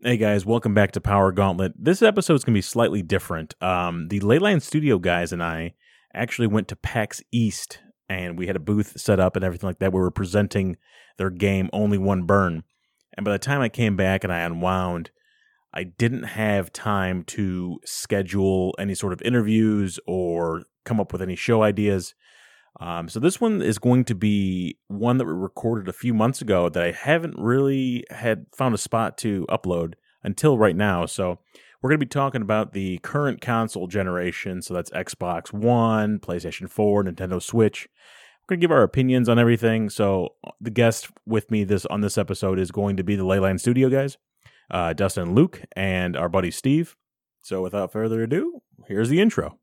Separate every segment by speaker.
Speaker 1: Hey guys, welcome back to Power Gauntlet. This episode's gonna be slightly different. Um, the Leyland Studio guys and I actually went to PAX East and we had a booth set up and everything like that. We were presenting their game Only One Burn. And by the time I came back and I unwound, I didn't have time to schedule any sort of interviews or come up with any show ideas. Um, so this one is going to be one that we recorded a few months ago that I haven't really had found a spot to upload until right now. So we're going to be talking about the current console generation. So that's Xbox One, PlayStation 4, Nintendo Switch. We're going to give our opinions on everything. So the guest with me this on this episode is going to be the Leyland Studio guys, uh, Dustin and Luke, and our buddy Steve. So without further ado, here's the intro.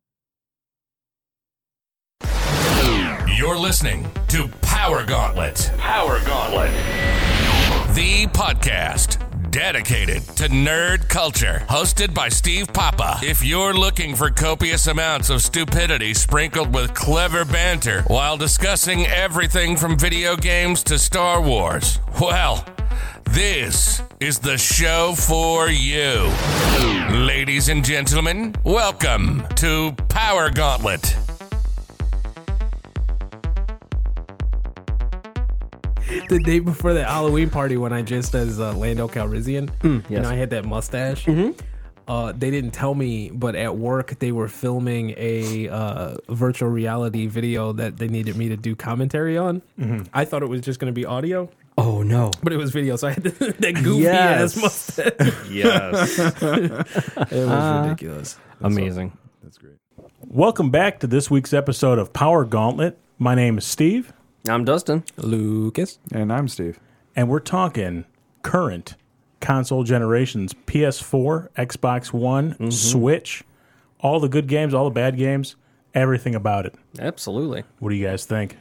Speaker 2: You're listening to Power Gauntlet. Power Gauntlet. The podcast dedicated to nerd culture, hosted by Steve Papa. If you're looking for copious amounts of stupidity sprinkled with clever banter while discussing everything from video games to Star Wars, well, this is the show for you. Ladies and gentlemen, welcome to Power Gauntlet.
Speaker 3: the day before the Halloween party when I dressed as uh, Lando Calrissian and I had that mustache. Uh, they didn't tell me, but at work they were filming a uh, virtual reality video that they needed me to do commentary on. I thought it was just going to be audio,
Speaker 4: Oh no!
Speaker 3: but it was video, so I had that goofy
Speaker 4: Yes.
Speaker 3: ass mustache.
Speaker 1: Yes.
Speaker 3: It was ridiculous.
Speaker 4: Amazing.
Speaker 1: Welcome back to this week's episode of Power Gauntlet. My name is Steve,
Speaker 4: I'm Dustin.
Speaker 3: Lucas,
Speaker 5: And I'm Steve.
Speaker 1: and we're talking current console generations PS4, Xbox One, Switch, all the good games, all the bad games, everything about it.
Speaker 4: Absolutely.
Speaker 1: What do you guys think?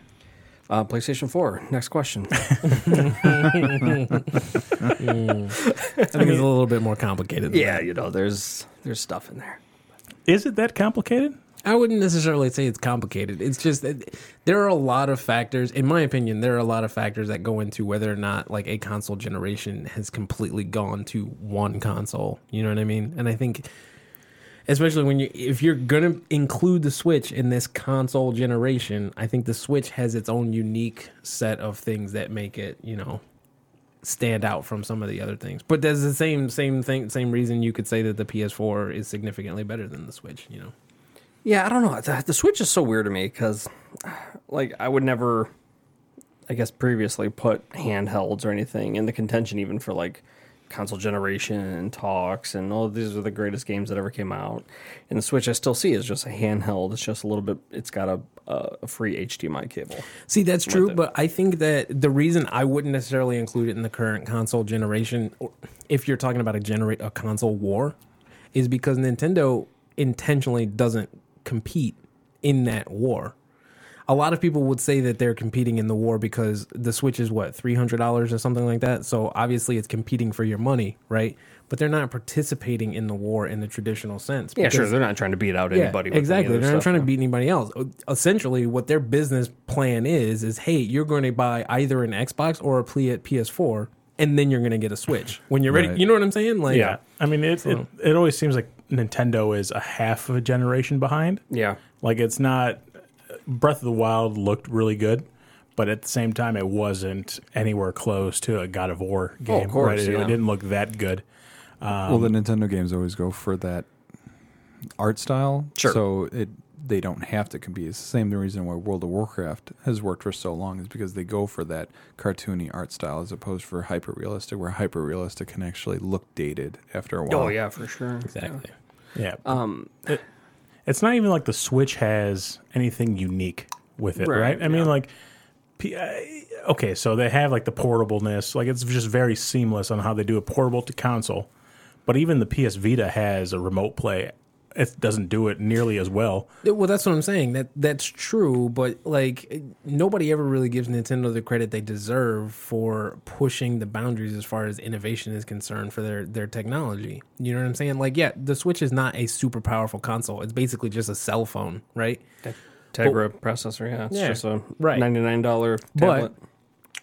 Speaker 4: Uh, PlayStation Four. Next question.
Speaker 3: I think it's a little bit more complicated. than
Speaker 4: yeah, you know, there's there's stuff in there.
Speaker 1: Is it that complicated?
Speaker 3: I wouldn't necessarily say it's complicated. It's just that there are a lot of factors, in my opinion, there are a lot of factors that go into whether or not like a console generation has completely gone to one console. You know what I mean? And I think especially when you if you're gonna include the Switch in this console generation, I think the Switch has its own unique set of things that make it, you know, stand out from some of the other things. But there's the same same thing same reason you could say that the PS4 is significantly better than the Switch, you know.
Speaker 4: Yeah, I don't know. The, the Switch is so weird to me because, like, I would never, I guess, previously put handhelds or anything in the contention even for like console generation and talks and all these are the greatest games that ever came out. And the Switch I still see is just a handheld. It's just a little bit. It's got a a free HDMI cable.
Speaker 3: See, that's true,
Speaker 4: it.
Speaker 3: but I think that the reason I wouldn't necessarily include it in the current console generation, or if you're talking about a generate a console war, is because Nintendo intentionally doesn't compete in that war. A lot of people would say that they're competing in the war because the Switch is what three hundred dollars or something like that. So obviously, it's competing for your money, right? But they're not participating in the war in the traditional sense.
Speaker 4: Yeah, sure.
Speaker 3: because-
Speaker 4: They're not trying to beat out anybody. with any
Speaker 3: exactly.
Speaker 4: of their
Speaker 3: They're not
Speaker 4: stuff.
Speaker 3: trying to beat anybody else. Essentially, what their business plan is is, hey, you're going to buy either an Xbox or a P- PS4, and then you're going to get a Switch when you're ready.
Speaker 5: Right.
Speaker 3: You know what I'm saying? Like,
Speaker 1: I mean, it, it it always seems like Nintendo is a half of a generation behind.
Speaker 4: Yeah.
Speaker 1: Like it's not Breath of the Wild looked really good, but at the same time, it wasn't anywhere close to a God of War game.
Speaker 4: Oh, of course,
Speaker 1: right? It, it
Speaker 4: yeah.
Speaker 1: didn't look that good.
Speaker 5: well,
Speaker 4: Um,
Speaker 5: the Nintendo games always go for that art style,
Speaker 4: Sure.
Speaker 5: so it they don't have to compete. It's the same reason why World of Warcraft has worked for so long is because they go for that cartoony art style as opposed for hyper realistic, where hyper realistic can actually look dated after a while.
Speaker 4: Oh yeah, for sure.
Speaker 3: exactly.
Speaker 1: Yeah. Um, it, it's not even like the Switch has anything unique with it, right?
Speaker 4: Right,
Speaker 1: I mean, like, P- I- okay, so they have like the portableness, like it's just very seamless on how they do a portable to console. But even the PS Vita has a remote play. It doesn't do it nearly as well.
Speaker 3: Yeah, Well, that's what I'm saying. That that's true, but like nobody ever really gives Nintendo the credit they deserve for pushing the boundaries as far as innovation is concerned for their their technology. You know what I'm saying? Like, yeah, the Switch is not a super powerful console. It's basically just a cell phone, right?
Speaker 4: Tegra processor. Yeah, it's
Speaker 3: Yeah,
Speaker 4: just a
Speaker 3: right.
Speaker 4: ninety nine dollar tablet.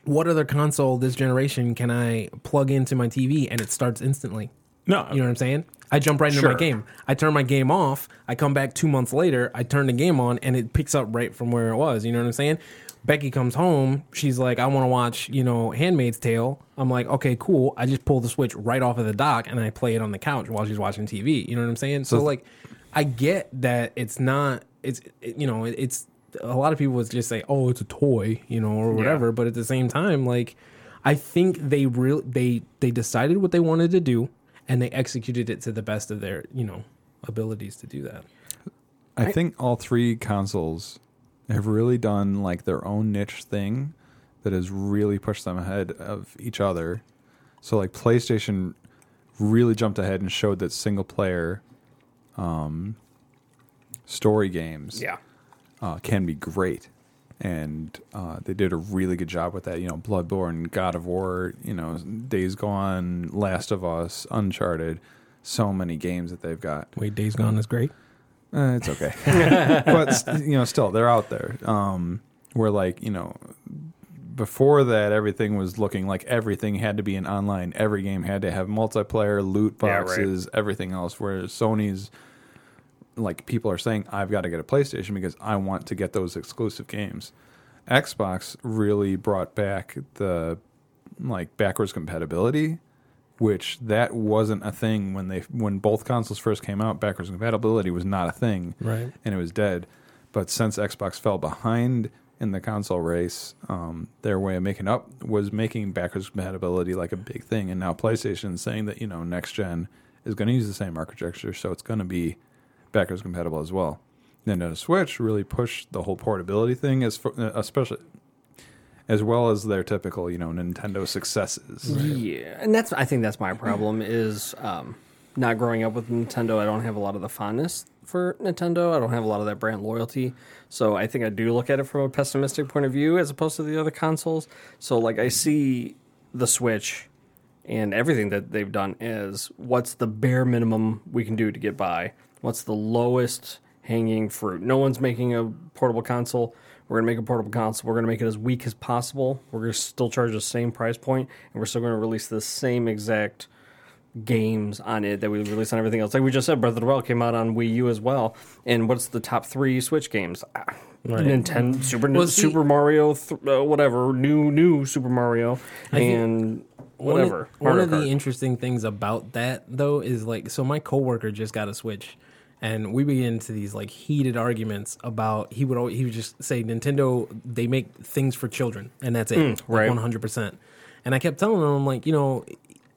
Speaker 3: what other console this generation can I plug into my TV and it starts instantly?
Speaker 1: No,
Speaker 3: You know what I'm saying? I jump right into my
Speaker 5: Sure.
Speaker 3: game. I turn my game off. I come back two months later. I turn the game on, and it picks up right from where it was. You know what I'm saying? Becky comes home. She's like, I want to watch, you know, Handmaid's Tale. I'm like, okay, cool. I just pull the Switch right off of the dock and I play it on the couch while she's watching TV. You know what I'm saying? So, like, I get that it's not, it's, it- you know, it- it's a lot of people would just say, oh, it's a toy, you know, or whatever. But at the same time, like, I think they real they they decided what they wanted to do and they executed it to the best of their you know abilities to do that.
Speaker 5: I think all three consoles have really done like their own niche thing that has really pushed them ahead of each other. So like PlayStation really jumped ahead and showed that single player um, story games
Speaker 4: Yeah.
Speaker 5: uh, can be great. And uh, they did a really good job with that. You know, Bloodborne, God of War, you know, Days Gone, Last of Us, Uncharted, so many games that they've got.
Speaker 3: Wait, Days Gone is great.
Speaker 5: Uh, it's okay, but st- you know, still they're out there. Um, where like you know, before that, everything was looking like everything had to be an online. Every game had to have multiplayer, loot
Speaker 4: Yeah, right.
Speaker 5: boxes, everything else. Where Sony's like people are saying, I've got to get a PlayStation because I want to get those exclusive games. Xbox really brought back the like backwards compatibility which that wasn't a thing when they when both consoles first came out backwards compatibility was not a thing
Speaker 3: Right.
Speaker 5: and it was dead but since xbox fell behind in the console race um, their way of making up was making backwards compatibility like a big thing and now playstation is saying that you know next gen is going to use the same architecture so it's going to be backwards compatible as well nintendo switch really pushed the whole portability thing as for, especially as well as their typical you know nintendo successes
Speaker 4: Yeah, and that's I think that's my problem is um, not growing up with Nintendo. I don't have a lot of the fondness for Nintendo. I don't have a lot of that brand loyalty. So I think I do look at it from a pessimistic point of view as opposed to the other consoles. So like I see the Switch and everything that they've done is what's the bare minimum we can do to get by? What's the lowest hanging fruit? No one's making a portable console. We're going to make a portable console. We're going to make it as weak as possible. We're going to still charge the same price point, and we're still going to release the same exact games on it that we release on everything else. Like we just said, Breath of the Wild came out on Wii U as well. And what's the top three Switch games? Ah, Nintendo, Super,
Speaker 3: Mm-hmm. Well, see-
Speaker 4: Super Mario, th- uh, whatever, new new Super Mario,
Speaker 3: think-
Speaker 4: and
Speaker 3: One of-
Speaker 4: whatever.
Speaker 3: One
Speaker 4: Mario
Speaker 3: of, the
Speaker 4: Kart.
Speaker 3: interesting things about that though is like so my coworker just got a Switch and we would get into these like heated arguments about he would always he would just say Nintendo they make things for children and that's it.
Speaker 4: Mm, right.
Speaker 3: One hundred percent. And I kept telling him I'm like, you know,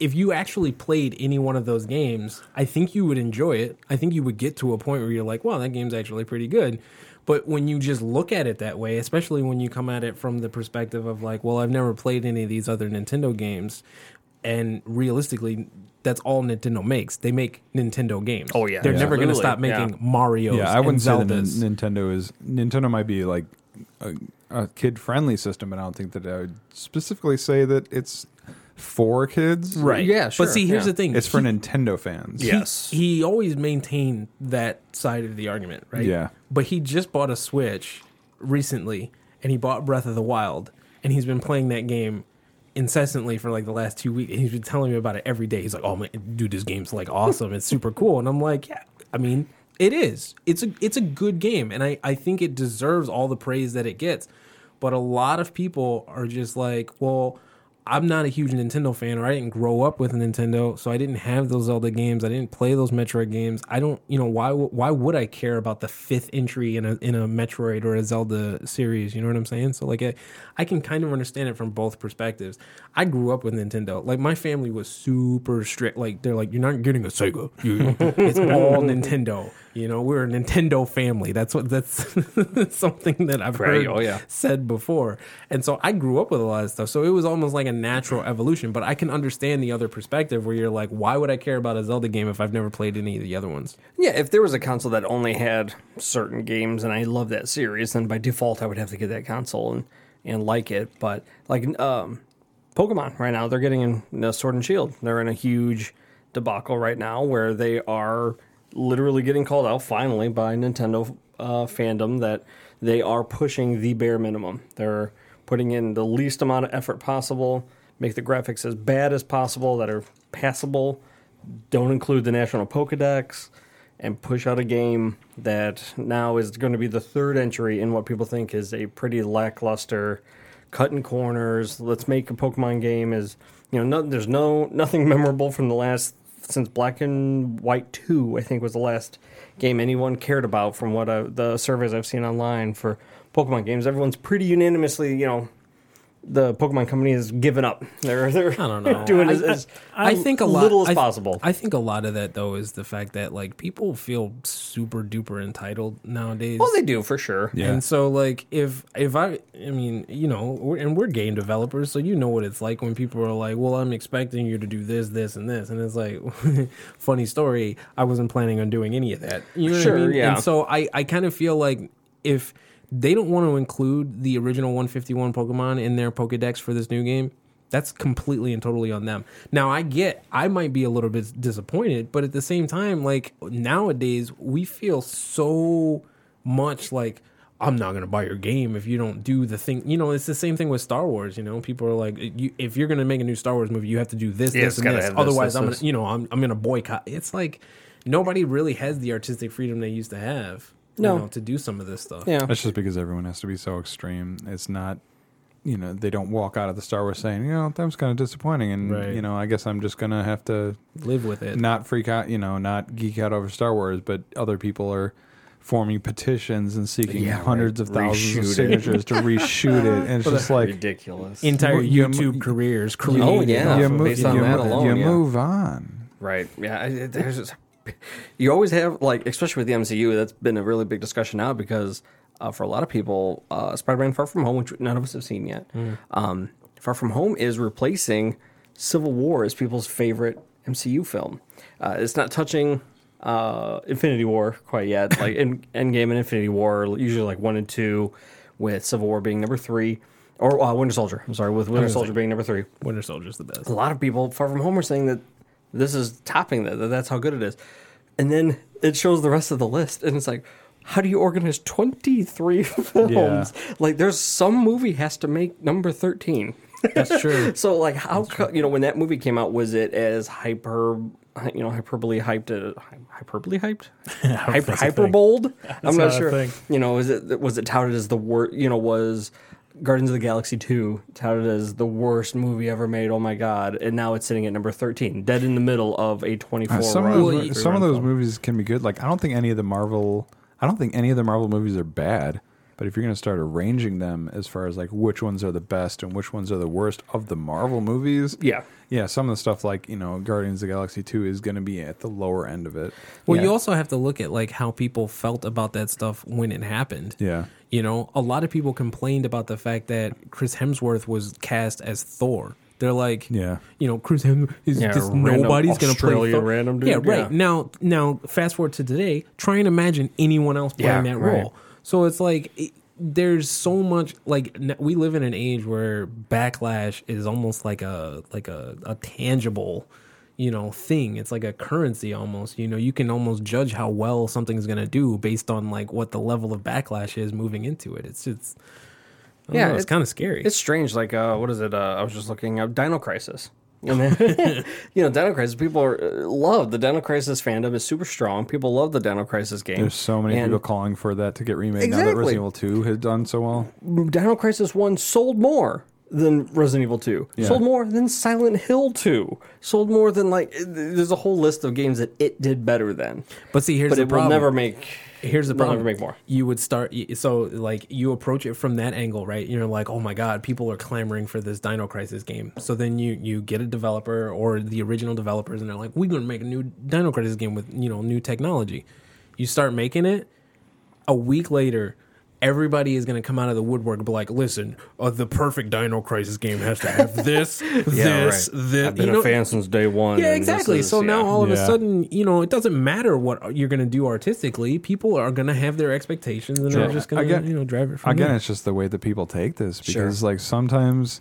Speaker 3: if you actually played any one of those games, I think you would enjoy it. I think you would get to a point where you're like, wow, that game's actually pretty good. But when you just look at it that way, especially when you come at it from the perspective of like, well, I've never played any of these other Nintendo games, and realistically, that's all Nintendo makes. They make Nintendo games.
Speaker 4: Oh, yeah,
Speaker 3: they're never going to
Speaker 4: absolutely.
Speaker 3: stop making
Speaker 4: Yeah.
Speaker 3: Mario's.
Speaker 5: Yeah, I wouldn't say
Speaker 3: and
Speaker 5: that Nin-
Speaker 3: Zeldas.
Speaker 5: Nintendo is Nintendo might be like a, a kid friendly system, but I don't think that I would specifically say that it's for kids.
Speaker 4: Right. Yeah, sure,
Speaker 3: But see, here's
Speaker 4: yeah.
Speaker 3: the thing:
Speaker 5: It's for Nintendo fans.
Speaker 4: Yeah. Yes.
Speaker 3: He, he always maintained that side of the argument, right?
Speaker 5: Yeah.
Speaker 3: But he just bought a Switch recently and he bought Breath of the Wild and he's been playing that game incessantly for like the last two weeks and he's been telling me about it every day. He's like, Oh man, dude, this game's like awesome. It's super cool. And I'm like, Yeah, I mean, it is. It's a it's a good game and I, I think it deserves all the praise that it gets. But a lot of people are just like, Well, I'm not a huge Nintendo fan, or I didn't grow up with Nintendo, so I didn't have those Zelda games. I didn't play those Metroid games. I don't, you know, why w- why would I care about the fifth entry in a in a Metroid or a Zelda series? You know what I'm saying? So like, I, I can kind of understand it from both perspectives. I grew up with Nintendo. Like my family was super strict. Like they're like, you're not getting a Sega. You- it's all Nintendo. You know, we're a Nintendo family. That's what that's something that I've heard
Speaker 4: Right, oh, yeah.
Speaker 3: said before. And so I grew up with a lot of stuff. So it was almost like a natural evolution, but I can understand the other perspective where you're like, why would I care about a Zelda game if I've never played any of the other ones?
Speaker 4: Yeah, if there was a console that only had certain games and I love that series, then by default I would have to get that console and, and like it. But like um, Pokemon right now, they're getting in you know, Sword and Shield. They're in a huge debacle right now where they are literally getting called out finally by Nintendo uh, fandom that they are pushing the bare minimum. They're putting in the least amount of effort possible, make the graphics as bad as possible that are passable don't include the National Pokedex and push out a game that now is going to be the third entry in what people think is a pretty lackluster cutting corners. Let's make a Pokemon game is you know no, there's no nothing memorable from the last since Black and White Two I think was the last game anyone cared about from what I, the surveys I've seen online for Pokemon games. Everyone's pretty unanimously you know. The Pokemon company has given up. They're they're
Speaker 3: I don't know.
Speaker 4: doing
Speaker 3: I,
Speaker 4: as, as
Speaker 3: I- I think a lot,
Speaker 4: little
Speaker 3: I
Speaker 4: as
Speaker 3: th-
Speaker 4: possible.
Speaker 3: I think a lot of that though is the fact that like people feel super duper entitled nowadays.
Speaker 4: well, they do for sure.
Speaker 5: Yeah.
Speaker 3: And so like if if I I mean you know we're, and we're game developers so you know what it's like when people are like well I'm expecting you to do this this and this and it's like funny story I wasn't planning on doing any of that you know what I
Speaker 4: Sure,
Speaker 3: mean?
Speaker 4: yeah.
Speaker 3: and so I I kind of feel like if they don't want to include the original 151 Pokemon in their Pokedex for this new game that's completely and totally on them. Now I get I might be a little bit disappointed, but at the same time, like nowadays we feel so much like I'm not gonna buy your game if you don't do the thing. You know, it's the same thing with Star Wars. You know, people are like, you, if you're gonna make a new Star Wars movie, you have to do this,
Speaker 4: Yeah,
Speaker 3: this,
Speaker 4: it's
Speaker 3: and
Speaker 4: gotta
Speaker 3: this.
Speaker 4: have this,
Speaker 3: Otherwise,
Speaker 4: this,
Speaker 3: I'm
Speaker 4: this.
Speaker 3: gonna, you know, I'm I'm gonna boycott. It's like nobody really has the artistic freedom they used to have. you
Speaker 4: No.
Speaker 3: know, to do some of this stuff.
Speaker 4: Yeah.
Speaker 5: That's just because everyone has to be so extreme. It's not, you know, they don't walk out of the Star Wars saying, you know, that was kind of disappointing, and
Speaker 3: Right.
Speaker 5: you know, I guess I'm just gonna have to
Speaker 3: live with it.
Speaker 5: not freak out, you know, not geek out over Star Wars, but other people are forming petitions and seeking
Speaker 4: Yeah, right.
Speaker 5: hundreds of thousands
Speaker 4: Reshoot
Speaker 5: of
Speaker 4: it.
Speaker 5: signatures to reshoot it, and it's just like
Speaker 4: ridiculous.
Speaker 3: Entire
Speaker 5: Well, you-
Speaker 3: YouTube careers.
Speaker 4: Oh,
Speaker 3: created
Speaker 4: yeah.
Speaker 3: off
Speaker 5: you
Speaker 3: of
Speaker 5: move,
Speaker 4: based on
Speaker 5: you
Speaker 4: that
Speaker 5: mo-
Speaker 4: alone,
Speaker 5: you
Speaker 4: yeah.
Speaker 5: move on.
Speaker 4: right. Yeah. I- There's just, you always have like, especially with the MCU, that's been a really big discussion now because uh, for a lot of people, uh, Spider-Man: Far From Home, which none of us have seen yet, um, Far From Home is replacing Civil War as people's favorite MCU film. Uh, it's not touching uh, Infinity War quite yet. Like in, Endgame and Infinity War, are usually like one and two, with Civil War being number three, or uh, Winter Soldier. I'm sorry, with Winter Soldier being number three
Speaker 3: Winter Soldier's the best.
Speaker 4: a lot of people far from home are saying that this is topping that, that that's how good it is and then it shows the rest of the list and it's like how do you organize 23 films like there's some movie has to make number 13
Speaker 3: That's true.
Speaker 4: so like how co- you know when that movie came out was it as hyper you know hyperbole hyped uh, hy- hyperbole hyped
Speaker 5: Oh,
Speaker 4: hyper
Speaker 1: that's a thing.
Speaker 4: hyperbold i'm not
Speaker 1: not a
Speaker 4: sure
Speaker 1: thing.
Speaker 4: you know is it was it touted as the worst you know was guardians of the galaxy 2 touted as the worst movie ever made oh my god and now it's sitting at number 13 dead in the middle of a 24
Speaker 5: Uh, some of
Speaker 4: run,
Speaker 5: those, mo-
Speaker 4: three
Speaker 5: some of
Speaker 4: run
Speaker 5: those
Speaker 4: film.
Speaker 5: movies can be good. Like I don't think any of the Marvel, I don't think any of the Marvel movies are bad. But if you're going to start arranging them as far as like which ones are the best and which ones are the worst of the Marvel movies,
Speaker 4: yeah
Speaker 5: yeah, some of the stuff like you know Guardians of the Galaxy Two is going to be at the lower end of it.
Speaker 3: Well,
Speaker 4: Yeah.
Speaker 3: you also have to look at like how people felt about that stuff when it happened.
Speaker 5: Yeah.
Speaker 3: You know, a lot of people complained about the fact that Chris Hemsworth was cast as Thor. They're like,
Speaker 5: Yeah.
Speaker 3: you know, Chris Hemsworth is
Speaker 4: Yeah,
Speaker 3: just
Speaker 4: random
Speaker 3: nobody's going to play
Speaker 4: Australian
Speaker 3: Thor.
Speaker 4: random dude,
Speaker 3: yeah, right.
Speaker 4: yeah.
Speaker 3: Now, now, fast forward to today. Try and imagine anyone else playing
Speaker 4: Yeah,
Speaker 3: that
Speaker 4: right.
Speaker 3: role. So it's like it, there's so much like n- we live in an age where backlash is almost like a like a, a tangible you know thing it's like a currency almost you know you can almost judge how well something's going to do based on like what the level of backlash is moving into it it's it's yeah
Speaker 4: Yeah,
Speaker 3: it's
Speaker 4: it-
Speaker 3: kind of scary
Speaker 4: It's strange. Like, uh, what is it? Uh, I was just looking up Dino Crisis. And then, you know, Dino Crisis, people are, uh, love the Dino Crisis fandom is super strong. People love the Dino Crisis game.
Speaker 5: There's so many
Speaker 4: And
Speaker 5: people calling for that to get remade now that
Speaker 4: Exactly.
Speaker 5: Resident Evil Two has done so well.
Speaker 4: Dino Crisis 1 sold more than Resident Evil 2, sold more than Silent Hill 2, sold more than, like, it- there's a whole list of games that it did better than.
Speaker 3: but see here's
Speaker 4: But
Speaker 3: the
Speaker 4: it will
Speaker 3: problem
Speaker 4: never make.
Speaker 3: here's the
Speaker 4: We'll
Speaker 3: problem.
Speaker 4: never make more.
Speaker 3: You would start y- so like you approach it from that angle, right? You're like, oh my god, people are clamoring for this Dino Crisis game. So then you you get a developer or the original developers, and they're like, we're gonna make a new Dino Crisis game with you know new technology. You start making it, a week later, everybody is going to come out of the woodwork and be like, listen, uh, the perfect Dino Crisis game has to have this, this, this.
Speaker 4: I've been
Speaker 3: you know-
Speaker 4: a fan since day one.
Speaker 3: yeah,
Speaker 4: and this
Speaker 3: exactly.
Speaker 4: is-
Speaker 3: so now
Speaker 4: yeah.
Speaker 3: all of a
Speaker 5: Yeah.
Speaker 3: sudden, you know, it doesn't matter what you're going to do artistically. People are going to have their expectations, and they're
Speaker 5: Sure.
Speaker 3: just going
Speaker 5: Again-
Speaker 3: to, you know, drive it from
Speaker 5: Again,
Speaker 3: there.
Speaker 5: it's just the way that people take this because like sometimes,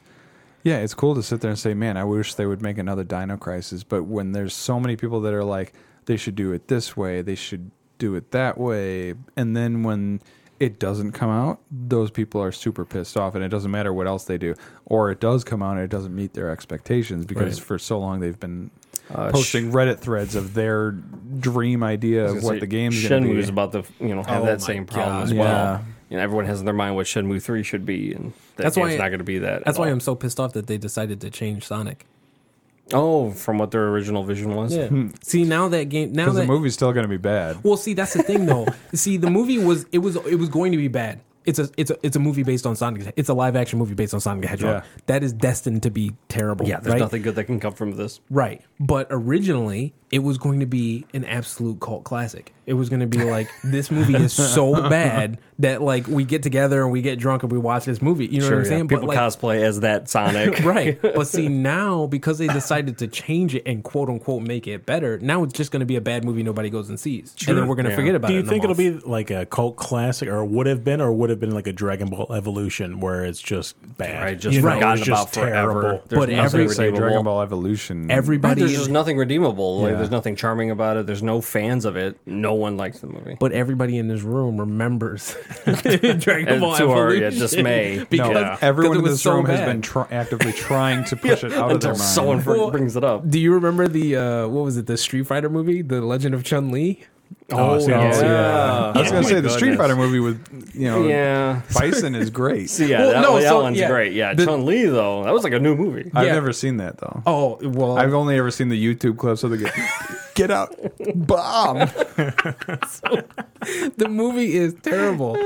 Speaker 5: yeah, it's cool to sit there and say, "Man, I wish they would make another Dino Crisis," but when there's so many people that are like, "They should do it this way," they should do it that way, and then when it doesn't come out, those people are super pissed off, and it doesn't matter what else they do, or it does come out and it doesn't meet their expectations because
Speaker 3: Right.
Speaker 5: for so long they've been
Speaker 4: uh,
Speaker 5: posting Reddit threads of their dream idea of what the game's going to
Speaker 4: Shenmue
Speaker 5: be.
Speaker 4: is about to you know have
Speaker 3: Oh
Speaker 4: that
Speaker 3: my
Speaker 4: same problem as
Speaker 3: God.
Speaker 4: well.
Speaker 5: Yeah.
Speaker 4: You know, everyone has in their mind what Shenmue three should be, and that
Speaker 3: That's
Speaker 4: that's
Speaker 3: why-
Speaker 4: game's not going to be that. at
Speaker 3: That's why
Speaker 4: all.
Speaker 3: I'm so pissed off that they decided to change Sonic.
Speaker 4: Oh, from what their original vision was.
Speaker 3: Hmm. see now that game now
Speaker 5: Because
Speaker 3: that
Speaker 5: the movie's still going to be bad.
Speaker 3: well see that's the thing though. see the movie was it was it was going to be bad. It's a it's a it's a movie based on Sonic. It's a live action movie based on Sonic the Hedgehog.
Speaker 5: Yeah.
Speaker 3: That is destined to be terrible.
Speaker 4: Yeah, there's
Speaker 3: right?
Speaker 4: nothing good that can come from this.
Speaker 3: Right. But originally, it was going to be an absolute cult classic. It was going to be like, this movie is so bad that, like, we get together and we get drunk and we watch this movie. You know what I'm
Speaker 4: yeah.
Speaker 3: saying? but,
Speaker 4: People
Speaker 3: like,
Speaker 4: cosplay as that Sonic.
Speaker 3: right. But see, now, because they decided to change it and quote unquote make it better, now it's just going to be a bad movie nobody goes and sees. And then we're going to
Speaker 4: Yeah.
Speaker 3: forget about
Speaker 1: Do
Speaker 3: it.
Speaker 1: you
Speaker 3: in a
Speaker 1: think it'll
Speaker 3: month.
Speaker 1: be like a cult classic, or would have been, or would have been like a Dragon Ball Evolution, where it's just bad?
Speaker 4: Right, just
Speaker 1: You know,
Speaker 4: forgotten
Speaker 1: it's
Speaker 4: about forever. There's
Speaker 3: But
Speaker 4: nothing
Speaker 5: I was going
Speaker 3: every-
Speaker 5: to say
Speaker 4: redeemable.
Speaker 5: Dragon Ball Evolution.
Speaker 3: Everybody.
Speaker 4: There's just nothing redeemable. Like,
Speaker 5: Yeah.
Speaker 4: there's nothing charming about it. There's no fans of it. No one likes the movie.
Speaker 3: but everybody in this room remembers Dragon
Speaker 4: And
Speaker 3: Ball
Speaker 4: to our,
Speaker 3: Evolution.
Speaker 4: yeah, dismay.
Speaker 5: no,
Speaker 3: because
Speaker 4: Yeah.
Speaker 5: everyone
Speaker 3: it
Speaker 5: in
Speaker 3: was
Speaker 5: this
Speaker 3: so
Speaker 5: room has
Speaker 3: bad.
Speaker 5: been tr- actively trying to push it out of
Speaker 4: Until
Speaker 5: their mind.
Speaker 4: someone fr-
Speaker 3: Well, Oh,
Speaker 4: brings it up.
Speaker 3: Do you remember the uh, what was it? The Street Fighter movie, The Legend of Chun Li.
Speaker 1: Oh, see, I don't
Speaker 4: yeah.
Speaker 1: see that.
Speaker 5: I was
Speaker 4: Yeah.
Speaker 5: going
Speaker 4: Oh
Speaker 5: to
Speaker 4: my
Speaker 5: say the Street
Speaker 4: goodness.
Speaker 5: Fighter movie with you know
Speaker 4: Yeah.
Speaker 5: Bison is great.
Speaker 4: So, yeah,
Speaker 3: Well,
Speaker 4: that,
Speaker 3: no,
Speaker 4: that
Speaker 3: so,
Speaker 4: one's
Speaker 3: yeah.
Speaker 4: great. Yeah,
Speaker 3: The-
Speaker 4: Chun Li though, that was like a new movie.
Speaker 5: I've
Speaker 3: Yeah.
Speaker 5: never seen that though.
Speaker 3: Oh well,
Speaker 5: I've only ever seen the YouTube clips of the g- get out bomb.
Speaker 3: the movie is terrible,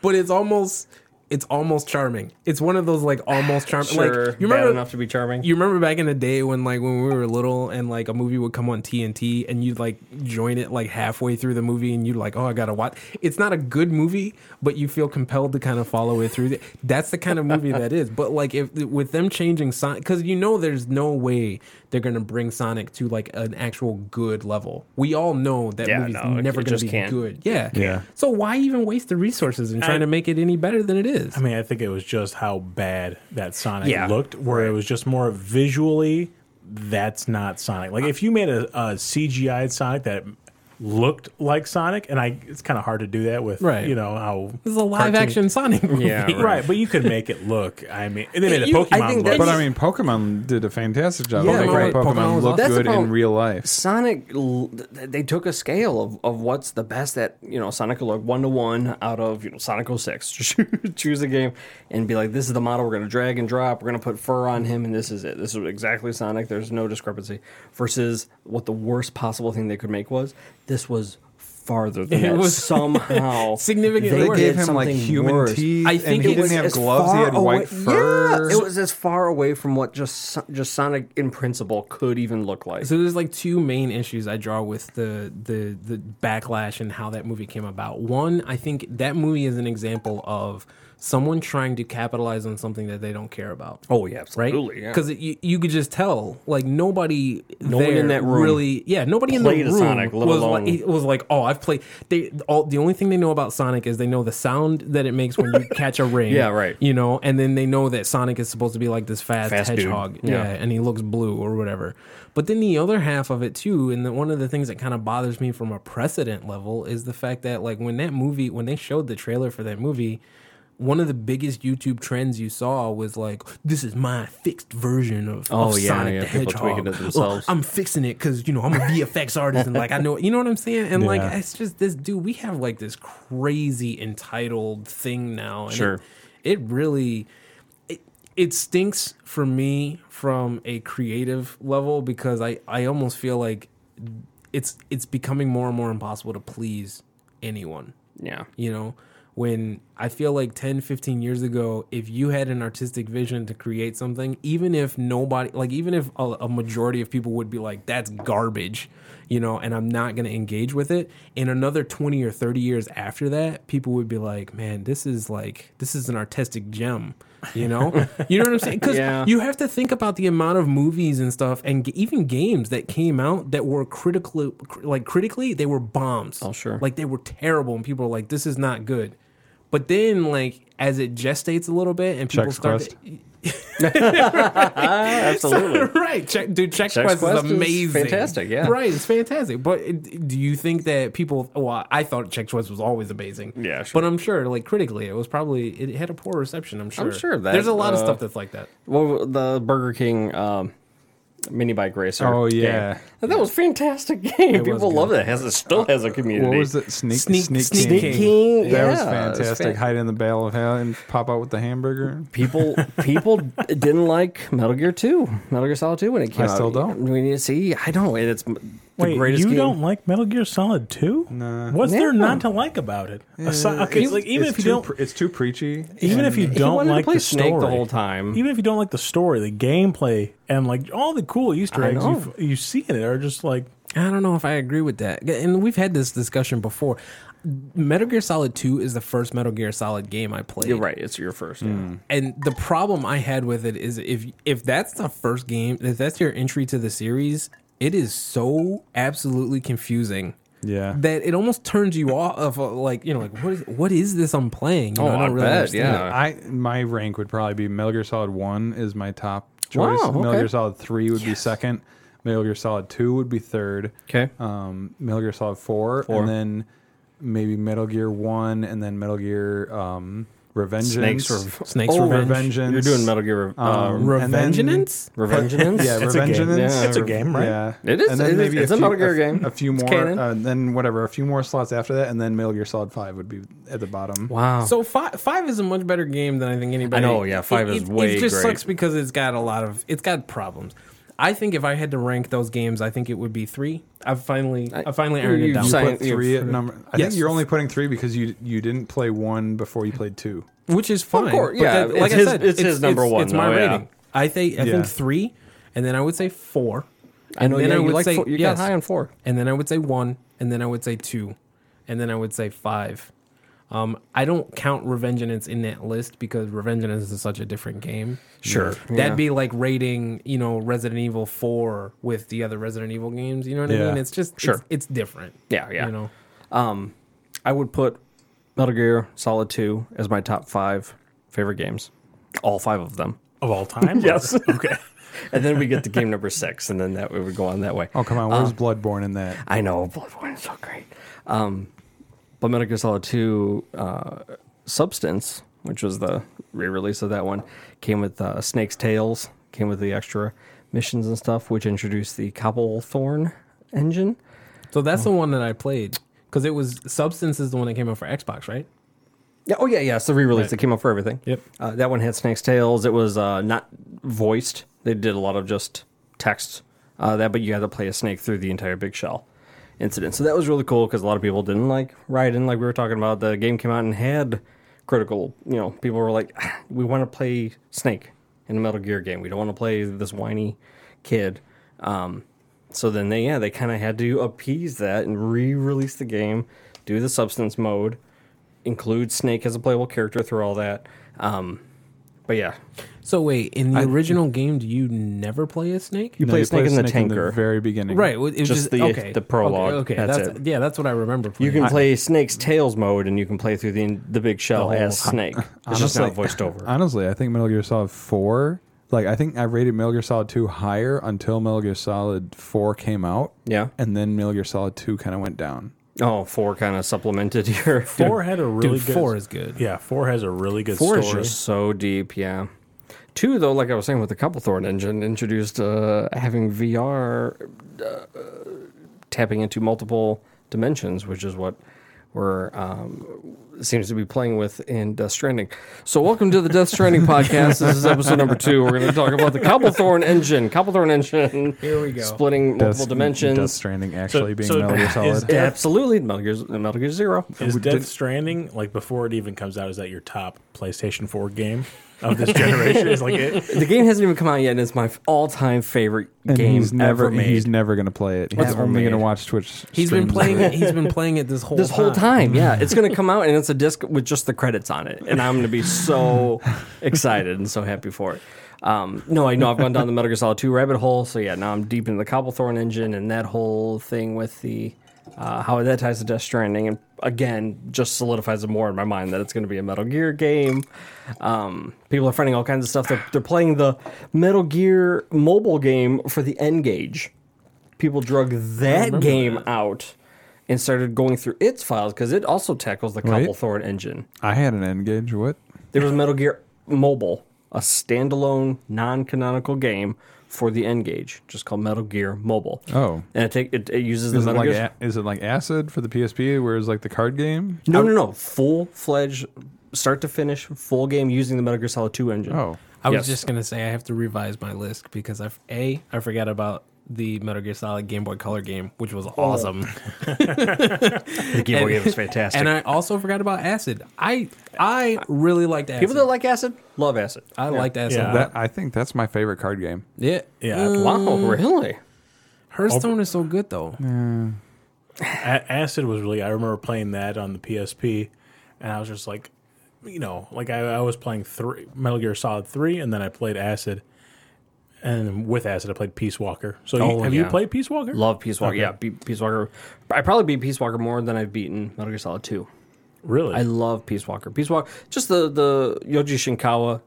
Speaker 3: but it's almost it's almost charming. It's one of those like almost charming.
Speaker 4: Sure,
Speaker 3: like you
Speaker 4: bad
Speaker 3: remember
Speaker 4: enough to be charming.
Speaker 3: You remember back in the day when like when we were little and like a movie would come on TNT and you'd like join it like halfway through the movie and you'd like, oh I gotta watch it's not a good movie, but you feel compelled to kind of follow it through. That's the kind of movie that is. But like if with them changing Sonic because you know there's no way they're gonna bring Sonic to like an actual good level. We all know that
Speaker 4: Yeah,
Speaker 3: movie's
Speaker 4: no, it-
Speaker 3: never
Speaker 4: it
Speaker 3: gonna
Speaker 4: just
Speaker 3: be
Speaker 4: can't.
Speaker 3: good. Yeah.
Speaker 5: Yeah.
Speaker 3: So why even waste the resources in trying to make it any better than it is?
Speaker 1: I mean, I think it was just how bad that Sonic
Speaker 4: Yeah.
Speaker 1: looked, where it was just more visually, that's not Sonic.
Speaker 4: Uh,
Speaker 1: Like, if you made a, a CGI Sonic that looked like Sonic, and I, it's kind of hard to do that with,
Speaker 3: Right.
Speaker 1: you know, how.
Speaker 3: this is a live action Sonic movie.
Speaker 4: Yeah,
Speaker 1: Right. but you could make it look. I mean, they made a
Speaker 4: You- I
Speaker 1: Pokemon
Speaker 4: think
Speaker 1: look.
Speaker 4: that-
Speaker 5: But I mean, Pokemon did a fantastic job
Speaker 3: Yeah,
Speaker 5: of making
Speaker 3: right.
Speaker 5: Pokemon,
Speaker 3: Pokemon was
Speaker 5: look
Speaker 3: awesome.
Speaker 4: That's
Speaker 5: good
Speaker 4: about-
Speaker 5: in real life.
Speaker 4: Sonic, l- th- they took a scale of, of what's the best that you know Sonic will look one to one out of you know Sonic 06. Just Choose a game and be like, this is the model we're going to drag and drop. We're going to put fur on him, and this is it. This is exactly Sonic. There's no discrepancy. Versus what the worst possible thing they could make was. This was farther than
Speaker 3: It
Speaker 4: that.
Speaker 3: was-
Speaker 4: somehow
Speaker 3: Significantly
Speaker 5: They
Speaker 3: worse.
Speaker 5: gave
Speaker 4: did
Speaker 5: him like
Speaker 4: something
Speaker 5: human
Speaker 4: worse.
Speaker 5: teeth,
Speaker 3: I
Speaker 5: and
Speaker 3: think
Speaker 5: he
Speaker 3: it was
Speaker 5: didn't have
Speaker 3: as
Speaker 5: gloves. He
Speaker 3: far
Speaker 5: had
Speaker 3: away-
Speaker 5: white fur.
Speaker 4: Yeah, it was as far away from what just Son- just Sonic in principle could even look like.
Speaker 3: So there's like two main issues I draw with the the the backlash and how that movie came about. One, I think that movie is an example of someone trying to capitalize on something that they don't care about.
Speaker 4: Oh yeah,
Speaker 3: Right,
Speaker 4: absolutely. Yeah.
Speaker 3: because you, you could just tell, like nobody
Speaker 4: one
Speaker 3: there
Speaker 4: in that room
Speaker 3: really, yeah, nobody in the
Speaker 4: played a
Speaker 3: room
Speaker 4: Sonic, let
Speaker 3: was
Speaker 4: alone-
Speaker 3: like was like, oh, I've played. They all the only thing they know about Sonic is they know the sound that it makes when you catch a ring,
Speaker 4: Yeah, right.
Speaker 3: You know, and then they know that Sonic is supposed to be like this fast,
Speaker 4: Fast dude.
Speaker 3: hedgehog,
Speaker 4: Yeah.
Speaker 3: yeah, and he looks blue or whatever. But then the other half of it too, and the, one of the things that kind of bothers me from a precedent level is the fact that like when that movie, when they showed the trailer for that movie, one of the biggest YouTube trends you saw was like, "This is my fixed version of,
Speaker 4: Oh,
Speaker 3: of
Speaker 4: yeah,
Speaker 3: Sonic
Speaker 4: yeah,
Speaker 3: the
Speaker 4: people
Speaker 3: Hedgehog.
Speaker 4: tweaking it
Speaker 3: Oh,
Speaker 4: themselves.
Speaker 3: I'm fixing it because you know I'm a VFX artist and like I know you know what I'm saying. And like
Speaker 1: Yeah.
Speaker 3: it's just this dude. We have like this crazy entitled thing now. And
Speaker 4: Sure.
Speaker 3: It, it really it stinks for me from a creative level because I, I almost feel like it's it's becoming more and more impossible to please anyone
Speaker 4: yeah.
Speaker 3: you know when i feel like 10 15 years ago if you had an artistic vision to create something even if nobody like even if a, a majority of people would be like that's garbage you know and i'm not going to engage with it in another 20 or 30 years after that people would be like man this is like this is an artistic gem you know you know what i'm saying because
Speaker 4: Yeah.
Speaker 3: you have to think about the amount of movies and stuff and g- even games that came out that were critically cr- like critically they were bombs
Speaker 4: Oh, sure.
Speaker 3: like they were terrible, and people were like, "This is not good." But then, like, as it gestates a little bit, and people
Speaker 5: Chex
Speaker 3: start
Speaker 4: Absolutely.
Speaker 3: to, right, check, dude, Chex,
Speaker 4: Chex
Speaker 3: Quest,
Speaker 4: Quest
Speaker 3: is
Speaker 4: is
Speaker 3: amazing,
Speaker 4: fantastic, yeah.
Speaker 3: right, it's fantastic. But it, do you think that people? Well, I thought Chex Quest was always amazing,
Speaker 4: Yeah, sure.
Speaker 3: But I'm sure, like, critically, it was probably it had a poor reception. I'm sure.
Speaker 4: sure that,
Speaker 3: there's a lot of
Speaker 4: uh,
Speaker 3: stuff that's like that.
Speaker 4: Well, the Burger King um, Mini Bike Racer.
Speaker 5: Oh,
Speaker 4: game.
Speaker 5: yeah.
Speaker 4: And that was a fantastic game.
Speaker 5: was
Speaker 4: People
Speaker 5: good.
Speaker 4: love it. it. Has it still has a community?
Speaker 5: What was it? Sneak,
Speaker 3: Sneak-
Speaker 5: sneak,
Speaker 3: Sneak
Speaker 5: King.
Speaker 4: King,
Speaker 5: That was
Speaker 4: yeah, it was
Speaker 5: fantastic.
Speaker 4: fan-
Speaker 5: Hide in the Battle of Hell and pop out with the hamburger.
Speaker 4: People people didn't like Metal Gear Two, Metal Gear Solid Two when it came
Speaker 5: I
Speaker 4: out.
Speaker 5: still don't.
Speaker 4: We need to see. I don't. It's the
Speaker 1: Wait,
Speaker 4: greatest.
Speaker 1: you
Speaker 4: game.
Speaker 1: don't like Metal Gear Solid 2?
Speaker 5: Nah.
Speaker 1: What's there
Speaker 4: No.
Speaker 1: not to like about it? Asi- okay, like even
Speaker 5: It's
Speaker 1: if you
Speaker 5: too
Speaker 1: don't
Speaker 5: pre- it's too preachy.
Speaker 1: even if you
Speaker 4: He
Speaker 1: don't
Speaker 4: wanted to
Speaker 1: like
Speaker 4: play
Speaker 1: the
Speaker 4: Snake
Speaker 1: story
Speaker 4: the whole time.
Speaker 1: even if you don't like the story, the gameplay, and like all the cool Easter
Speaker 4: I
Speaker 1: eggs you,
Speaker 4: know.
Speaker 1: f- you see in it are just like
Speaker 3: I don't know if I agree with that. And we've had this discussion before. Metal Gear Solid 2 is the first Metal Gear Solid game I played.
Speaker 4: You're right. It's your first. yeah.
Speaker 3: And the problem I had with it is if if that's the first game, if that's your entry to the series, it is so absolutely confusing.
Speaker 5: Yeah.
Speaker 3: That it almost turns you off of uh, like, you know, like what is what is this I'm playing?
Speaker 5: Mm.
Speaker 3: You know,
Speaker 4: Oh, I bet,
Speaker 3: understand
Speaker 4: yeah.
Speaker 3: it.
Speaker 5: I my rank would probably be Metal Gear Solid One is my top choice.
Speaker 4: Wow,
Speaker 5: Metal
Speaker 4: okay.
Speaker 5: Gear Solid Three would be second. Metal Gear Solid Two would be third.
Speaker 4: Okay.
Speaker 5: Um, Metal Gear Solid Four,
Speaker 4: Four.
Speaker 5: and then maybe Metal Gear One, and then Metal Gear um, Revengeance.
Speaker 4: Snakes. Rev-
Speaker 3: Snake's
Speaker 5: Oh,
Speaker 3: Revenge.
Speaker 5: Revengeance.
Speaker 4: You're doing Metal Gear. Rev- um,
Speaker 5: and then-
Speaker 3: Revengeance?
Speaker 4: Revengeance.
Speaker 5: Yeah,
Speaker 1: It's a game.
Speaker 5: Revengeance.
Speaker 4: Yeah. It's a
Speaker 1: game, right?
Speaker 5: Yeah,
Speaker 4: It is-
Speaker 5: And then
Speaker 4: it is-
Speaker 5: maybe
Speaker 4: it's a
Speaker 5: few-
Speaker 4: Metal Gear
Speaker 5: f-
Speaker 4: game.
Speaker 5: A few
Speaker 4: It's
Speaker 5: more,
Speaker 4: canon.
Speaker 5: uh, and then whatever, a few more slots after that, and then Metal Gear Solid Five would be at the bottom.
Speaker 4: Wow.
Speaker 3: So five five is a much better game than I think anybody.
Speaker 4: I know, yeah, five
Speaker 3: is
Speaker 4: is way
Speaker 3: It just
Speaker 4: great.
Speaker 3: sucks because it's got a lot of it's got problems. I think if I had to rank those games, I think it would be three. I've finally I,
Speaker 4: I-
Speaker 3: finally ironed it
Speaker 4: you
Speaker 3: down.
Speaker 5: You put
Speaker 4: Science-
Speaker 5: three at number. I
Speaker 3: Yes.
Speaker 5: think you're only putting three because you you didn't play one before you played two.
Speaker 3: which is fine.
Speaker 4: course,
Speaker 3: but
Speaker 4: yeah,
Speaker 3: that- like
Speaker 4: it's
Speaker 3: I
Speaker 4: his-
Speaker 3: said,
Speaker 4: it's his number
Speaker 3: it's,
Speaker 4: one,
Speaker 3: It's my
Speaker 4: though, yeah.
Speaker 3: rating. I think I
Speaker 5: Yeah.
Speaker 3: think three, and then I would say four.
Speaker 4: I know.
Speaker 3: And then
Speaker 4: yeah,
Speaker 3: I
Speaker 4: you
Speaker 3: would
Speaker 4: like
Speaker 3: say
Speaker 4: four- you
Speaker 3: yes.
Speaker 4: got high on four.
Speaker 3: and then I would say one, and then I would say two, and then I would say five. Um, I don't count Revengeance in that list because Revengeance is such a different game.
Speaker 4: Sure. Yeah.
Speaker 3: That'd be like rating, you know, Resident Evil 4 with the other Resident Evil games. You know what I
Speaker 5: Yeah.
Speaker 3: mean? It's just,
Speaker 4: Sure.
Speaker 3: it's, it's different.
Speaker 4: Yeah, yeah.
Speaker 3: You know,
Speaker 4: Um, I would put Metal Gear Solid Two as my top five favorite games, all five of them.
Speaker 1: of all time. yes. Okay.
Speaker 4: And then we get to game number six, and then that we would go on Uh, that way.
Speaker 5: Oh come on, where's Bloodborne in that?
Speaker 4: I know Bloodborne is so great. Um, but Metal Gear Solid Two uh, Substance, which was the re-release of that one, came with uh, Snake's Tails, came with the extra missions and stuff, which introduced the Cobblethorn engine.
Speaker 3: so
Speaker 4: Mm.
Speaker 3: that's the one that I played because it was Substance is the one that came out for Xbox, right?
Speaker 4: Yeah, oh yeah, yeah. It's the re-release that came out for everything.
Speaker 3: Yep.
Speaker 4: Uh, that one had Snake's Tails. It was uh, not voiced. They did a lot of just text. Uh, that, but you had to play a snake through the entire Big Shell incident. So that was really cool because a lot of people didn't like Raiden. Like we were talking about, the game came out and had critical. You know, people were like, "Ah, "We want to play Snake in a Metal Gear game. We don't want to play this whiny kid." Um, so then they, yeah, they kind of had to appease that and re-release the game, do the substance mode, include Snake as a playable character through all that. Um, but yeah,
Speaker 3: So wait, in the original game, do you never play a snake?
Speaker 4: You play
Speaker 5: you
Speaker 4: Snake in the tanker.
Speaker 5: very beginning,
Speaker 3: Right, well, it was just
Speaker 4: Just the-
Speaker 3: okay.
Speaker 4: the prologue,
Speaker 3: Okay, okay,
Speaker 4: that's it.
Speaker 3: yeah, that's what I remember.
Speaker 4: you
Speaker 3: Playing.
Speaker 4: can play Snake's Tails mode, and you can play through the the big shell as Snake. It's just not voiced over.
Speaker 5: Honestly, I think Metal Gear Solid Four. Like I think I rated Metal Gear Solid Two higher until Metal Gear Solid Four came out.
Speaker 4: Yeah.
Speaker 5: and then Metal Gear Solid Two kind of went down.
Speaker 4: Oh, four kind of supplemented here.
Speaker 1: Four had a really
Speaker 3: Dude,
Speaker 1: good.
Speaker 3: four is good.
Speaker 1: Yeah, four has a really good
Speaker 4: Four is
Speaker 1: story.
Speaker 4: just so deep, yeah. Two, though, like I was saying with the Couplethorn engine, introduced uh, having VR uh, tapping into multiple dimensions, which is what we're um, seems to be playing with in Death Stranding. So, welcome to the Death Stranding podcast. This is episode number two. We're going to talk about the Couplethorn engine. Couplethorn engine.
Speaker 3: Here we go.
Speaker 4: Splitting multiple
Speaker 5: Death-
Speaker 4: dimensions.
Speaker 5: Death Stranding actually being
Speaker 1: so
Speaker 5: Metal Gear
Speaker 1: is-
Speaker 5: Solid.
Speaker 4: Yeah, absolutely, Metal Gear, Metal Gear Zero.
Speaker 1: Is Death Stranding like before it even comes out? Is that your top PlayStation Four game of this generation? Is like it,
Speaker 4: The game hasn't even come out yet, and it's my all-time favorite
Speaker 5: and
Speaker 4: game
Speaker 5: he's never
Speaker 4: ever made.
Speaker 5: he's never gonna play it. He's
Speaker 4: Ever
Speaker 5: only gonna
Speaker 4: made.
Speaker 5: watch Twitch.
Speaker 3: He's been
Speaker 5: streams.
Speaker 3: playing it. He's been playing it this whole
Speaker 4: this whole time. Yeah, it's gonna come out and it's a disc with just the credits on it, and I'm gonna be so excited and so happy for it. Um, no, I know I've gone down the Metal Gear Solid 2 rabbit hole, so yeah, now I'm deep into the Cobblethorn engine and that whole thing with the uh, how that ties to Death Stranding, and again, just solidifies it more in my mind that it's going to be a Metal Gear game. Um, people are finding all kinds of stuff. They're, they're playing the Metal Gear mobile game for the N gauge people drug that game out and started going through its files because it also tackles the
Speaker 5: Right.
Speaker 4: Cobblethorn engine.
Speaker 5: I had an N gauge. What?
Speaker 4: There was Metal Gear Mobile, a standalone, non canonical game for the N gauge, just called Metal Gear Mobile.
Speaker 5: Oh.
Speaker 4: and it take it, it uses the
Speaker 5: Is it
Speaker 4: Metal
Speaker 5: like
Speaker 4: Gear.
Speaker 5: a, is it like acid for the PSP? Whereas like the card game?
Speaker 4: no, no, no, full fledged, start to finish, full game using the Metal Gear Solid Two engine.
Speaker 5: Oh,
Speaker 3: I was
Speaker 4: Yes.
Speaker 3: just gonna say I have to revise my list because I f- a I forgot about the Metal Gear Solid Game Boy Color game, which was awesome,
Speaker 4: the Oh, Game Boy
Speaker 3: And-
Speaker 4: game is fantastic.
Speaker 3: and I also forgot about Acid. I I really liked Acid.
Speaker 4: People that like acid love acid.
Speaker 3: I liked Acid.
Speaker 1: Yeah.
Speaker 3: Yeah,
Speaker 5: that I think that's my favorite card game.
Speaker 3: yeah.
Speaker 1: Yeah.
Speaker 4: Wow, really?
Speaker 3: Hearthstone is so good though.
Speaker 1: A- Acid was really. I remember playing that on the PSP, and I was just like, you know, like I, I was playing three Metal Gear Solid three, and then I played Acid, and with Acid I played Peace Walker. So you-
Speaker 4: Oh,
Speaker 1: have you
Speaker 4: yeah.
Speaker 1: played Peace Walker?
Speaker 4: Love Peace Walker. Yeah, be- Peace Walker. I probably beat Peace Walker more than I've beaten Metal Gear Solid Two.
Speaker 1: Really?
Speaker 4: I love Peace Walker. Peace Walker, just the the Yoji Shinkawa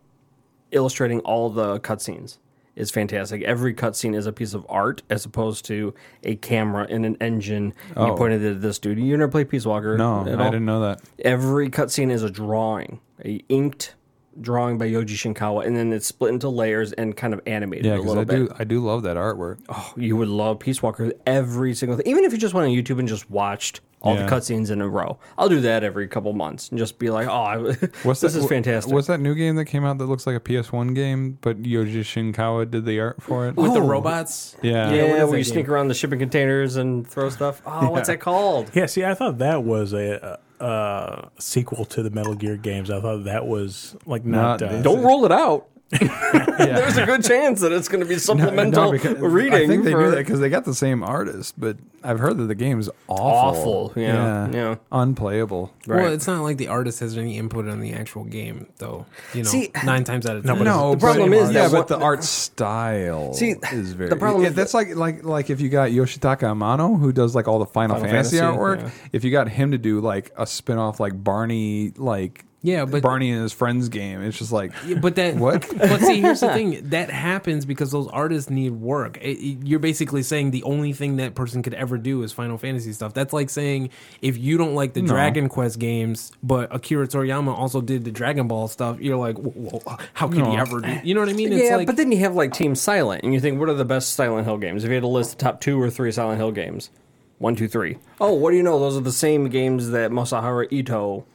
Speaker 4: illustrating all the cutscenes is fantastic. Every cutscene is a piece of art as opposed to a camera and an engine. and You
Speaker 5: Oh.
Speaker 4: pointed it at this dude. You never played Peace Walker?
Speaker 5: No,
Speaker 4: at
Speaker 5: I
Speaker 4: all?
Speaker 5: didn't know that.
Speaker 4: every cutscene is a drawing, a inked drawing by Yoji Shinkawa, and then it's split into layers and kind of animated
Speaker 5: Yeah,
Speaker 4: a
Speaker 5: because
Speaker 4: little
Speaker 5: I
Speaker 4: bit.
Speaker 5: do I do love that artwork.
Speaker 4: Oh, you would love Peace Walker every single thing. Even if you just went on YouTube and just watched all
Speaker 5: Yeah.
Speaker 4: the cutscenes in a row, I'll do that every couple months and just be like, "Oh, I,
Speaker 5: What's
Speaker 4: this
Speaker 5: that,
Speaker 4: is
Speaker 5: wh-
Speaker 4: fantastic."
Speaker 5: What's that new game that came out that looks like a PS1 game, but Yoji Shinkawa did the art for it?
Speaker 3: With the robots,
Speaker 5: Yeah.
Speaker 4: yeah,
Speaker 3: what is
Speaker 4: where
Speaker 3: that
Speaker 4: you sneak around the shipping containers and throw stuff. Oh, what's that called?
Speaker 1: yeah. See, I thought that was a, a, a sequel to the Metal Gear games. I thought that was like not.
Speaker 5: Not
Speaker 1: uh,
Speaker 5: this.
Speaker 4: Don't roll it out.
Speaker 5: Yeah.
Speaker 4: There's a good chance that it's going to be
Speaker 5: No,
Speaker 4: supplemental
Speaker 5: no, because-
Speaker 4: reading.
Speaker 5: I think they
Speaker 4: for-
Speaker 5: do that because they got the same artist, but I've heard that the game's awful.
Speaker 4: Awful, yeah, yeah.
Speaker 5: Unplayable.
Speaker 4: Right.
Speaker 3: Well, it's not like the artist has any input on the actual game, though. You know,
Speaker 4: See-
Speaker 3: nine times out of ten.
Speaker 5: No,
Speaker 4: The problem
Speaker 5: but,
Speaker 4: is
Speaker 5: yeah,
Speaker 4: that
Speaker 5: but
Speaker 4: what-
Speaker 5: the art style
Speaker 4: See,
Speaker 5: is very.
Speaker 4: the problem
Speaker 5: yeah,
Speaker 4: is
Speaker 5: that's like like like if you got Yoshitaka Amano who does like all the Final,
Speaker 4: Final
Speaker 5: Fantasy,
Speaker 4: Fantasy,
Speaker 5: artwork.
Speaker 4: yeah.
Speaker 5: If you got him to do like a spin off like Barney like
Speaker 3: Yeah, but-
Speaker 5: Barney and his friends game, it's just like
Speaker 3: but that
Speaker 5: What?
Speaker 3: But see, here's the thing: that happens because those artists need work. It- it- you're basically saying the only thing that person could ever do is Final Fantasy stuff. That's like saying if you don't like the Dragon Quest games, but Akira Toriyama also did the Dragon Ball stuff. You're like, well, how could he
Speaker 5: No.
Speaker 3: ever do? You know what I mean?
Speaker 4: yeah, but then you have like Oh. Team Silent, and you think, what are the best Silent Hill games? If you had to list the top two or three Silent Hill games, one, two, three. Oh, what do you know? Those are the same games that Masahiro Ito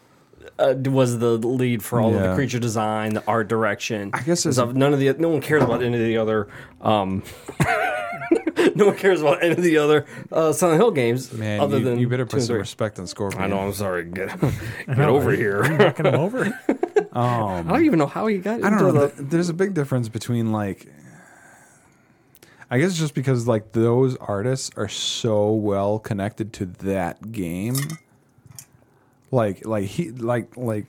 Speaker 4: uh, was the lead for all of the
Speaker 5: Yeah.
Speaker 4: creature design, the art direction. I
Speaker 5: guess it's-
Speaker 4: none of the no one cares about any of the other. Um, no one cares about any of the other uh, Silent Hill games.
Speaker 5: man,
Speaker 4: other
Speaker 5: you,
Speaker 4: than
Speaker 5: you
Speaker 4: two
Speaker 5: better
Speaker 4: and
Speaker 5: put some
Speaker 4: three.
Speaker 5: respect on Scorpion.
Speaker 4: I know. I'm sorry. Get get over here.
Speaker 1: Knocking 'em over.
Speaker 4: I don't even know how he got.
Speaker 5: I don't
Speaker 4: into
Speaker 5: know.
Speaker 4: the-
Speaker 5: th- There's a big difference between like, I guess just because like those artists are so well connected to that game. Like, like he, like, like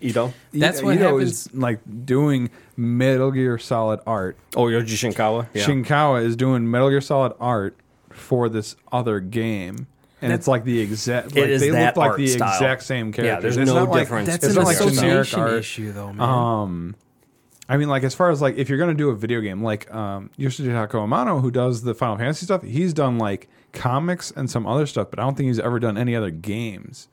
Speaker 4: Ito.
Speaker 3: That's what
Speaker 5: is, like doing Metal Gear Solid art.
Speaker 4: Oh, Yoji Shinkawa. Yeah.
Speaker 5: Shinkawa is doing Metal Gear Solid art for this other game. And it's like the exact. Like,
Speaker 4: is
Speaker 5: they
Speaker 4: that
Speaker 5: look like
Speaker 4: art
Speaker 5: the
Speaker 4: style.
Speaker 5: exact same
Speaker 4: Yeah,
Speaker 5: characters.
Speaker 4: there's
Speaker 5: It's
Speaker 4: no
Speaker 5: not like-
Speaker 4: difference.
Speaker 3: that's
Speaker 5: it's
Speaker 3: an
Speaker 5: not like generic
Speaker 3: association
Speaker 5: art. Uh-huh.
Speaker 3: issue, though, man.
Speaker 5: I mean, like as far as like if you're gonna do a video game, like um, Yoshitaka Amano, who does the Final Fantasy stuff, he's done like comics and some other stuff, but I don't think he's ever done any other games.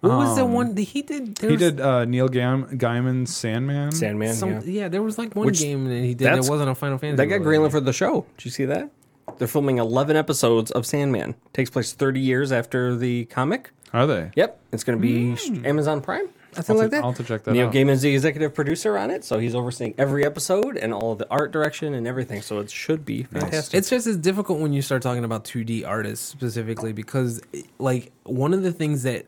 Speaker 3: what was the one that he did? There
Speaker 5: He
Speaker 3: was
Speaker 5: did uh, Neil Gaim- Gaiman's Sandman.
Speaker 4: Sandman.
Speaker 3: Some,
Speaker 4: yeah.
Speaker 3: yeah. there was like one
Speaker 4: Which-
Speaker 3: game that he did that
Speaker 4: that's-
Speaker 3: wasn't a Final Fantasy.
Speaker 4: That got
Speaker 3: related.
Speaker 4: greenlit for the show. Did you see that? They're filming 11 episodes of Sandman. Takes place 30 years after the comic.
Speaker 5: Are they?
Speaker 4: Yep, it's going to be
Speaker 3: Hmm.
Speaker 4: sh- Amazon Prime. I
Speaker 5: I'll
Speaker 4: think like
Speaker 5: to-
Speaker 4: that.
Speaker 5: I'll have to check that
Speaker 4: Neil
Speaker 5: out.
Speaker 4: Gaiman's the executive producer on it, so he's overseeing every episode and all of the art direction and everything. So it should be fantastic.
Speaker 3: It's just as difficult when you start talking about 2D artists specifically because, like, one of the things that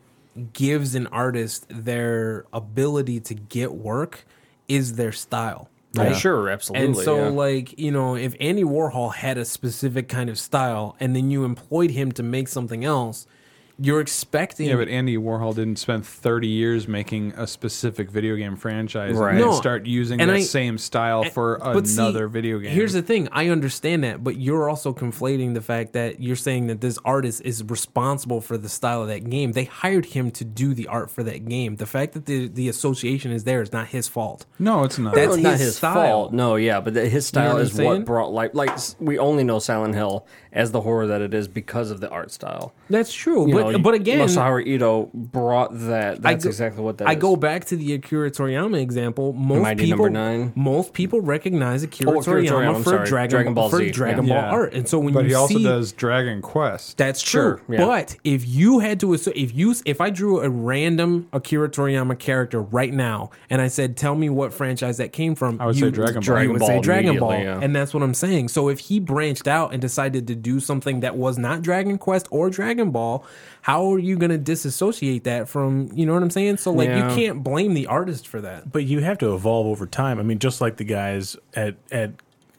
Speaker 3: gives an artist their ability to get work is their style.
Speaker 4: Oh,
Speaker 3: Right.
Speaker 4: Sure, absolutely.
Speaker 3: And so,
Speaker 4: yeah.
Speaker 3: like, you know, if Andy Warhol had a specific kind of style and then you employed him to make something else, you're expecting.
Speaker 5: Yeah, but Andy Warhol didn't spend 30 years making a specific video game franchise
Speaker 4: Right.
Speaker 5: and then
Speaker 4: No,
Speaker 5: start using
Speaker 3: and
Speaker 5: that
Speaker 3: I-
Speaker 5: same style for
Speaker 3: But see,
Speaker 5: another video game.
Speaker 3: Here's the thing: I understand that, but you're also conflating the fact that you're saying that this artist is responsible for the style of that game. They hired him to do the art for that game. The fact that the the association is there is not his fault.
Speaker 5: no, it's not.
Speaker 3: That's-
Speaker 4: No,
Speaker 3: his style.
Speaker 4: No, yeah, but the, his style
Speaker 3: what I'm
Speaker 4: is what
Speaker 3: saying?
Speaker 4: brought like like s- we only know Silent Hill as the horror that it is because of the art style.
Speaker 3: That's true,
Speaker 4: You
Speaker 3: but
Speaker 4: know,
Speaker 3: but again,
Speaker 4: Masaharu Ito brought that.
Speaker 3: I
Speaker 4: That's
Speaker 3: go-
Speaker 4: exactly what that
Speaker 3: I
Speaker 4: is.
Speaker 3: go back to the Akira Toriyama example. Most
Speaker 4: Mighty
Speaker 3: people,
Speaker 4: number nine.
Speaker 3: most people recognize Akira,
Speaker 4: Oh, Akira
Speaker 3: Toriyama,
Speaker 4: Toriyama, I'm
Speaker 3: for
Speaker 4: sorry.
Speaker 3: Dragon,
Speaker 4: Dragon Ball
Speaker 3: for
Speaker 4: Z,
Speaker 3: Dragon
Speaker 5: yeah.
Speaker 3: Ball
Speaker 5: Yeah.
Speaker 3: art, and so when
Speaker 5: But
Speaker 3: you
Speaker 5: he also
Speaker 3: see,
Speaker 5: does Dragon Quest.
Speaker 3: That's true.
Speaker 4: Sure, yeah.
Speaker 3: But if you had to, assu- if you, if I drew a random Akira Toriyama character right now, and I said, "Tell me what franchise that came from,"
Speaker 5: I would
Speaker 3: you,
Speaker 5: say Dragon Ball.
Speaker 3: You
Speaker 4: Dragon
Speaker 3: would say
Speaker 4: Ball
Speaker 3: Dragon Ball,
Speaker 4: immediately, yeah.
Speaker 3: and that's what I'm saying. So if he branched out and decided to do something that was not Dragon Quest or Dragon Ball, how are you going to disassociate that from? You know what I'm saying? So like,
Speaker 4: Yeah.
Speaker 3: you can't blame the artist for that.
Speaker 1: But you have to evolve over time. I mean, just like the guys at at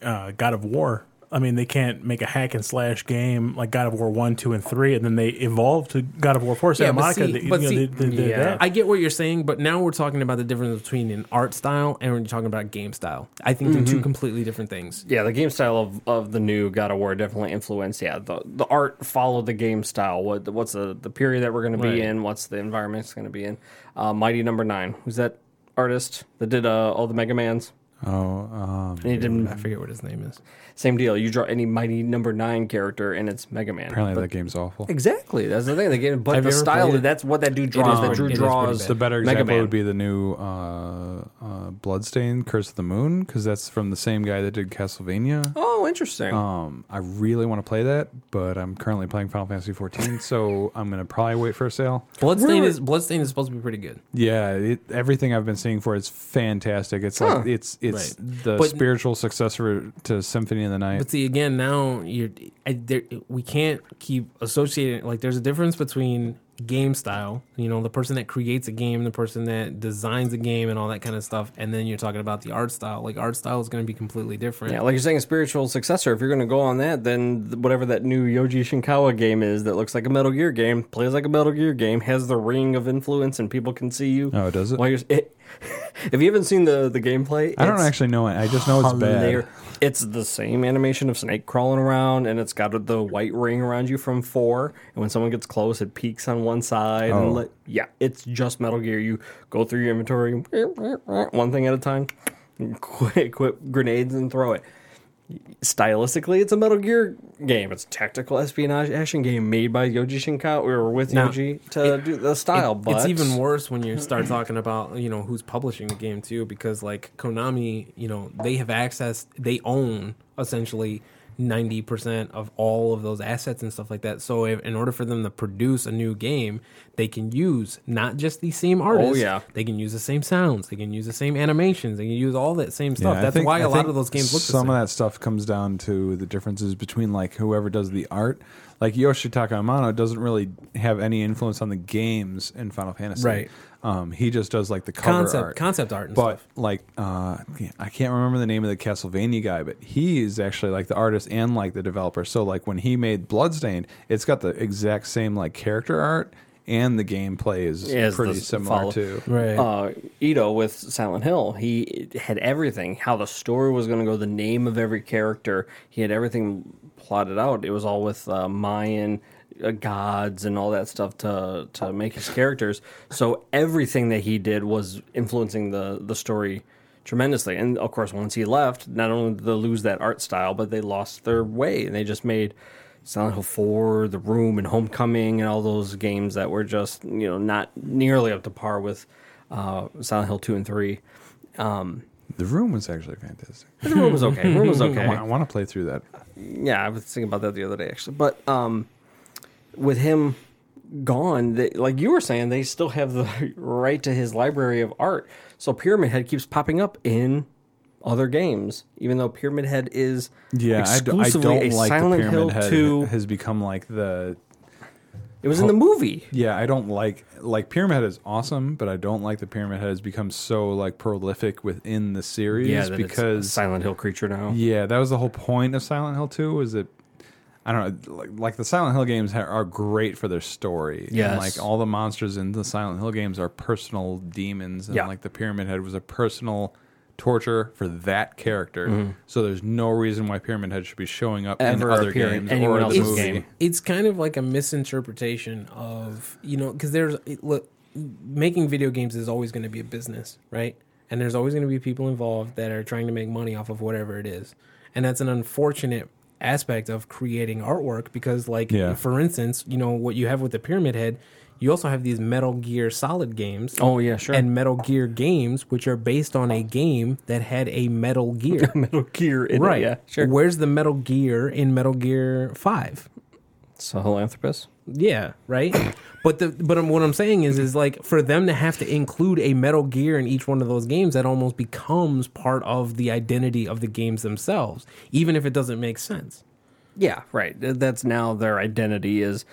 Speaker 1: uh, God of War. I mean, they can't make a hack and slash game like God of War one, two, and three, and then they evolve to God of War four. Santa
Speaker 3: Yeah, but
Speaker 1: Monica.
Speaker 3: see-
Speaker 1: they- you
Speaker 3: but
Speaker 1: know,
Speaker 3: see-
Speaker 1: they- they- they-
Speaker 4: Yeah.
Speaker 1: that.
Speaker 3: I get what you're saying, but now we're talking about the difference between an art style and we're talking about game style. I think they're two completely different things.
Speaker 4: Yeah, the game style of, of the new God of War definitely influenced. Yeah, the, the art followed the game style. What what's the, the period that we're going to be
Speaker 3: Right.
Speaker 4: in? What's the environment it's going to be in? Uh, Mighty Number Nine. Who's that artist that did uh, all the Mega Mans?
Speaker 5: Oh, um,
Speaker 4: And he did
Speaker 3: I forget what his name is.
Speaker 4: same deal. You draw any Mighty Number Nine character, and it's Mega Man.
Speaker 5: apparently that game's awful.
Speaker 4: Exactly. That's the thing. The game, but
Speaker 3: Have
Speaker 4: the
Speaker 3: you ever
Speaker 4: style.
Speaker 3: played it?
Speaker 4: That's what that dude draws.
Speaker 3: pretty-
Speaker 4: That
Speaker 3: it
Speaker 4: Drew
Speaker 3: is Um, pretty
Speaker 4: draws.
Speaker 3: bad.
Speaker 5: The better
Speaker 4: Mega
Speaker 5: example
Speaker 4: Man.
Speaker 5: would be the new uh, uh, Bloodstained Curse of the Moon because that's from the same guy that did Castlevania.
Speaker 4: Oh, interesting.
Speaker 5: Um, I really want to play that, but I'm currently playing Final Fantasy 14, so I'm gonna probably wait for a sale.
Speaker 3: Bloodstain
Speaker 4: We're-
Speaker 3: is Bloodstain is supposed to be pretty good.
Speaker 5: Yeah, it, everything I've been seeing for it's fantastic. It's
Speaker 4: Huh.
Speaker 5: like it's it's the
Speaker 3: But-
Speaker 5: spiritual successor to Symphony of the Night.
Speaker 3: But see, again, now you're I, there, we can't keep associating. Like, there's a difference between game style, you know, the person that creates a game, the person that designs a game, and all that kind of stuff, and then you're talking about the art style. Like, art style is going to be completely different.
Speaker 4: Yeah, like you're saying, a spiritual successor. If you're going to go on that, then th- whatever that new Yoji Shinkawa game is that looks like a Metal Gear game, plays like a Metal Gear game, has the ring of influence, and people can see you.
Speaker 5: Oh, does it?
Speaker 4: While you're, it if you haven't seen the the gameplay,
Speaker 5: I don't
Speaker 4: it's
Speaker 5: actually know it. I just know it's
Speaker 4: hilar-
Speaker 5: bad.
Speaker 4: It's the same animation of Snake crawling around, and it's got the white ring around you from four. And when someone gets close, it peaks on one side.
Speaker 5: Oh.
Speaker 4: And like yeah, it's just Metal Gear. You go through your inventory, one thing at a time, quit, equip grenades and throw it. Stylistically, it's a Metal Gear game. It's a tactical espionage action game made by Yoji Shinkawa. We were with
Speaker 3: Now,
Speaker 4: Yoji to do the style,
Speaker 3: It-
Speaker 4: but
Speaker 3: it's even worse when you start talking about you know who's publishing the game too, because like Konami, you know they have access, they own essentially ninety percent of all of those assets and stuff like that. So if, in order for them to produce a new game, they can use not just the same artists,
Speaker 4: Oh, yeah.
Speaker 3: they can use the same sounds, they can use the same animations, they can use all that same stuff.
Speaker 5: I
Speaker 3: That's
Speaker 5: think-
Speaker 3: why
Speaker 5: I
Speaker 3: a lot
Speaker 5: think
Speaker 3: of those games look the
Speaker 5: Some
Speaker 3: same.
Speaker 5: of that stuff comes down to the differences between like whoever does the art. Like Yoshitaka Amano doesn't really have any influence on the games in Final Fantasy.
Speaker 3: Right.
Speaker 5: Um, he just does like the cover
Speaker 3: concept
Speaker 5: art.
Speaker 3: concept art, and
Speaker 5: but
Speaker 3: stuff.
Speaker 5: like uh, yeah, I can't remember the name of the Castlevania guy, but he is actually like the artist and like the developer. So like when he made Bloodstained, it's got the exact same like character art and the gameplay is
Speaker 4: Is the
Speaker 5: pretty
Speaker 4: s-
Speaker 5: similar
Speaker 4: follow-
Speaker 5: too.
Speaker 3: right.
Speaker 4: uh, Ito with Silent Hill. He had everything, how the story was going to go, the name of every character. He had everything plotted out. It was all with uh, Mayan uh, gods and all that stuff to to make his characters. So everything that he did was influencing the the story tremendously. And of course, once he left, not only did they lose that art style, but they lost their way and they just made Silent Hill 4, The Room, and Homecoming, and all those games that were just, you know, not nearly up to par with uh, Silent Hill 2 and 3. Um,
Speaker 5: The room was actually fantastic.
Speaker 4: but the room was okay. The room was
Speaker 5: I,
Speaker 4: okay.
Speaker 5: want, I want to play through that.
Speaker 4: Yeah, I was thinking about that the other day, actually. But um, with him gone, they, like you were saying, they still have the right to his library of art. So Pyramid Head keeps popping up in other games, even though Pyramid Head is
Speaker 5: Yeah, I d- I
Speaker 4: exclusively
Speaker 5: don't
Speaker 4: a
Speaker 5: like
Speaker 4: Silent
Speaker 5: the
Speaker 4: Hill
Speaker 5: Pyramid Head
Speaker 4: 2.
Speaker 5: has become like the
Speaker 4: It was in the movie.
Speaker 5: yeah. I don't like like Pyramid Head is awesome, but I don't like the Pyramid Head has become so like prolific within the series because
Speaker 4: Silent Hill creature now.
Speaker 5: yeah, that was the whole point of Silent Hill 2 was that I don't know, like, like the Silent Hill games ha- are great for their story.
Speaker 4: Yes.
Speaker 5: Yeah, And like all the monsters in the Silent Hill games are personal demons and
Speaker 4: Yeah.
Speaker 5: like the Pyramid Head was a personal torture for that character. So there's no reason why Pyramid Head should be showing up
Speaker 4: Mm-hmm. Ever
Speaker 5: in other
Speaker 4: appear in
Speaker 5: games
Speaker 4: anyone
Speaker 5: or the
Speaker 4: else's
Speaker 5: movie.
Speaker 4: game.
Speaker 3: it's kind of like a misinterpretation of you know because there's it, look making video games is always going to be a business right and there's always going to be people involved that are trying to make money off of whatever it is and that's an unfortunate aspect of creating artwork because, like,
Speaker 5: Yeah.
Speaker 3: for instance, you know what you have with the Pyramid Head, you also have these Metal Gear Solid games.
Speaker 4: Oh, yeah, sure.
Speaker 3: And Metal Gear games, which are based on a game that had a Metal Gear.
Speaker 4: Metal Gear in
Speaker 3: right.
Speaker 4: it. Yeah, sure.
Speaker 3: Where's the Metal Gear in Metal Gear Five?
Speaker 4: So philanthropist.
Speaker 3: Yeah, right. but the but um, what I'm saying is is like for them to have to include a Metal Gear in each one of those games, that almost becomes part of the identity of the games themselves, even if it doesn't make sense.
Speaker 4: Yeah, right. Th- That's now their identity is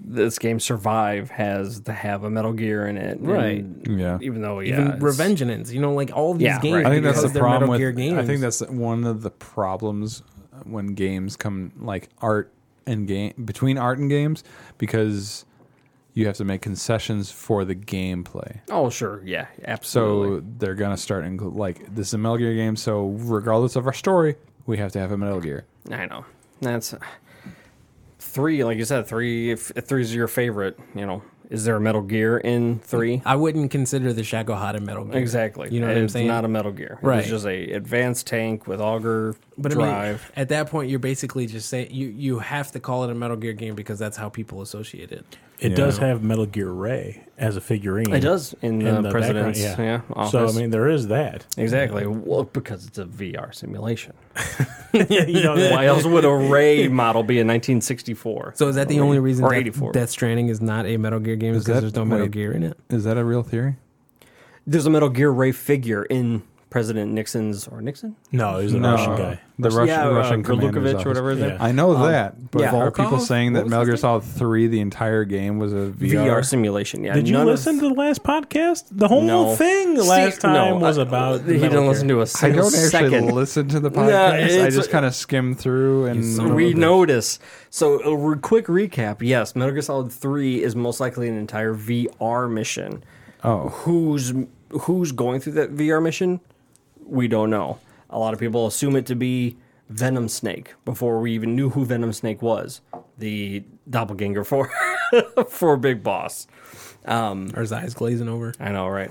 Speaker 4: this game Survive has to have a Metal Gear in it. and
Speaker 3: Right.
Speaker 5: Yeah.
Speaker 4: Even though Oh, yeah,
Speaker 3: Even
Speaker 4: it's-
Speaker 3: Revengeance, you know, like all these
Speaker 4: Yeah,
Speaker 3: games.
Speaker 4: right.
Speaker 5: I think that's
Speaker 3: because
Speaker 5: the
Speaker 3: they're
Speaker 5: problem
Speaker 3: Metal
Speaker 5: with.
Speaker 3: Gear games.
Speaker 5: I think that's one of the problems when games come like art and game between art and games because you have to make concessions for the gameplay.
Speaker 4: Oh sure, yeah,
Speaker 5: So
Speaker 4: absolutely.
Speaker 5: they're gonna start include like this is a Metal Gear game. So regardless of our story, we have to have a Metal Gear.
Speaker 4: I know that's uh, three. Like you said, three. If, if three's your favorite, you know, is there a Metal Gear in three?
Speaker 3: I wouldn't consider the Shaco Hata Metal Gear.
Speaker 4: Exactly.
Speaker 3: You know what I'm
Speaker 4: It's
Speaker 3: saying?
Speaker 4: Not a Metal Gear.
Speaker 3: Right.
Speaker 4: It's just a advanced tank with auger
Speaker 3: But I mean,
Speaker 4: drive.
Speaker 3: at that point, you're basically just saying you you have to call it a Metal Gear game because that's how people associate it.
Speaker 1: It does
Speaker 5: Yeah.
Speaker 1: have Metal Gear Ray as a figurine.
Speaker 4: it does in, the,
Speaker 1: background,
Speaker 4: president's yeah.
Speaker 1: so I
Speaker 4: office.
Speaker 1: mean, there is that.
Speaker 4: exactly. Well, because it's a VR simulation.
Speaker 1: you know, that-
Speaker 4: Why else would a Ray model be in 1964?
Speaker 3: So is that the only reason
Speaker 4: or
Speaker 3: that
Speaker 4: 84?
Speaker 3: Death Stranding is not a Metal Gear game? Is
Speaker 5: Is
Speaker 3: because
Speaker 5: that-
Speaker 3: there's no Metal
Speaker 5: wait.
Speaker 3: Gear in it?
Speaker 5: Is that a real theory?
Speaker 4: There's a Metal Gear Ray figure in President Nixon's or Nixon?
Speaker 1: no, he's a Russian guy.
Speaker 5: The Russian,
Speaker 4: yeah,
Speaker 5: Russian
Speaker 4: uh,
Speaker 5: commander's
Speaker 4: Golukovich
Speaker 5: office.
Speaker 4: or whatever his
Speaker 1: Yeah.
Speaker 4: name.
Speaker 5: I know that, but
Speaker 4: yeah.
Speaker 5: are people
Speaker 3: Um, Volkov?
Speaker 5: saying
Speaker 3: What
Speaker 5: that
Speaker 3: was
Speaker 5: Metal
Speaker 3: his
Speaker 5: Gear
Speaker 3: name?
Speaker 5: Solid Three, the entire game, was a VR?
Speaker 4: VR simulation. Yeah.
Speaker 1: Did you
Speaker 4: none of-
Speaker 1: listen to the last podcast? The whole
Speaker 4: No.
Speaker 1: thing
Speaker 4: See,
Speaker 1: last
Speaker 4: no,
Speaker 1: time was
Speaker 4: I-
Speaker 1: about.
Speaker 4: He
Speaker 1: Metal
Speaker 4: didn't
Speaker 1: Gear.
Speaker 4: listen to a
Speaker 5: I
Speaker 4: single
Speaker 5: don't actually
Speaker 4: second.
Speaker 5: listen to the
Speaker 4: Yeah,
Speaker 5: podcast. I
Speaker 4: it's-
Speaker 5: just kind of skim through
Speaker 1: Mm,
Speaker 5: and
Speaker 4: So we notice. So a re- quick recap. Yes, Metal Gear Solid Three is most likely an entire VR mission.
Speaker 5: Oh.
Speaker 4: who's who's going through that VR mission? We don't know. A lot of people assume it to be Venom Snake before we even knew who Venom Snake was, the doppelganger for for Big Boss.
Speaker 3: Or his eyes glazing over?
Speaker 4: I know, right?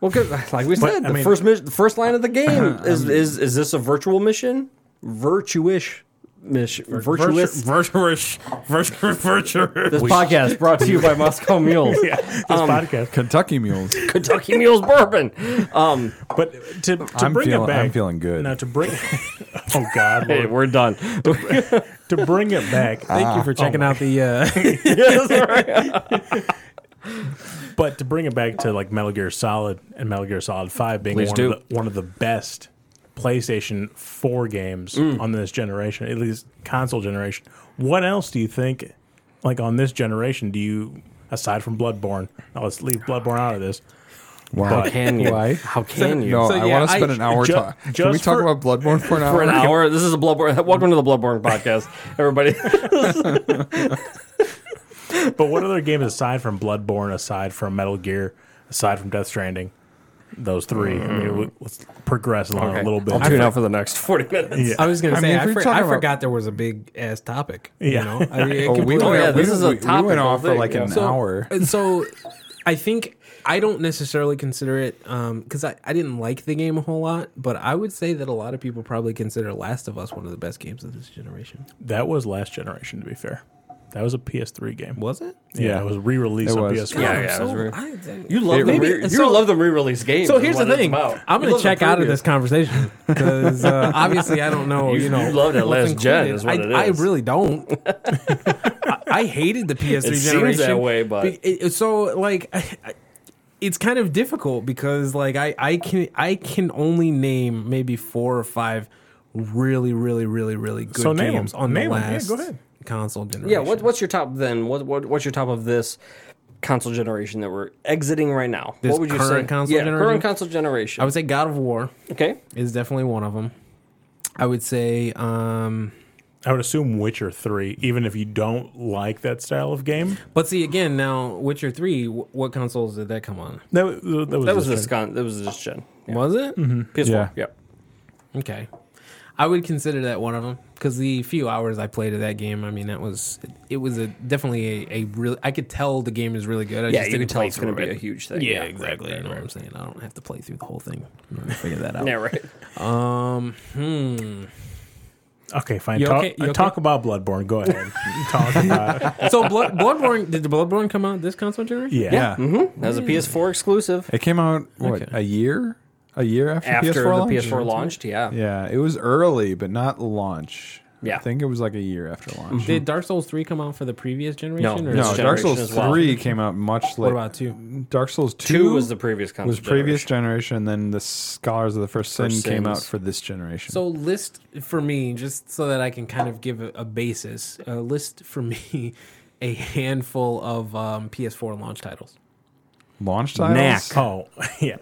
Speaker 4: Well, 'cause, like we
Speaker 1: But,
Speaker 4: said,
Speaker 1: I
Speaker 4: the
Speaker 1: mean-
Speaker 4: first mission, the first line of the game is is is this a virtual mission? Virtuish mission. Virtuous.
Speaker 1: virtuous, virtuous, virtuous.
Speaker 4: This podcast brought to you by Moscow Mules,
Speaker 1: Yeah, this
Speaker 4: Um,
Speaker 1: podcast.
Speaker 5: Kentucky Mules.
Speaker 4: Kentucky Mules Bourbon. Um,
Speaker 1: But to, to
Speaker 5: I'm
Speaker 1: bring
Speaker 5: feeling-
Speaker 1: it back,
Speaker 5: I'm feeling good.
Speaker 1: Now to bring, oh God,
Speaker 4: hey,
Speaker 1: Lord.
Speaker 4: we're done.
Speaker 1: to bring it back.
Speaker 3: Thank you for checking out the. Uh,
Speaker 1: But to bring it back to like Metal Gear Solid and Metal Gear Solid Five being
Speaker 4: Please
Speaker 1: one
Speaker 4: do.
Speaker 1: of, the, one of the best PlayStation Four games on this generation, at least console generation. What else do you think? Like on this generation, do you aside from Bloodborne? Now let's leave Bloodborne out of this.
Speaker 5: Why?
Speaker 4: Can you?
Speaker 5: Why?
Speaker 4: How can you?
Speaker 5: No,
Speaker 3: So,
Speaker 5: I
Speaker 3: yeah,
Speaker 5: want to spend
Speaker 3: I-
Speaker 5: an hour
Speaker 1: ju-
Speaker 5: talking. Can
Speaker 1: just
Speaker 5: we talk
Speaker 1: for-
Speaker 5: about Bloodborne for an hour?
Speaker 4: for an hour. This is a Bloodborne. Welcome to the Bloodborne podcast, everybody.
Speaker 1: But what other games aside from Bloodborne, aside from Metal Gear, aside from Death Stranding, those three? I mean, we- let's progress along a little bit.
Speaker 4: I'll tune out for the next forty minutes.
Speaker 1: Yeah.
Speaker 3: I was gonna
Speaker 5: I
Speaker 3: say
Speaker 5: mean, if
Speaker 3: I,
Speaker 5: you're
Speaker 3: for-
Speaker 5: talking
Speaker 3: I
Speaker 5: about-
Speaker 3: forgot there was a big ass topic.
Speaker 1: Yeah.
Speaker 3: You know, I mean, it
Speaker 5: Oh, we,
Speaker 3: completely-
Speaker 5: went-
Speaker 4: yeah,
Speaker 5: we-
Speaker 4: this is a
Speaker 5: we- we went
Speaker 4: topical
Speaker 5: off for
Speaker 4: thing,
Speaker 5: like
Speaker 4: yeah.
Speaker 5: an
Speaker 4: So- uh,
Speaker 5: hour.
Speaker 3: And so I think I don't necessarily consider it because I, I didn't like the game a whole lot, but I would say that a lot of people probably consider Last of Us one of the best games of this generation.
Speaker 1: That was last generation, to be fair. That was a PS3 game.
Speaker 3: Was it?
Speaker 1: Yeah, it was re-released
Speaker 5: It
Speaker 1: on
Speaker 5: was.
Speaker 1: PS3.
Speaker 4: Yeah,
Speaker 3: I'm
Speaker 4: yeah,
Speaker 3: so-
Speaker 4: that's weird.
Speaker 3: I-
Speaker 4: You love the
Speaker 3: Maybe-
Speaker 4: re- you
Speaker 3: so-
Speaker 4: love the re-release games.
Speaker 3: So
Speaker 4: is
Speaker 3: here's the
Speaker 4: what it's
Speaker 3: thing.
Speaker 4: about.
Speaker 3: I'm
Speaker 4: You
Speaker 3: going
Speaker 4: love
Speaker 3: to
Speaker 4: the
Speaker 3: check out of
Speaker 4: previous.
Speaker 3: this conversation because uh, obviously I don't know.
Speaker 4: You-
Speaker 3: You, know,
Speaker 4: you love that
Speaker 3: what's
Speaker 4: last gen
Speaker 3: included.
Speaker 4: is what
Speaker 3: I,
Speaker 4: it
Speaker 3: I
Speaker 4: is.
Speaker 3: really don't. I, I hated the PS3
Speaker 4: It seems
Speaker 3: generation
Speaker 4: that way, but-
Speaker 3: Be- it- it- so like. I, I- it's kind of difficult because like I, I can I can only name maybe four or five really really really really good
Speaker 1: So name 'em.
Speaker 3: games on
Speaker 1: Name
Speaker 3: the
Speaker 1: 'em. Yeah,
Speaker 3: last
Speaker 1: go ahead.
Speaker 3: console generation.
Speaker 4: Yeah. What, what's your top then? What, what what's your top of this console generation that we're exiting right now?
Speaker 3: This
Speaker 4: what would you
Speaker 3: current
Speaker 4: say?
Speaker 3: console
Speaker 4: yeah,
Speaker 3: generation?
Speaker 4: current console generation.
Speaker 3: I would say God of War
Speaker 4: okay.
Speaker 3: is definitely one of them. I would say um,
Speaker 1: I would assume Witcher 3, even if you don't like that style of game.
Speaker 3: But see, again, now Witcher Three, wh- what consoles did that come on?
Speaker 1: That, wa- that was,
Speaker 4: That was
Speaker 1: this
Speaker 4: this con. That was this gen.
Speaker 3: Was it? Mm-hmm.
Speaker 4: PS4.
Speaker 5: Yeah.
Speaker 4: Yeah.
Speaker 3: Okay, I would consider that one of them because the few hours I played of that game, I mean, that was it was a definitely a, a really. I could tell the game is really good. I
Speaker 4: Yeah,
Speaker 3: just
Speaker 4: you
Speaker 3: didn't
Speaker 4: can tell
Speaker 3: play
Speaker 4: it's going to
Speaker 3: through
Speaker 4: be a
Speaker 3: it.
Speaker 4: huge thing.
Speaker 3: Yeah,
Speaker 4: right,
Speaker 3: exactly. you know what I'm saying? I don't have to play through the whole thing. I'm gonna figure that out.
Speaker 4: Yeah, right.
Speaker 3: Um, hmm.
Speaker 1: Okay, fine.
Speaker 3: You
Speaker 1: talk
Speaker 3: okay? You
Speaker 1: uh, talk
Speaker 3: okay?
Speaker 1: about Bloodborne. Go ahead. talk about
Speaker 3: So Blood, Bloodborne did the Bloodborne come out this console generation?
Speaker 1: yeah.
Speaker 5: Yeah.
Speaker 4: That was a PS4 exclusive
Speaker 5: It came out what a year, a year after,
Speaker 4: after
Speaker 5: PS4
Speaker 4: the
Speaker 5: launch?
Speaker 4: PS4 launched. Yeah.
Speaker 5: Yeah, it was early, but not launch.
Speaker 4: Yeah.
Speaker 5: I think it was like a year after launch.
Speaker 3: Did Dark Souls three come out for the previous generation?
Speaker 4: No.
Speaker 3: or
Speaker 5: No,
Speaker 4: this
Speaker 5: Dark
Speaker 4: generation
Speaker 5: Souls
Speaker 4: as well.
Speaker 5: three came out much
Speaker 3: What
Speaker 5: later.
Speaker 3: about two?
Speaker 5: Dark Souls two,
Speaker 4: Two was the previous console.
Speaker 5: was previous generation. Then the Scholars of the First Sin
Speaker 4: First
Speaker 5: came out
Speaker 4: Sins.
Speaker 5: for this generation.
Speaker 3: So list for me, just so that I can kind of give a, a basis. Uh, list for me a handful of um, PS4 launch titles.
Speaker 5: launch
Speaker 1: Knack.
Speaker 5: titles.
Speaker 1: Oh, yeah.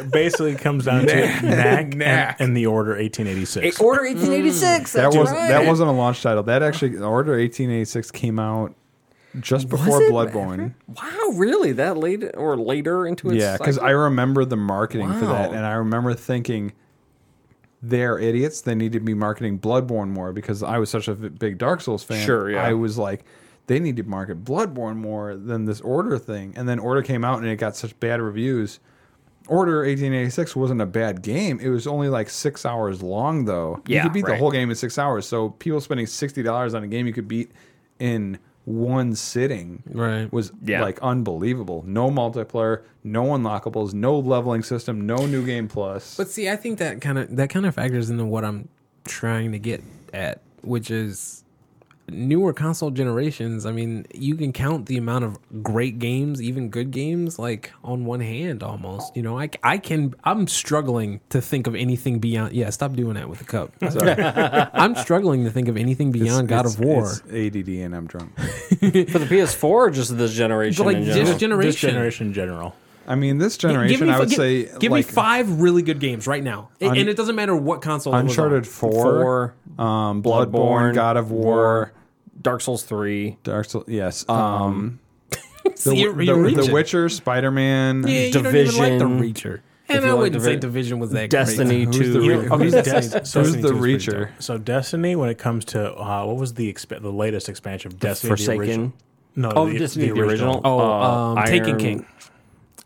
Speaker 1: Basically, it comes down to knack,
Speaker 5: Knack.
Speaker 1: And, and the order 1886.
Speaker 4: It- Order 1886.
Speaker 5: That
Speaker 4: that's
Speaker 5: was
Speaker 4: right.
Speaker 5: that wasn't a launch title. That actually Order eighteen eighty six came out just before
Speaker 4: it?
Speaker 5: Bloodborne.
Speaker 4: Wow, really? That late or later into its
Speaker 5: Yeah, because I
Speaker 4: cycle?
Speaker 5: remember the marketing for that,
Speaker 4: Wow.
Speaker 5: and I remember thinking, "They're idiots. They need to be marketing Bloodborne more." Because I was such a v- big Dark Souls fan.
Speaker 4: Sure, yeah.
Speaker 5: I was like, "They need to market Bloodborne more than this Order thing." And then Order came out, and it got such bad reviews. Order eighteen eighty six wasn't a bad game. It was only like six hours long, though. you
Speaker 4: Yeah,
Speaker 5: could beat the
Speaker 4: right.
Speaker 5: whole game in six hours. So people spending sixty dollars on a game you could beat in one sitting
Speaker 3: Right.
Speaker 5: was
Speaker 4: Yeah.
Speaker 5: like unbelievable. No multiplayer, no unlockables, no leveling system, no new game plus.
Speaker 3: But see, I think that kind of that kind of factors into what I'm trying to get at, which is newer console generations. I mean, you can count the amount of great games, even good games, like on one hand almost. You know, I, I can I'm struggling to think of anything beyond. Yeah, stop doing that with the cup. Sorry. I'm struggling to think of anything beyond God
Speaker 5: It's-
Speaker 3: of War.
Speaker 5: it's ADD and I'm drunk.
Speaker 4: for the PS4 or just this
Speaker 3: So,
Speaker 4: generation
Speaker 3: like
Speaker 4: in
Speaker 3: this
Speaker 4: general?
Speaker 1: This
Speaker 3: generation.
Speaker 1: generation in general.
Speaker 5: I mean, this
Speaker 3: Give
Speaker 5: generation,
Speaker 3: me,
Speaker 5: I would
Speaker 3: give,
Speaker 5: say,
Speaker 3: give
Speaker 5: like,
Speaker 3: me five really good games right now, A-
Speaker 5: Un-
Speaker 3: and it doesn't matter what console. it was on.
Speaker 5: Uncharted Four, um, Bloodborne,
Speaker 4: uh, Bloodborne,
Speaker 5: God of War,
Speaker 4: Dark Souls 3,
Speaker 5: Dark Souls. Yes, um, the,
Speaker 3: See, you're-
Speaker 5: the-
Speaker 3: you're
Speaker 5: the
Speaker 3: reaching.
Speaker 5: Witcher, Spider Man.
Speaker 3: Yeah, you don't even like the
Speaker 4: Division.
Speaker 3: Reacher. And
Speaker 4: you
Speaker 3: I
Speaker 4: like
Speaker 3: wouldn't say
Speaker 4: Divi-
Speaker 3: Division was that
Speaker 4: Destiny
Speaker 5: Who's the
Speaker 4: 2.
Speaker 5: re-
Speaker 4: Yeah.
Speaker 5: who's
Speaker 1: Who's,
Speaker 5: the-
Speaker 1: Destiny- Destiny
Speaker 5: the
Speaker 1: 2 is pretty
Speaker 5: Reacher?
Speaker 1: dope. So Destiny, when it comes to uh, what was the exp- the latest expansion of Destiny? the
Speaker 4: Forsaken.
Speaker 1: original- No,
Speaker 4: Oh, Destiny, the original.
Speaker 3: Oh,
Speaker 4: Uh,
Speaker 3: um, Taken
Speaker 4: Iron-
Speaker 3: King.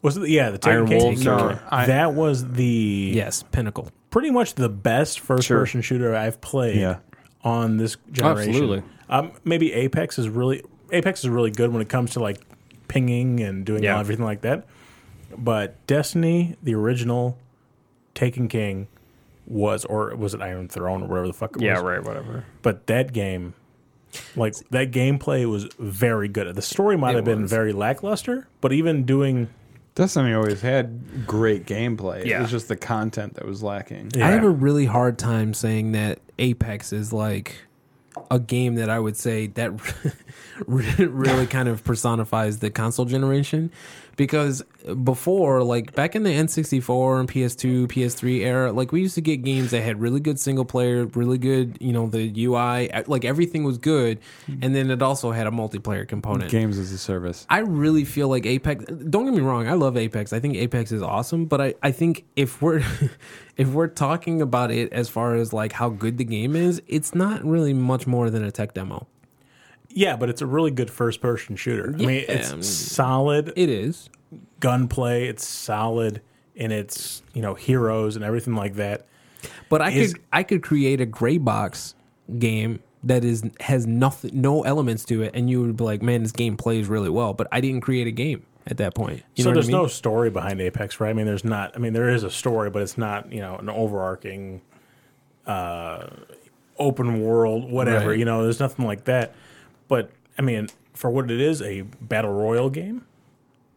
Speaker 1: Was it? the- Yeah, the Taken
Speaker 4: Iron
Speaker 1: King.
Speaker 4: Wolves
Speaker 5: No,
Speaker 4: or-
Speaker 5: I-
Speaker 1: that was the
Speaker 3: Yes, Pinnacle.
Speaker 1: pretty much the best first person shooter I've played
Speaker 5: Yeah.
Speaker 1: on this generation.
Speaker 4: Absolutely.
Speaker 1: Um, maybe Apex is really Apex is really good when it comes to like pinging and doing
Speaker 4: Yeah.
Speaker 1: everything like that. But Destiny, the original Taken King was or was it Iron Throne or whatever the fuck it
Speaker 4: Yeah,
Speaker 1: was.
Speaker 4: right, whatever.
Speaker 1: But that game like that gameplay was very good. The story might have been
Speaker 4: was.
Speaker 1: very lackluster, but even doing
Speaker 5: Destiny always had great gameplay. It
Speaker 4: Yeah.
Speaker 5: was just the content that was lacking.
Speaker 3: I have a really hard time saying that Apex is like a game that I would say that re- really kind of personifies the console generation because before like back in the N64 and PS2, PS3 era, like we used to get games that had really good single player, really good, you know, the UI, like everything was good and then it also had a multiplayer component.
Speaker 5: Games as a service.
Speaker 3: I really feel like Apex. Don't get me wrong, I love Apex. I think Apex is awesome, but I, I think if we're if we're talking about it as far as like how good the game is, it's not really much more than a tech demo.
Speaker 1: yeah, but it's a really good first person shooter. I mean,
Speaker 3: Yeah,
Speaker 1: it's
Speaker 3: I mean-
Speaker 1: solid.
Speaker 3: It is.
Speaker 1: gunplay. It's solid in its you know heroes and everything like that.
Speaker 3: But I
Speaker 1: Is-
Speaker 3: could I could create a gray box game that is has nothing no elements to it and you would be like, "Man, this game plays really well." But I didn't create a game at that point. You
Speaker 1: so
Speaker 3: know
Speaker 1: there's
Speaker 3: what I mean?
Speaker 1: no story behind Apex, right? I mean, there's not. I mean, there is a story, but it's not you know an overarching uh, open world, whatever.
Speaker 3: Right.
Speaker 1: You know, there's nothing like that. But I mean, for what it is, a battle royal game.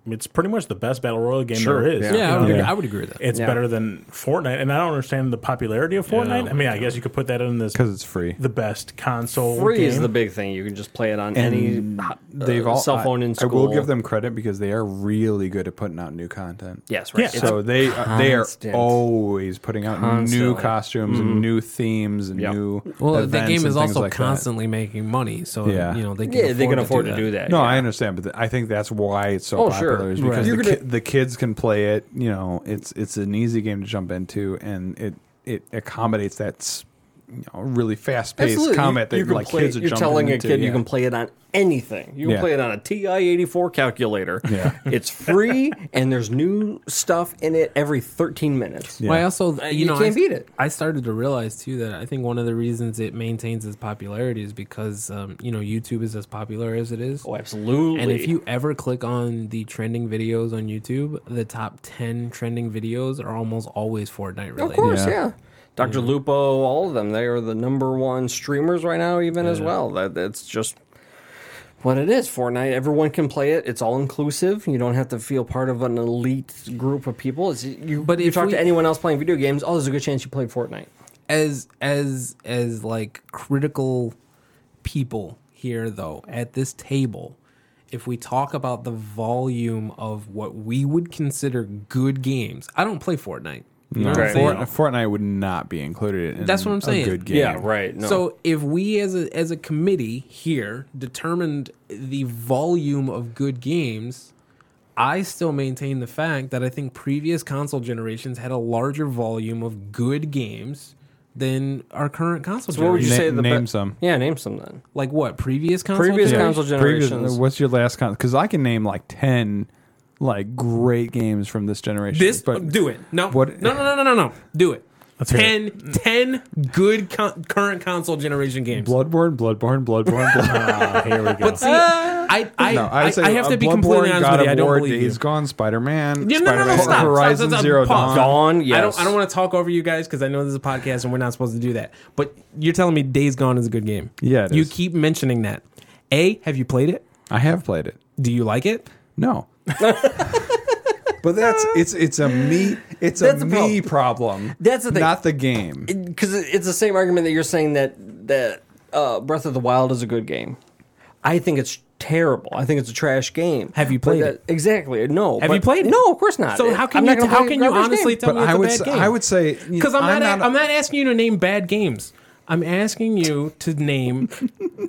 Speaker 1: It's pretty much the best battle royal game
Speaker 5: Sure,
Speaker 1: there is.
Speaker 5: yeah.
Speaker 1: you
Speaker 3: yeah, I
Speaker 1: know?
Speaker 3: would, agree, I would agree with that.
Speaker 1: It's better than Fortnite, and I don't understand the popularity of Fortnite. I mean, I guess you could put that in this
Speaker 5: Because it's free.
Speaker 1: the best console.
Speaker 4: Free is
Speaker 1: game.
Speaker 4: the big thing. You can just play it on
Speaker 5: and
Speaker 4: any uh,
Speaker 5: they've all
Speaker 4: cell phone
Speaker 5: I,
Speaker 4: in
Speaker 5: I will
Speaker 4: school.
Speaker 5: give them credit because they are really good at putting out new content.
Speaker 4: Yes, right.
Speaker 1: Yeah.
Speaker 4: It's
Speaker 5: So they uh, they are
Speaker 4: constant.
Speaker 5: always putting out new
Speaker 4: Constantly.
Speaker 5: costumes and new themes and
Speaker 4: Mm-hmm. Yep.
Speaker 5: new.
Speaker 3: Well, the
Speaker 5: events
Speaker 3: game
Speaker 5: and
Speaker 3: is
Speaker 5: things
Speaker 3: also
Speaker 5: like that.
Speaker 3: constantly making money, so
Speaker 5: Yeah.
Speaker 3: you know they can
Speaker 4: yeah,
Speaker 3: afford
Speaker 4: they can afford to do that.
Speaker 5: No, I understand, but th- I think that's why it's so
Speaker 4: Oh, sure.
Speaker 5: popular is because
Speaker 4: Right.
Speaker 5: the,
Speaker 4: You're gonna-
Speaker 5: ki- the kids can play it. You know, it's it's an easy game to jump into, and it it accommodates that s- you know, really fast paced combat that
Speaker 4: You can
Speaker 5: like
Speaker 4: play-
Speaker 5: kids are
Speaker 4: You're
Speaker 5: jumping
Speaker 4: telling
Speaker 5: into,
Speaker 4: a kid
Speaker 5: yeah.
Speaker 4: you can play it on anything. You can
Speaker 5: Yeah.
Speaker 4: play it on a TI-84 calculator.
Speaker 5: Yeah.
Speaker 4: it's free and there's new stuff in it every 13 minutes.
Speaker 5: Yeah.
Speaker 3: Well, I also,
Speaker 4: Uh,
Speaker 3: you,
Speaker 4: you
Speaker 3: know,
Speaker 4: can't
Speaker 3: I,
Speaker 4: beat it.
Speaker 3: I started to realize too that I think one of the reasons it maintains its popularity is because um, you know YouTube is as popular as it is.
Speaker 4: Oh, absolutely.
Speaker 3: And if you ever click on the trending videos on YouTube, the top 10 trending videos are almost always Fortnite related.
Speaker 4: Of course,
Speaker 5: Yeah.
Speaker 4: yeah. Dr. Lupo, all of them. They are the number one streamers right now, even as well. That that's just what it is. Fortnite. Everyone can play it. It's all inclusive. You don't have to feel part of an elite group of people. It's, you
Speaker 3: But
Speaker 4: but you
Speaker 3: if
Speaker 4: talk
Speaker 3: we-
Speaker 4: to anyone else playing video games, oh, there's a good chance you played Fortnite.
Speaker 3: As as as like critical people here though at this table, if we talk about the volume of what we would consider good games, I don't play Fortnite. You know what I'm
Speaker 4: Right.
Speaker 3: saying?
Speaker 5: Fort- Fortnite would not be included in
Speaker 3: That's what I'm
Speaker 5: a
Speaker 3: saying.
Speaker 5: good game.
Speaker 4: right.
Speaker 3: So if we as a as a committee here determined the volume of good games, I still maintain the fact that I think previous console generations had a larger volume of good games than our current console
Speaker 4: what would you
Speaker 5: Na-
Speaker 4: say? The
Speaker 5: name
Speaker 4: be-
Speaker 5: some.
Speaker 4: Yeah, name some then.
Speaker 3: like what previous console
Speaker 4: Previous
Speaker 3: generations?
Speaker 4: console
Speaker 5: Previous- uh,
Speaker 4: generations.
Speaker 5: what's your last console? Because I can name like ten like great games from this generation.
Speaker 3: This um,
Speaker 5: but
Speaker 3: do it. No,
Speaker 5: what-
Speaker 3: no, no, no, no, no, no. Do it.
Speaker 1: Let's hear
Speaker 3: Ten, ten 10 good con- current console generation games.
Speaker 5: Bloodborne, Bloodborne, Bloodborne, Bloodborne.
Speaker 1: Ah, here we go.
Speaker 3: But see, I, I,
Speaker 5: No,
Speaker 3: I,
Speaker 5: I'd say
Speaker 3: I have
Speaker 5: uh,
Speaker 3: to be
Speaker 5: Bloodborne,
Speaker 3: completely honest
Speaker 5: God
Speaker 3: with you.
Speaker 5: of
Speaker 3: I don't
Speaker 5: War,
Speaker 3: believe you.
Speaker 5: Days Gone, Spider Man,
Speaker 3: Yeah, no, no,
Speaker 5: Spider
Speaker 3: no,
Speaker 5: Man,
Speaker 3: stop, stop,
Speaker 5: Horizon
Speaker 3: stop, stop,
Speaker 5: Zero
Speaker 3: pause.
Speaker 5: Dawn.
Speaker 4: Dawn. Yes.
Speaker 3: I don't. I don't want to talk over you guys because I know this is a podcast and we're not supposed to do that. But you're telling me Days Gone is a good game.
Speaker 5: Yeah, it
Speaker 3: you
Speaker 5: is.
Speaker 3: keep mentioning that. A, have you played it?
Speaker 5: I have played it.
Speaker 3: Do you like it?
Speaker 5: No. but that's it's it's a me it's
Speaker 4: That's the
Speaker 5: a me problem.
Speaker 4: That's the thing.
Speaker 5: Not the game.
Speaker 4: because it's the same argument that you're saying that that uh, Breath of the Wild is a good game. I think it's terrible. I think it's a trash game.
Speaker 3: Have you
Speaker 4: But
Speaker 3: played
Speaker 4: that-
Speaker 3: it?
Speaker 4: Exactly. No.
Speaker 3: Have
Speaker 4: but-
Speaker 3: you played it?
Speaker 4: No, of course not.
Speaker 3: So
Speaker 4: It-
Speaker 3: how can
Speaker 4: I'm not
Speaker 3: you?
Speaker 4: gonna
Speaker 3: How
Speaker 4: play a
Speaker 3: can you
Speaker 4: garbage
Speaker 3: honestly
Speaker 4: game.
Speaker 3: tell
Speaker 5: But
Speaker 3: me it's
Speaker 5: I would
Speaker 3: a
Speaker 5: say,
Speaker 3: bad game?
Speaker 5: I would say
Speaker 3: because I'm, not.
Speaker 5: I'm
Speaker 3: a- I'm not asking you to name bad games. I'm asking you to name.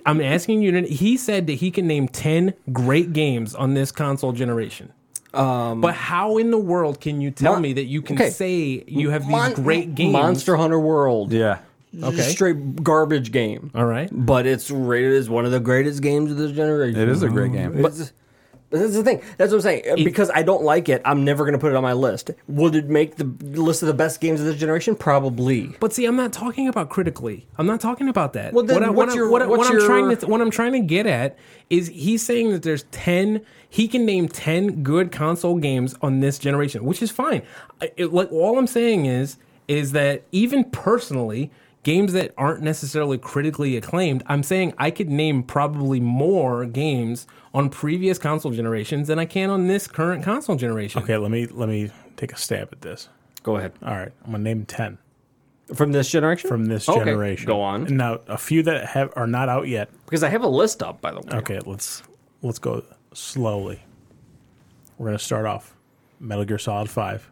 Speaker 3: I'm asking you to. He said that he can name ten great games on this console generation. but how in the world can you tell
Speaker 4: Um, Mon-
Speaker 3: me that you can
Speaker 4: okay.
Speaker 3: say you have these
Speaker 4: Mon-
Speaker 3: great games?
Speaker 4: Monster Hunter World.
Speaker 5: yeah.
Speaker 3: Okay.
Speaker 4: Straight garbage game.
Speaker 3: All right.
Speaker 4: But it's rated as one of the greatest games of this generation.
Speaker 5: It is a great game.
Speaker 4: But but that's the thing. That's what I'm saying. because I don't like it, I'm never going to put it on my list. Would it make the list of the best games of this generation? Probably.
Speaker 3: But see, I'm not talking about critically. I'm not talking about that.
Speaker 4: Well, then
Speaker 3: what, I, what,
Speaker 4: what's
Speaker 3: I-
Speaker 4: your-
Speaker 3: what, I- what
Speaker 4: what's
Speaker 3: I'm
Speaker 4: your-
Speaker 3: trying to what I'm trying to get at is he's saying that there's ten. He can name ten good console games on this generation, which is fine. I- it- like all I'm saying is is that even personally, games that aren't necessarily critically acclaimed, I'm saying I could name probably more games on previous console generations than I can on this current console generation.
Speaker 1: okay, let me let me take a stab at this.
Speaker 4: Go ahead.
Speaker 1: All right, I'm gonna name ten
Speaker 4: From this generation?
Speaker 1: from this
Speaker 4: Okay,
Speaker 1: generation.
Speaker 4: Go on.
Speaker 1: Now, a few that have are not out yet.
Speaker 4: Because I have a list up, by the way.
Speaker 1: Okay, let's let's go slowly. We're gonna start off Metal Gear Solid Five.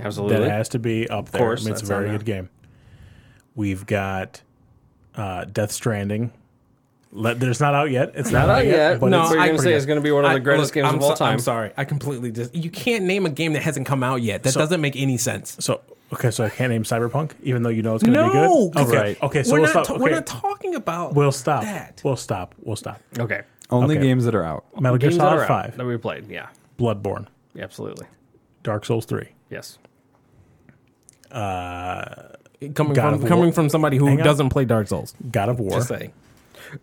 Speaker 4: Absolutely.
Speaker 1: That has to be up there.
Speaker 4: course,
Speaker 1: I mean, it's a
Speaker 4: that's on
Speaker 1: very
Speaker 4: there.
Speaker 1: good game. We've got uh, Death Stranding. Let, there's not out yet. It's not,
Speaker 4: Not out yet.
Speaker 1: but
Speaker 4: No,
Speaker 1: it's
Speaker 4: I-
Speaker 1: pretty
Speaker 4: gonna say
Speaker 1: good.
Speaker 4: it's gonna be one of the greatest games
Speaker 3: I'm
Speaker 4: of all
Speaker 3: so- I'm
Speaker 4: time.
Speaker 3: sorry, I completely dis. You can't name a game that hasn't come out yet. That doesn't make any sense.
Speaker 1: So okay, so I can't name Cyberpunk, even though you know it's going to be
Speaker 3: No,
Speaker 1: good.
Speaker 3: 'cause
Speaker 1: Okay, okay. So
Speaker 3: we're,
Speaker 1: we'll
Speaker 3: not
Speaker 1: stop.
Speaker 3: ta-
Speaker 1: okay.
Speaker 3: we're not talking about.
Speaker 1: we'll stop.
Speaker 3: that.
Speaker 1: We'll stop. We'll stop.
Speaker 4: Okay.
Speaker 5: Only
Speaker 1: Okay.
Speaker 5: games that are out.
Speaker 1: Metal Gear
Speaker 4: Games that are
Speaker 1: Solid
Speaker 4: out
Speaker 1: Five,
Speaker 4: that we played. Yeah,
Speaker 1: Bloodborne,
Speaker 4: absolutely.
Speaker 1: Dark Souls Three.
Speaker 4: Yes.
Speaker 3: coming
Speaker 1: God
Speaker 3: from
Speaker 1: of War.
Speaker 3: coming from somebody who
Speaker 1: Hang on.
Speaker 3: doesn't play Dark Souls.
Speaker 1: God of War.
Speaker 3: Just saying.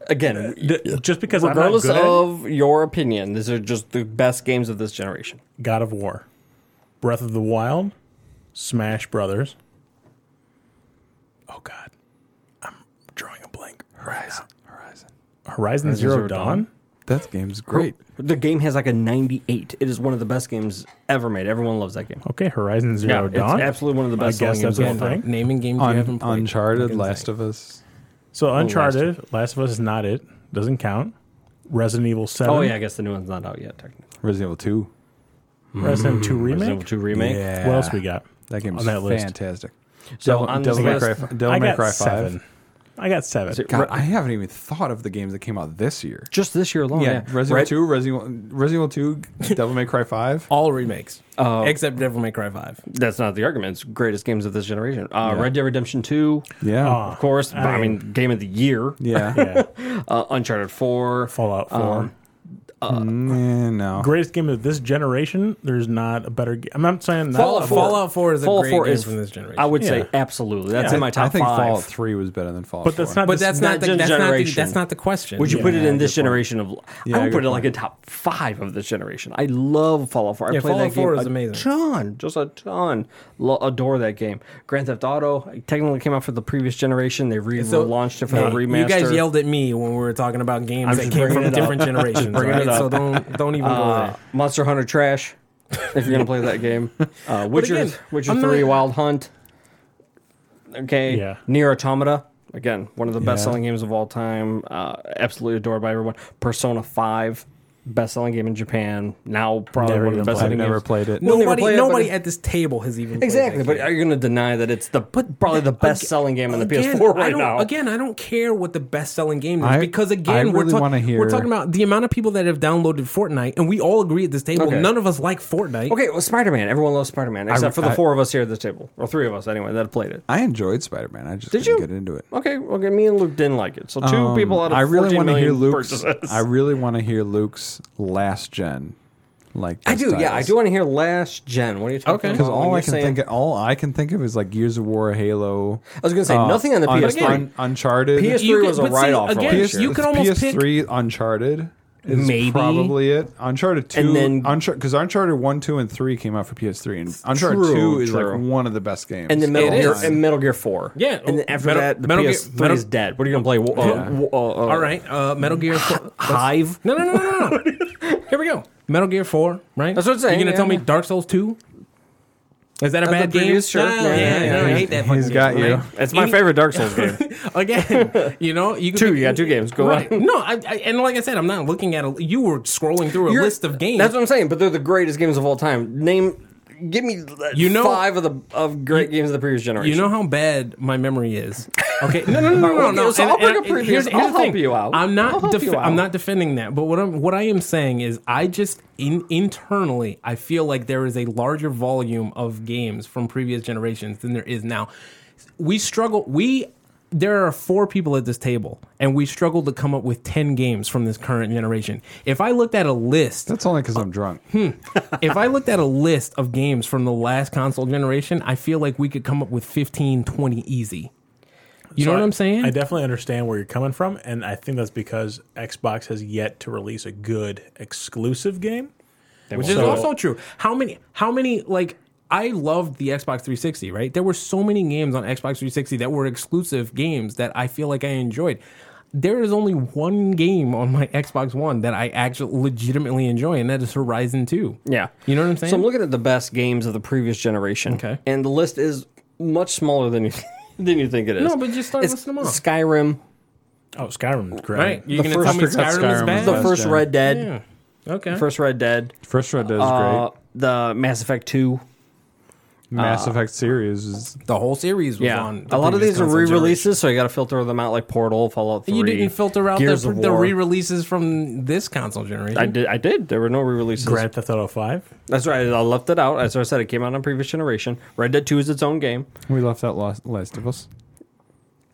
Speaker 4: Again,
Speaker 1: Th- just because
Speaker 4: regardless
Speaker 1: I'm Uh, not good at it,
Speaker 4: of your opinion, these are just the best games of this generation.
Speaker 1: God of War, Breath of the Wild, Smash Brothers. Oh God, I'm drawing a blank.
Speaker 5: Horizon. Horizon.
Speaker 1: Horizon, Zero,
Speaker 4: Zero
Speaker 1: Dawn.
Speaker 4: Dawn?
Speaker 5: That game's great.
Speaker 4: The game has like a 98. It is one of the best games ever made. Everyone loves that game.
Speaker 1: Okay, Horizon Zero
Speaker 4: it's
Speaker 1: Dawn.
Speaker 4: absolutely one of the
Speaker 1: I
Speaker 4: best
Speaker 1: guess
Speaker 4: selling
Speaker 1: that's
Speaker 4: games of all
Speaker 1: a
Speaker 4: time.
Speaker 1: thing.
Speaker 3: Naming games you
Speaker 5: Un-
Speaker 3: haven't played.
Speaker 5: Uncharted,
Speaker 3: Fucking
Speaker 5: Last
Speaker 3: insane.
Speaker 5: of Us.
Speaker 1: So
Speaker 4: Last
Speaker 1: Uncharted, Last of Us is not it. Doesn't count. Resident Evil Seven.
Speaker 4: Oh yeah, I guess the new one's not out yet. Technically,
Speaker 5: Resident Evil Two.
Speaker 1: Mm-hmm. Resident Evil Two
Speaker 4: Resident
Speaker 1: remake.
Speaker 4: Evil 2 remake.
Speaker 5: Yeah.
Speaker 1: What else we got?
Speaker 5: That game
Speaker 1: on
Speaker 5: is
Speaker 1: that list?
Speaker 5: fantastic.
Speaker 4: So
Speaker 5: Devil,
Speaker 4: on
Speaker 5: Devil
Speaker 4: this
Speaker 5: May Cry,
Speaker 4: list-
Speaker 5: Devil
Speaker 1: I
Speaker 5: May
Speaker 1: got
Speaker 5: Cry Five.
Speaker 1: seven. I got seven.
Speaker 5: God, I haven't even thought of the games that came out this year.
Speaker 4: Just this year alone, yeah.
Speaker 5: Oh, Yeah, Resident Evil Two, Resident, Resident Evil Two, Devil May Cry Five.
Speaker 3: All remakes
Speaker 4: Oh.
Speaker 3: except Devil May Cry Five.
Speaker 4: That's not the argument. It's greatest games of this generation. Uh, Red Dead Redemption Two,
Speaker 5: Yeah,
Speaker 1: Aw.
Speaker 4: of course. I,
Speaker 1: I
Speaker 4: mean, game of the year.
Speaker 5: yeah.
Speaker 1: Oh. Yeah.
Speaker 4: Uh, Uncharted Four.
Speaker 1: Fallout Four.
Speaker 5: Mm, no,
Speaker 1: Greatest game of this generation. There's not a better. game. I'm not saying that.
Speaker 3: Fallout Four. Fallout 4 is a
Speaker 4: Fallout
Speaker 3: great game from this generation.
Speaker 4: I would
Speaker 1: Yeah.
Speaker 4: say absolutely. That's
Speaker 1: Yeah.
Speaker 4: in my top
Speaker 5: I think
Speaker 4: five.
Speaker 5: Fallout Three was better than Fallout.
Speaker 1: but that's
Speaker 5: 4.
Speaker 1: not.
Speaker 3: but
Speaker 1: this-
Speaker 3: that's not
Speaker 4: that
Speaker 3: the, that's not the
Speaker 4: generation.
Speaker 3: that's not the question.
Speaker 4: Would you
Speaker 3: Yeah.
Speaker 4: put it
Speaker 1: Yeah,
Speaker 4: in this
Speaker 1: good
Speaker 4: generation of?
Speaker 5: Yeah,
Speaker 4: I would put
Speaker 5: good
Speaker 4: it like a top five of this generation. I love Fallout Four. I
Speaker 3: Yeah,
Speaker 4: played
Speaker 3: Fallout
Speaker 4: that game
Speaker 3: 4 is
Speaker 4: a
Speaker 3: amazing.
Speaker 4: ton, just a ton. Lo- adore that game. Grand Theft Auto technically came out for the previous generation. They relaunched it for
Speaker 3: Hey,
Speaker 4: the remaster.
Speaker 3: You guys yelled at me when we were talking about games
Speaker 4: I'm
Speaker 3: that
Speaker 4: just
Speaker 3: came
Speaker 4: bringing
Speaker 3: from
Speaker 4: it up.
Speaker 3: different generations.
Speaker 4: bringing
Speaker 3: right?
Speaker 4: it up.
Speaker 3: So don't don't even go
Speaker 4: Uh,
Speaker 3: there.
Speaker 4: Monster Hunter Trash. if you're gonna play that game, uh, Witcher,
Speaker 3: again,
Speaker 4: Witcher
Speaker 3: I'm not-
Speaker 4: Three, Wild Hunt. Okay,
Speaker 1: Yeah.
Speaker 4: Near Automata. Again, one of the best-selling games of all time. Uh, absolutely adored by everyone. Persona Five, best-selling game in Japan. Now probably
Speaker 1: Never
Speaker 4: one of the
Speaker 1: even
Speaker 5: I've
Speaker 4: best-selling
Speaker 5: never
Speaker 4: games.
Speaker 5: played it.
Speaker 4: We'll never
Speaker 3: Nobody
Speaker 4: play it,
Speaker 3: nobody
Speaker 4: but-
Speaker 3: at this table has even played
Speaker 4: Exactly,
Speaker 3: that
Speaker 4: but
Speaker 3: game.
Speaker 4: are you gonna deny that it's the probably the best-selling game on the
Speaker 3: Again,
Speaker 4: PS4
Speaker 3: I
Speaker 4: right
Speaker 3: don't-
Speaker 4: now?
Speaker 3: Again, I don't care what the best selling game is
Speaker 5: I-
Speaker 3: because again,
Speaker 5: I
Speaker 3: we're,
Speaker 5: really
Speaker 3: talk-
Speaker 5: wanna hear-
Speaker 3: we're talking about the amount of people that have downloaded Fortnite, and we all agree at this table.
Speaker 4: Okay.
Speaker 3: None of us like Fortnite.
Speaker 4: Okay, well, Spider-Man. Everyone loves Spider-Man except for the
Speaker 5: I-
Speaker 4: four of us here at this table, or three of us anyway, that played it.
Speaker 5: I enjoyed Spider Man. I just
Speaker 4: Did
Speaker 5: couldn't
Speaker 4: you?
Speaker 5: get into it.
Speaker 4: Okay, well, okay, me and Luke didn't like it. So two
Speaker 5: Um,
Speaker 4: people out of
Speaker 5: I really
Speaker 4: 14
Speaker 5: wanna
Speaker 4: million
Speaker 5: hear Luke's.
Speaker 4: purchases.
Speaker 5: I really want to hear Luke's last gen. Like
Speaker 4: I do, yeah, I
Speaker 5: styles.
Speaker 4: do want to hear last gen. What are you talking
Speaker 3: Okay.
Speaker 4: about?
Speaker 5: Because all
Speaker 4: When
Speaker 5: I
Speaker 4: you're
Speaker 5: can
Speaker 4: saying-
Speaker 5: think, of, all I can think of is like Gears of War, Halo. uh,
Speaker 4: I was gonna say, nothing on the
Speaker 5: Un-
Speaker 4: PS3.
Speaker 5: Un- Uncharted.
Speaker 4: PS3
Speaker 3: You
Speaker 4: was a
Speaker 3: but see,
Speaker 4: write-off for
Speaker 3: Again,
Speaker 4: last year.
Speaker 3: you could almost pick
Speaker 5: PS3 Uncharted. Is
Speaker 3: Maybe.
Speaker 5: probably it. Uncharted two,
Speaker 4: And then-
Speaker 5: because Uncharted one, two, and three came out for PS3, and Uncharted
Speaker 4: True,
Speaker 5: two is
Speaker 4: true.
Speaker 5: like one of the best games.
Speaker 4: and then Metal
Speaker 5: of all
Speaker 4: Gear
Speaker 5: time.
Speaker 4: and Metal Gear Four.
Speaker 3: Yeah,
Speaker 4: and then after
Speaker 3: Metal-
Speaker 4: that, the
Speaker 3: Metal Gear-
Speaker 4: PS3
Speaker 3: Metal-
Speaker 4: is dead. What are you gonna play? Wo- uh,
Speaker 5: Yeah.
Speaker 4: wo- uh, uh,
Speaker 3: All right, uh, Metal Gear Four.
Speaker 4: Hive.
Speaker 3: No, no, no, no, no, no. Here we go. Metal Gear Four, right?
Speaker 4: That's what I'm saying,
Speaker 3: You're gonna
Speaker 4: yeah,
Speaker 3: tell me
Speaker 4: yeah.
Speaker 3: Dark Souls Two? Is that a
Speaker 4: That's
Speaker 3: bad
Speaker 4: the
Speaker 3: game?
Speaker 4: previous, sure.
Speaker 3: No,
Speaker 4: Yeah,
Speaker 3: yeah,
Speaker 4: yeah,
Speaker 3: no, I
Speaker 4: yeah.
Speaker 3: hate that.
Speaker 5: He's
Speaker 3: fucking
Speaker 5: got
Speaker 3: game,
Speaker 5: you.
Speaker 3: right?
Speaker 4: It's my
Speaker 3: Any-
Speaker 4: favorite Dark Souls game.
Speaker 3: Again, you know, you could
Speaker 4: Two,
Speaker 3: be-
Speaker 4: you got two games. Go
Speaker 3: right.
Speaker 4: on.
Speaker 3: No, I, I, and like I said, I'm not looking at. a You were scrolling through a
Speaker 4: You're-
Speaker 3: list of games.
Speaker 4: That's what I'm saying. But they're the greatest games of all time. Name, give me uh,
Speaker 3: You know-
Speaker 4: five of the of great games of the previous generation.
Speaker 3: You know how bad my memory is. Okay, no, no, no, no, no.
Speaker 4: Okay,
Speaker 3: no.
Speaker 4: so I'll bring a previous. I'll
Speaker 3: the thing.
Speaker 4: help you out.
Speaker 3: I'm
Speaker 4: I'll
Speaker 3: not.
Speaker 4: help
Speaker 3: Def-
Speaker 4: you out.
Speaker 3: I'm not defending that. But what I'm, what I am saying is, I just in, internally, I feel like there is a larger volume of games from previous generations than there is now. We struggle. We there are four people at this table, and we struggle to come up with ten games from this current generation. If I looked at a list
Speaker 5: that's only because I'm drunk.
Speaker 4: Hmm.
Speaker 3: if I looked at a list of games from the last console generation, I feel like we could come up with 15, 20 easy. You know what I'm saying?
Speaker 1: I definitely understand where you're coming from, and I think that's because Xbox has yet to release a good exclusive game.
Speaker 3: Which is
Speaker 1: So-
Speaker 3: also true. How many how many like I loved the Xbox 360, right? There were so many games on Xbox 360 that were exclusive games that I feel like I enjoyed. There is only one game on my Xbox One that I actually legitimately enjoy, and that is Horizon 2.
Speaker 4: Yeah.
Speaker 3: You know what I'm saying?
Speaker 4: So I'm looking at the best games of the previous generation.
Speaker 3: Okay.
Speaker 4: And the list is much smaller than you than you think it is.
Speaker 3: No, but just start
Speaker 4: It's
Speaker 3: listing them off.
Speaker 4: Skyrim,
Speaker 1: Oh, Skyrim, great.
Speaker 3: right. You're going to
Speaker 4: first-
Speaker 3: tell me
Speaker 5: I forgot
Speaker 3: Skyrim,
Speaker 5: Skyrim
Speaker 3: is
Speaker 5: was
Speaker 3: bad?
Speaker 4: the
Speaker 5: Last
Speaker 4: first
Speaker 5: gen.
Speaker 4: Red Dead,
Speaker 3: okay.
Speaker 4: first Red Dead,
Speaker 5: First Red Dead is
Speaker 4: uh,
Speaker 5: great.
Speaker 4: the Mass Effect Two.
Speaker 5: Mass Effect series is
Speaker 3: the whole series was
Speaker 4: Yeah,
Speaker 3: on. the
Speaker 4: a lot of
Speaker 3: previous
Speaker 4: these are
Speaker 3: console
Speaker 4: re-releases,
Speaker 3: generation.
Speaker 4: so you got to filter them out like Portal, Fallout Three.
Speaker 3: You didn't filter out
Speaker 4: Gears
Speaker 3: the,
Speaker 4: of
Speaker 3: the
Speaker 4: War.
Speaker 3: re-releases from this console generation.
Speaker 4: I did. I did. There were no re-releases.
Speaker 1: Grand Theft Auto Five.
Speaker 4: That's right. I left it out. As I said, it came out on previous generation. Red Dead Two is its own game.
Speaker 5: we left out Last, Last of Us.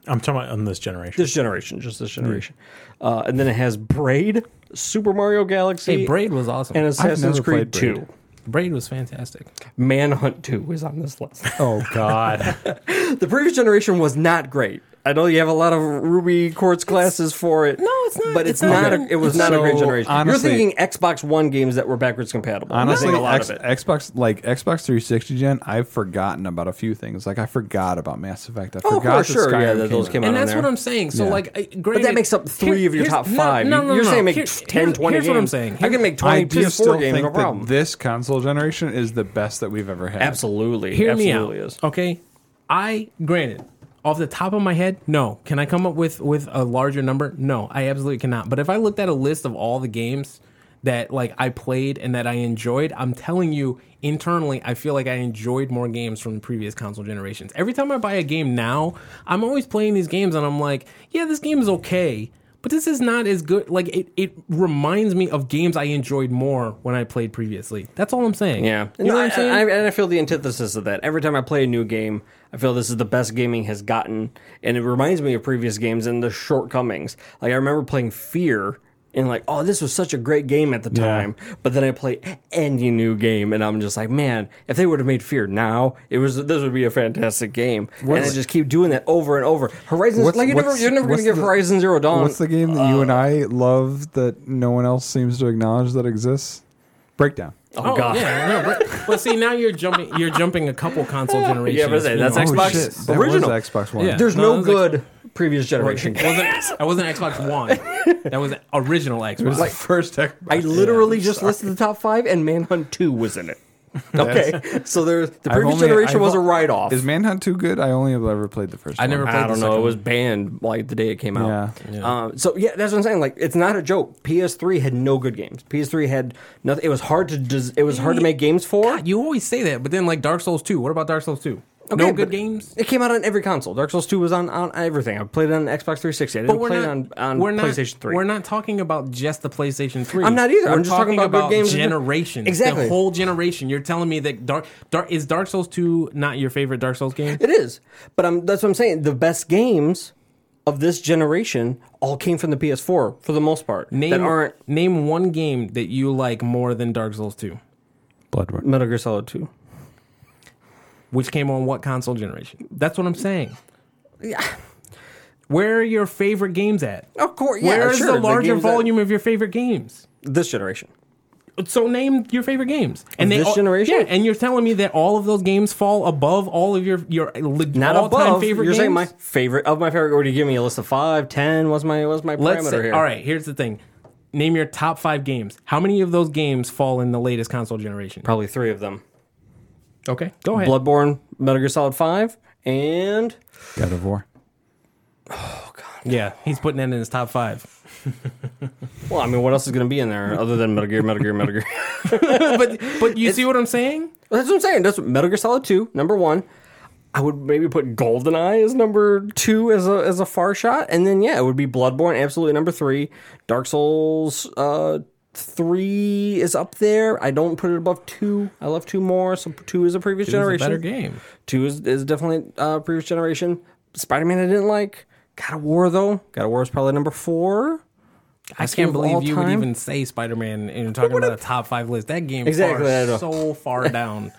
Speaker 1: I'm talking about on this generation.
Speaker 4: This generation, just
Speaker 3: Hmm.
Speaker 4: this generation. Uh, and then it has Braid, Super Mario Galaxy,
Speaker 3: Hey, Braid was awesome.
Speaker 4: and Assassin's
Speaker 5: never
Speaker 4: Creed
Speaker 5: played Braid.
Speaker 4: Two.
Speaker 3: Braid was fantastic.
Speaker 4: Manhunt 2 is on this list.
Speaker 5: Oh God!
Speaker 4: the previous generation was not great. I know you have a lot of Ruby Quartz classes for it.
Speaker 3: no, it's not-
Speaker 4: But
Speaker 3: it's
Speaker 4: it's,
Speaker 3: not
Speaker 4: not.
Speaker 3: even-
Speaker 4: a, it was not a
Speaker 5: So,
Speaker 4: great generation.
Speaker 5: honestly-
Speaker 4: You're thinking Xbox One games that were backwards compatible.
Speaker 5: Honestly,
Speaker 4: You're thinking a lot
Speaker 5: X-
Speaker 4: of it.
Speaker 5: Xbox like Xbox 360 gen, I've forgotten about a few things. Like I forgot about Mass Effect. I forgot
Speaker 4: Oh, course,
Speaker 5: that
Speaker 4: sure,
Speaker 5: Skyrim
Speaker 4: yeah, that those came out.
Speaker 3: And
Speaker 4: on
Speaker 3: that's
Speaker 4: there.
Speaker 3: what I'm saying. So,
Speaker 5: Yeah.
Speaker 3: like, I- granted,
Speaker 4: But that makes up three of your
Speaker 3: here's-
Speaker 4: top
Speaker 3: no,
Speaker 4: five.
Speaker 3: No, no,
Speaker 4: You're
Speaker 3: no.
Speaker 4: saying make
Speaker 3: Here-
Speaker 4: 10,
Speaker 3: here's-
Speaker 4: 20
Speaker 3: here's
Speaker 4: games.
Speaker 3: what I'm saying.
Speaker 4: I can make 20,
Speaker 5: I do
Speaker 4: 24
Speaker 5: still
Speaker 4: games,
Speaker 5: think
Speaker 4: no problem.
Speaker 5: that this console generation is the best that we've ever had.
Speaker 4: absolutely.
Speaker 3: Hear
Speaker 4: absolutely
Speaker 3: me out.
Speaker 4: is.
Speaker 3: Okay, I granted off the top of my head, no. Can I come up with with a larger number? No, I absolutely cannot. But if I looked at a list of all the games that like I played and that I enjoyed. I'm telling you, internally, I feel like I enjoyed more games from previous console generations. Every time I buy a game now, I'm always playing these games and I'm like, yeah, this game is okay, but this is not as good. Like it, it reminds me of games I enjoyed more when I played previously. That's all I'm saying.
Speaker 4: Yeah,
Speaker 3: you know what I'm saying.
Speaker 4: I, and I feel the antithesis of that. Every time I play a new game, I feel this is the best gaming has gotten, and it reminds me of previous games and the shortcomings. Like I remember playing Fear. And like, oh, this was such a great game at the time. But then I play any new game, and I'm just like, man, if they would have made Fear now, it was this would be a fantastic game. and I just keep doing that over and over. Horizons,
Speaker 5: What's-
Speaker 4: like you're never,
Speaker 5: what's-
Speaker 4: you're never gonna
Speaker 5: what's
Speaker 4: give
Speaker 5: the-
Speaker 4: Horizon Zero Dawn. Uh,
Speaker 5: What's the game that you and I love that no one else seems to acknowledge that exists? Breakdown.
Speaker 4: oh, god,
Speaker 3: Yeah, no, but, well, see, now you're jumping. You're jumping a couple console generations.
Speaker 4: but that's-
Speaker 3: you
Speaker 4: that's
Speaker 3: know.
Speaker 4: Xbox
Speaker 5: Oh, that was
Speaker 4: original.
Speaker 5: Xbox One.
Speaker 3: Yeah.
Speaker 4: there's
Speaker 3: No,
Speaker 4: no
Speaker 3: it's like-
Speaker 4: good previous generation.
Speaker 3: It wasn't, that wasn't Xbox One. That was original Xbox.
Speaker 5: Like first Xbox.
Speaker 4: I literally just listed the top five, and Manhunt Two was in it. Okay, so there, the
Speaker 5: I've
Speaker 4: previous
Speaker 5: only-
Speaker 4: generation
Speaker 5: I've
Speaker 4: was a
Speaker 5: al-
Speaker 4: write off.
Speaker 5: Is Manhunt too good? I only have ever played the first.
Speaker 3: I
Speaker 5: one.
Speaker 3: never played
Speaker 4: I
Speaker 3: the
Speaker 4: don't
Speaker 3: second
Speaker 4: know. It
Speaker 3: one.
Speaker 4: was banned like the day it came out.
Speaker 5: Yeah.
Speaker 4: Um, so yeah, that's what I'm saying. Like, it's not a joke. PS3 had no good games. PS3 had nothing. It was hard to. Des- it was hard to make games for.
Speaker 3: You always say that, but then like Dark Souls 2. What about Dark Souls 2?
Speaker 4: Okay,
Speaker 3: no good
Speaker 4: but
Speaker 3: games.
Speaker 4: It came out on every console. Dark Souls 2 was on, on everything. I played it on Xbox 360. I didn't
Speaker 3: But we're
Speaker 4: play
Speaker 3: not
Speaker 4: it on, on
Speaker 3: we're
Speaker 4: PlayStation
Speaker 3: not,
Speaker 4: 3.
Speaker 3: We're not talking about just the PlayStation 3.
Speaker 4: I'm not either.
Speaker 3: We're
Speaker 4: I'm just talking about good games.
Speaker 3: generations.
Speaker 4: Exactly.
Speaker 3: The whole generation. You're telling me that Dark, Dark is Dark Souls 2 not your favorite Dark Souls game?
Speaker 4: It is, but I'm, that's what I'm saying. The best games of this generation all came from the PS4 for the most part. that
Speaker 3: Name
Speaker 4: aren't
Speaker 3: name one game that you like more than Dark Souls 2,
Speaker 5: Bloodborne.
Speaker 4: Metal Gear Solid 2.
Speaker 3: which came on what console generation? That's what I'm saying. Yeah. Where are your favorite games at?
Speaker 4: Of course, Oh, yeah,
Speaker 3: Where is
Speaker 4: sure,
Speaker 3: the larger
Speaker 4: games that-
Speaker 3: volume of your favorite games?
Speaker 4: this generation?
Speaker 3: So name your favorite games. And
Speaker 4: this
Speaker 3: all-
Speaker 4: generation?
Speaker 3: Yeah, and you're telling me that all of those games fall above all of your your leg-
Speaker 4: Not
Speaker 3: all-time
Speaker 4: above.
Speaker 3: favorite
Speaker 4: you're
Speaker 3: games.
Speaker 4: saying my favorite of my favorite. Or do you give me a list of five, ten? What's my what's my
Speaker 3: Let's
Speaker 4: parameter
Speaker 3: say,
Speaker 4: here?
Speaker 3: all right. Here's the thing. Name your top five games. How many of those games fall in the latest console generation?
Speaker 4: probably three of them:
Speaker 3: Okay, go ahead.
Speaker 4: Bloodborne, Metal Gear Solid 5, and
Speaker 5: God of War.
Speaker 3: Yeah, he's putting that in his top five.
Speaker 4: well, I mean, what else is going to be in there other than Metal Gear, Metal Gear, Metal Gear?
Speaker 3: but but you see what I'm saying?
Speaker 4: Well, That's what I'm saying. That's what- Metal Gear Solid Two, number one. I would maybe put GoldenEye as number two as a as a far shot, and then yeah, it would be Bloodborne absolutely number three. Dark Souls uh, three is up there. I don't put it above two. I love two more. So two is a previous
Speaker 3: It's a
Speaker 4: generation.
Speaker 3: better game.
Speaker 4: Two is, is definitely uh, previous generation. Spider Man I didn't like. God of War though. God of War is probably number four.
Speaker 3: I
Speaker 4: Best game
Speaker 3: can't
Speaker 4: of
Speaker 3: believe
Speaker 4: all
Speaker 3: you would
Speaker 4: time?
Speaker 3: even say Spider-Man and you're talking about a top five list. That game
Speaker 4: Exactly, I know.
Speaker 3: far, so far down.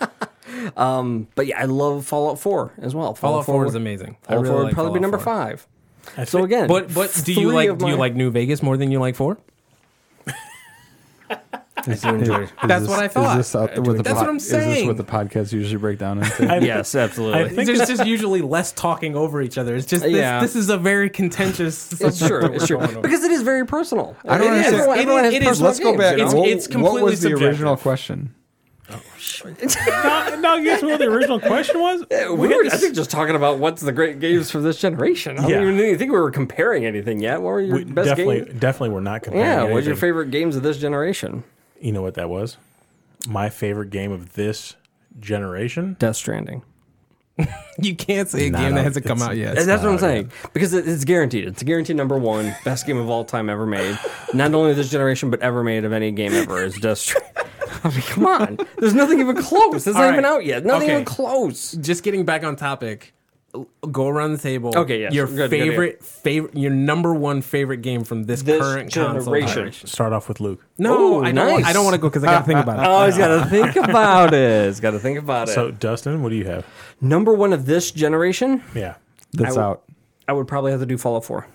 Speaker 4: But yeah, I love Fallout Four as well.
Speaker 3: Fallout 4 is amazing. I
Speaker 4: Fallout
Speaker 3: really
Speaker 4: Four would
Speaker 3: like
Speaker 4: probably be
Speaker 3: Fallout
Speaker 4: number
Speaker 3: 4.
Speaker 4: five. So again,
Speaker 3: But but do you
Speaker 4: three
Speaker 3: like
Speaker 4: of
Speaker 3: do you
Speaker 4: my-
Speaker 3: like New Vegas more than you like four?
Speaker 5: Is, is- is
Speaker 3: That's
Speaker 5: this-
Speaker 3: what I
Speaker 5: is
Speaker 3: thought.
Speaker 5: this out- what the
Speaker 3: That's what I'm
Speaker 5: Is this
Speaker 3: saying.
Speaker 5: what the podcasts usually break down into?
Speaker 4: Yes, absolutely. Uh,
Speaker 1: I think
Speaker 3: There's just usually less talking over each other. It's just this,
Speaker 4: Yeah.
Speaker 3: this is a very contentious.
Speaker 4: It's
Speaker 3: subject
Speaker 4: true.
Speaker 3: that
Speaker 4: It's
Speaker 3: we're
Speaker 4: true.
Speaker 3: going over.
Speaker 4: Because it is very personal.
Speaker 5: I don't
Speaker 4: It is.
Speaker 5: understand.
Speaker 4: Everyone,
Speaker 3: It
Speaker 4: everyone
Speaker 3: is-
Speaker 4: has
Speaker 3: it is-
Speaker 4: personal
Speaker 5: Let's go
Speaker 4: games,
Speaker 5: back.
Speaker 4: you
Speaker 3: It's-
Speaker 4: know?
Speaker 5: what,
Speaker 3: it's
Speaker 5: what was the
Speaker 3: completely
Speaker 5: original
Speaker 3: subjective.
Speaker 5: question?
Speaker 1: no, Uh, no, guess what the original question was?
Speaker 4: we were,
Speaker 1: had
Speaker 4: I
Speaker 1: this-
Speaker 4: think, just talking about what's the great games for this generation. I
Speaker 1: Yeah.
Speaker 4: don't even think we were comparing anything yet. What were your
Speaker 1: we
Speaker 4: best
Speaker 1: definitely,
Speaker 4: games?
Speaker 1: definitely, we're not comparing.
Speaker 4: Yeah, what's your
Speaker 1: anything.
Speaker 4: favorite games of this generation?
Speaker 1: You know what that was? My favorite game of this generation.
Speaker 4: Death Stranding.
Speaker 3: you can't say a
Speaker 1: Nah,
Speaker 3: game
Speaker 1: no,
Speaker 3: that hasn't come
Speaker 1: it's-
Speaker 3: out yet.
Speaker 4: That's what I'm
Speaker 1: not
Speaker 4: saying. Because it- it's guaranteed. It's guaranteed number one. Best game of all time ever made. Not only this generation, but ever made of any game ever is Death Stranding. I mean, come on. There's nothing even close. It's not
Speaker 3: All
Speaker 4: even
Speaker 3: right.
Speaker 4: out yet. Nothing
Speaker 3: Okay.
Speaker 4: even close.
Speaker 3: Just getting back on topic. Go around the table.
Speaker 4: Okay, yes.
Speaker 3: Your
Speaker 4: Good, good,
Speaker 3: favorite, favorite, your number one favorite game from this,
Speaker 4: This
Speaker 3: current
Speaker 4: generation.
Speaker 3: console generation.
Speaker 1: Start off with Luke.
Speaker 3: No,
Speaker 4: Ooh,
Speaker 3: I don't. want-
Speaker 4: nice.
Speaker 3: I don't want to go because I got to think about it.
Speaker 5: Uh,
Speaker 4: Oh, he's got to think about it. He's got to think about it.
Speaker 1: So, Dustin, what do you have?
Speaker 4: number one of this generation,
Speaker 1: Yeah,
Speaker 5: That's
Speaker 4: I w-
Speaker 5: out.
Speaker 4: I would probably have to do Fallout 4.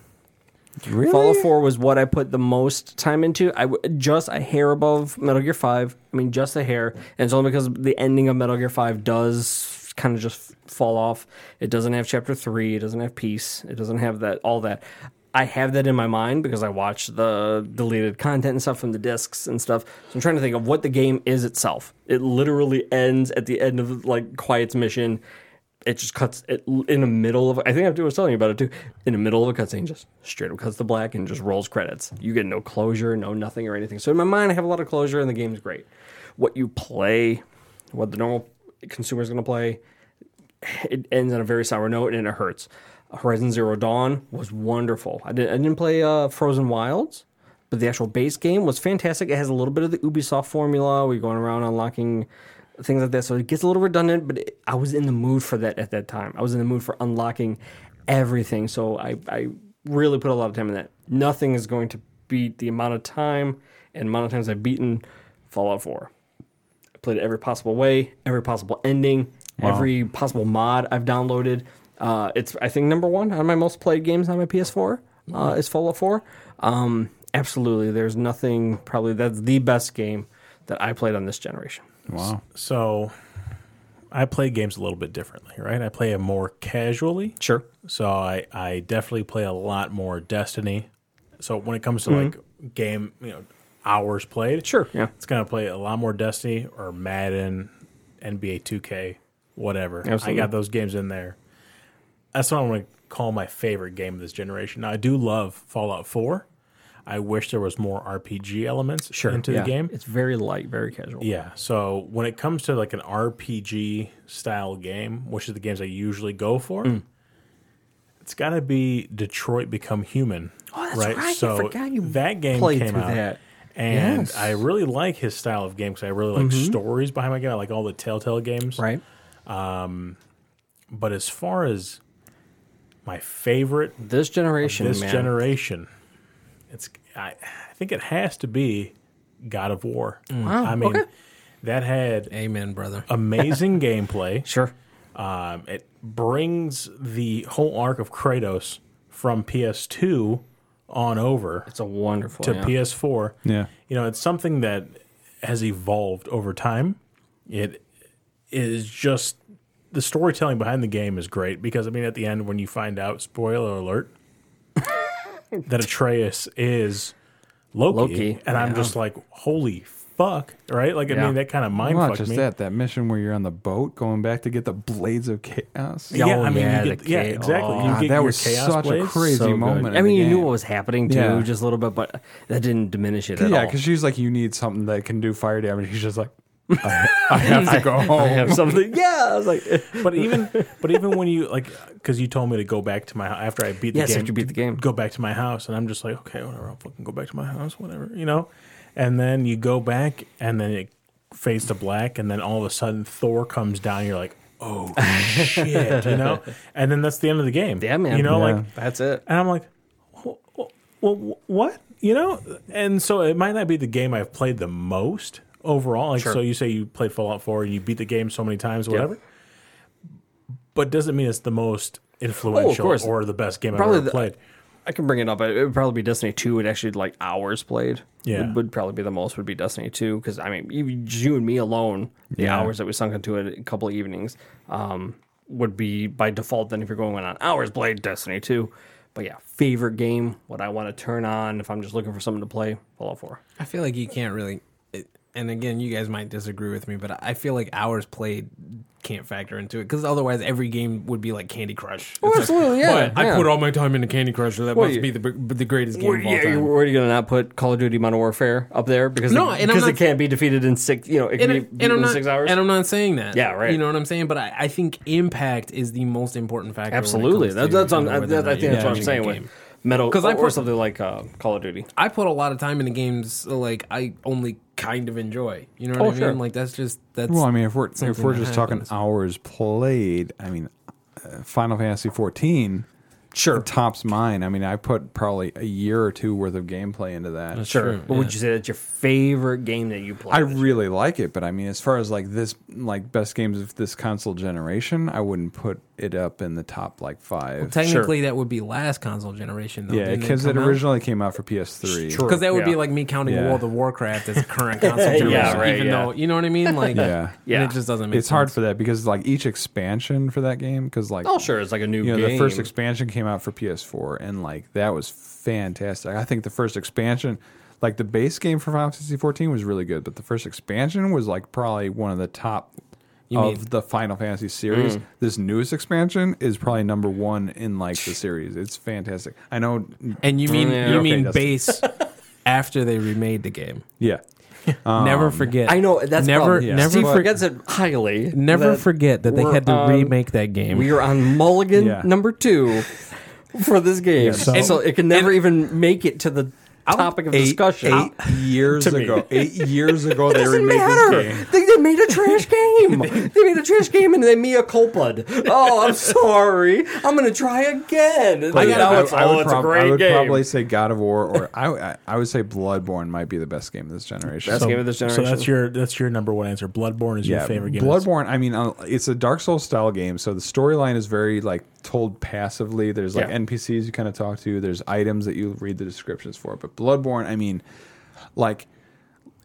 Speaker 5: Really?
Speaker 4: Fallout 4 was what I put the most time into. I w- just a hair above Metal Gear 5. I mean, just a hair. And it's only because the ending of Metal Gear 5 does kind of just fall off. It doesn't have Chapter 3. It doesn't have Peace. It doesn't have that all that. I have that in my mind because I watched the deleted content and stuff from the discs and stuff. So I'm trying to think of what the game is itself. It literally ends at the end of like Quiet's mission it just cuts it in the middle of. I think I was telling you about it too. In the middle of a cutscene, just straight up cuts to black and just rolls credits. You get no closure, no nothing or anything. So in my mind, I have a lot of closure, and the game's great. What you play, what the normal consumer is going to play, it ends on a very sour note and it hurts. Horizon Zero Dawn was wonderful. I didn't, I didn't play uh, Frozen Wilds, but the actual base game was fantastic. It has a little bit of the Ubisoft formula. We're going around unlocking things like that, so it gets a little redundant. But it, I was in the mood for that at that time. I was in the mood for unlocking everything, so I, I really put a lot of time in that. Nothing is going to beat the amount of time and amount of times I've beaten Fallout Four played it every possible way, every possible ending, every possible mod I've downloaded. Uh, it's I think number one on my most played games on my PS4
Speaker 5: Mm-hmm.
Speaker 4: uh, is Fallout 4. Um, absolutely, there's nothing probably that's the best game that I played on this generation.
Speaker 5: Wow.
Speaker 1: So I play games a little bit differently, right? I play them more casually.
Speaker 4: Sure,
Speaker 1: So I, I definitely play a lot more Destiny. So when it comes to like game, you know, hours played,
Speaker 4: Sure, yeah.
Speaker 1: it's gonna play a lot more Destiny or Madden, NBA 2K, whatever.
Speaker 4: Absolutely.
Speaker 1: I got those games in there. That's what I'm gonna call my favorite game of this generation. Now I do love Fallout 4. I wish there was more RPG elements into
Speaker 5: yeah.
Speaker 1: the game.
Speaker 4: it's very light, very casual.
Speaker 1: Yeah. So when it comes to like an RPG style game, which is the games I usually go for,
Speaker 4: Mm.
Speaker 1: it's got to be Detroit Become Human.
Speaker 4: Oh, that's right. I
Speaker 1: So
Speaker 4: forgot you
Speaker 1: that game
Speaker 4: played
Speaker 1: came
Speaker 4: through
Speaker 1: out.
Speaker 4: that.
Speaker 1: And
Speaker 4: Yes. Mm-hmm.
Speaker 1: I really like his style of game because I really like stories behind my game. I like all the Telltale games.
Speaker 4: Right.
Speaker 1: But as far as my favorite
Speaker 4: This generation,
Speaker 1: this
Speaker 4: man.
Speaker 1: generation, it's I, I think it has to be God of War.
Speaker 4: Wow,
Speaker 1: I mean,
Speaker 4: okay.
Speaker 1: that had
Speaker 4: Ah.
Speaker 3: Amen, brother.
Speaker 1: amazing gameplay.
Speaker 4: sure.
Speaker 1: Um, it brings the whole arc of Kratos from PS2 on over
Speaker 4: It's a wonderful.
Speaker 1: to
Speaker 4: Oh, yeah.
Speaker 1: PS4.
Speaker 5: Yeah.
Speaker 1: You know, it's something that has evolved over time. It is just the storytelling behind the game is great because I mean, at the end when you find out, spoiler alert, that Atreus is Loki,
Speaker 4: Loki,
Speaker 1: and I'm just like, holy fuck, right? Like, I
Speaker 4: Yeah.
Speaker 1: mean, that kind of mind
Speaker 5: Well, not
Speaker 1: fucked
Speaker 5: just
Speaker 1: me.
Speaker 5: that, that mission where you're on the boat going back to get the blades of chaos.
Speaker 1: Yeah,
Speaker 4: Oh,
Speaker 1: I mean,
Speaker 4: yeah,
Speaker 1: you get,
Speaker 4: the
Speaker 1: yeah,
Speaker 4: cha-
Speaker 1: exactly.
Speaker 4: oh.
Speaker 1: you
Speaker 5: God,
Speaker 1: get
Speaker 5: that
Speaker 1: your
Speaker 5: was
Speaker 1: chaos
Speaker 5: such
Speaker 1: blades.
Speaker 5: a crazy
Speaker 4: So good.
Speaker 5: moment.
Speaker 4: I
Speaker 5: in the
Speaker 4: mean, you knew
Speaker 5: game.
Speaker 4: what was happening too,
Speaker 5: Yeah.
Speaker 4: just a little bit, but that didn't diminish it at
Speaker 5: Yeah,
Speaker 4: all.
Speaker 5: because she's like, you need something that can do fire damage. He's just like, I, I have to go home.
Speaker 4: I have something. Yeah, I was like,
Speaker 1: But even but even when you like, because you told me to go back to my hou- after I beat the
Speaker 4: Yes,
Speaker 1: game,
Speaker 4: after you beat the game.
Speaker 1: go back to my house, and I'm just like, okay, whatever, I'll fucking go back to my house, whatever, you know. And then you go back, and then it fades to black, and then all of a sudden Thor comes down. And you're like, oh shit, you know. And then that's the end of the game.
Speaker 4: Yeah, man.
Speaker 1: You know,
Speaker 5: Yeah.
Speaker 1: like
Speaker 4: that's it.
Speaker 1: And I'm like, well, well, what? You know? And so it might not be the game I've played the most overall. Like, so you say you played Fallout 4 and you beat the game so many times or whatever, but doesn't mean it's the most influential
Speaker 4: Oh, course.
Speaker 1: or the best game
Speaker 4: Probably
Speaker 1: I've ever
Speaker 4: the-
Speaker 1: played.
Speaker 4: I can bring it up. It would probably be Destiny Two. It actually like hours played.
Speaker 1: Yeah.
Speaker 4: would, would probably be the most. Would be Destiny Two because I mean, even just you and me alone, the hours that we sunk into it, a couple of evenings, um, would be by default. Then if you're going on hours played, Destiny Two. But yeah, favorite game. What I want to turn on if I'm just looking for something to play, Fallout Four.
Speaker 3: I feel like you can't really. It, and again, you guys might disagree with me, but I feel like hours played can't factor into it because otherwise, every game would be like Candy Crush. It's like,
Speaker 4: Oh, absolutely, yeah,
Speaker 3: "What?
Speaker 4: yeah."
Speaker 3: I put all my time into Candy Crush, so that
Speaker 4: Well,
Speaker 3: must
Speaker 4: you-
Speaker 3: be the b- the greatest game
Speaker 4: Where,
Speaker 3: of all
Speaker 4: yeah,
Speaker 3: time.
Speaker 4: where are you going to not put Call of Duty Modern Warfare up there because
Speaker 3: No,
Speaker 4: it,
Speaker 3: and I'm
Speaker 4: because it
Speaker 3: not-
Speaker 4: can't be defeated in six. You know, it
Speaker 3: and,
Speaker 4: can be
Speaker 3: I- and
Speaker 4: beaten
Speaker 3: I'm
Speaker 4: in
Speaker 3: not,
Speaker 4: six hours.
Speaker 3: and I'm not saying that.
Speaker 4: Yeah, right.
Speaker 3: You know what I'm saying? But I, I think impact is the most important factor.
Speaker 4: Absolutely, that, that's on. I, that, I think that's what I'm saying with metal
Speaker 3: 'Cause
Speaker 4: because
Speaker 3: I
Speaker 4: I or
Speaker 3: put-
Speaker 4: something like uh, Call of Duty.
Speaker 3: I put a lot of time into games uh, like I only kind of enjoy. You know what
Speaker 4: Oh,
Speaker 3: I mean?
Speaker 4: sure.
Speaker 3: Like that's just that's.
Speaker 5: Well, I mean, if we're if
Speaker 3: something
Speaker 5: we're
Speaker 3: that
Speaker 5: just
Speaker 3: happens.
Speaker 5: talking hours played, I mean, uh, Final Fantasy 14
Speaker 4: Sure,
Speaker 5: tops mine. I mean, I put probably a year or two worth of gameplay into that.
Speaker 4: sure. But would you say that's your favorite game that you play?
Speaker 5: I really like it, but I mean, as far as like this, like best games of this console generation, I wouldn't put it up in the top like five.
Speaker 3: Technically, that would be last console generation. Though,
Speaker 5: yeah, because it originally came out for PS3.
Speaker 3: Because that would be
Speaker 4: Yeah.
Speaker 3: like me counting
Speaker 5: Yeah.
Speaker 3: World of Warcraft as a current console generation,
Speaker 4: right,
Speaker 3: even
Speaker 4: yeah.
Speaker 3: though you know what I mean. Like,
Speaker 5: Yeah.
Speaker 4: Yeah.
Speaker 3: and it just doesn't make.
Speaker 5: It's hard
Speaker 3: sense.
Speaker 5: for that because like each expansion for that game, because like
Speaker 4: oh, sure, it's like a new
Speaker 5: you know
Speaker 4: game.
Speaker 5: the first expansion came out for PS4, and like that was fantastic. I think the first expansion, like the base game for Final Fantasy 14, was really good, but the first expansion was like probably one of the top of the Final Fantasy
Speaker 4: Mm.
Speaker 5: series. This newest expansion is probably number one in like the series. It's fantastic. I know.
Speaker 3: And you mean
Speaker 4: Mm, yeah,
Speaker 3: you
Speaker 5: okay,
Speaker 3: mean
Speaker 5: Dustin.
Speaker 3: base after they remade the game.
Speaker 5: Yeah,
Speaker 3: never forget.
Speaker 4: I know that's
Speaker 3: never
Speaker 4: probably-
Speaker 3: never
Speaker 4: Steve
Speaker 3: for-
Speaker 4: forgets it highly.
Speaker 3: never forget that they
Speaker 4: we're um,
Speaker 3: had to
Speaker 4: on-
Speaker 3: remake that game.
Speaker 4: We are on Mulligan
Speaker 5: Yeah.
Speaker 4: number two for this game, so,
Speaker 3: And-
Speaker 4: it can never even make it to the topic of
Speaker 5: Eight-
Speaker 4: discussion.
Speaker 5: Eight years ago, eight years ago, they
Speaker 4: doesn't
Speaker 5: remade this
Speaker 4: matter.
Speaker 5: game.
Speaker 4: They, they made a trash game. they made a trash game and they mea culpa. Oh, I'm sorry. I'm gonna try again. And
Speaker 5: But
Speaker 4: now
Speaker 5: I,
Speaker 4: it's,
Speaker 5: I
Speaker 4: oh,
Speaker 5: would,
Speaker 4: it's a
Speaker 5: prob- I
Speaker 4: great
Speaker 5: would
Speaker 4: game.
Speaker 5: probably say God of War, or I, I, I would say Bloodborne might be the best game of this generation.
Speaker 4: Best game of this
Speaker 1: So
Speaker 4: generation.
Speaker 1: that's your that's your number one answer. Bloodborne is your favorite game.
Speaker 5: Bloodborne. I mean, uh, it's a Dark Souls style game, so the storyline is very like told passively. There's like
Speaker 4: Yeah.
Speaker 5: NPCs you kind of talk to. There's items that you read the descriptions for. But Bloodborne, I mean, like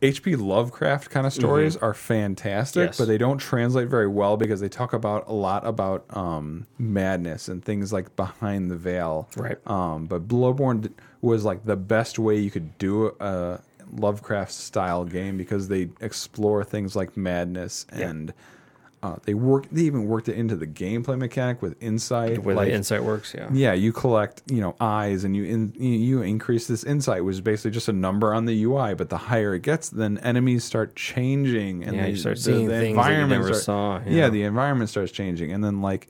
Speaker 5: H.P. Lovecraft kind of stories are fantastic,
Speaker 4: Mm-hmm. Yes.
Speaker 5: but they don't translate very well because they talk about a lot about um, madness and things like behind the veil.
Speaker 4: Right.
Speaker 5: Um, but Bloodborne d- was like the best way you could do a Lovecraft style game because they explore things like madness and uh, they work. They even worked it into the gameplay mechanic with insight.
Speaker 4: where
Speaker 5: like,
Speaker 4: the insight works. Yeah.
Speaker 5: yeah, you collect you know eyes and you in, you- you increase this insight, which is basically just a number on the UI. But the higher it gets, then enemies start changing and
Speaker 4: Yeah,
Speaker 5: they,
Speaker 4: you start seeing things that you never saw,
Speaker 5: Yeah.
Speaker 4: yeah.
Speaker 5: the environment starts changing, and then like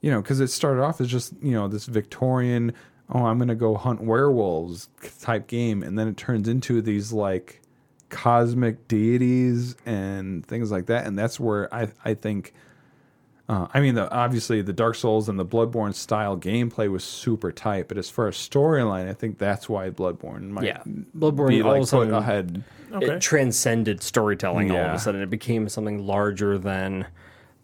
Speaker 5: you know because it started off as just you know this Victorian oh I'm gonna go hunt werewolves type game, and then it turns into these like cosmic deities and things like that, and that's where I I think. Uh, I mean, the, obviously, the Dark Souls and the Bloodborne style gameplay was super tight, but as far as storyline, I think that's why Bloodborne might
Speaker 4: Yeah. Bloodborne
Speaker 5: Bloodborne be
Speaker 4: all of
Speaker 5: like
Speaker 4: a sudden-
Speaker 5: put ahead.
Speaker 1: Okay.
Speaker 4: It transcended storytelling all of
Speaker 5: Yeah.
Speaker 4: a sudden. It became something larger than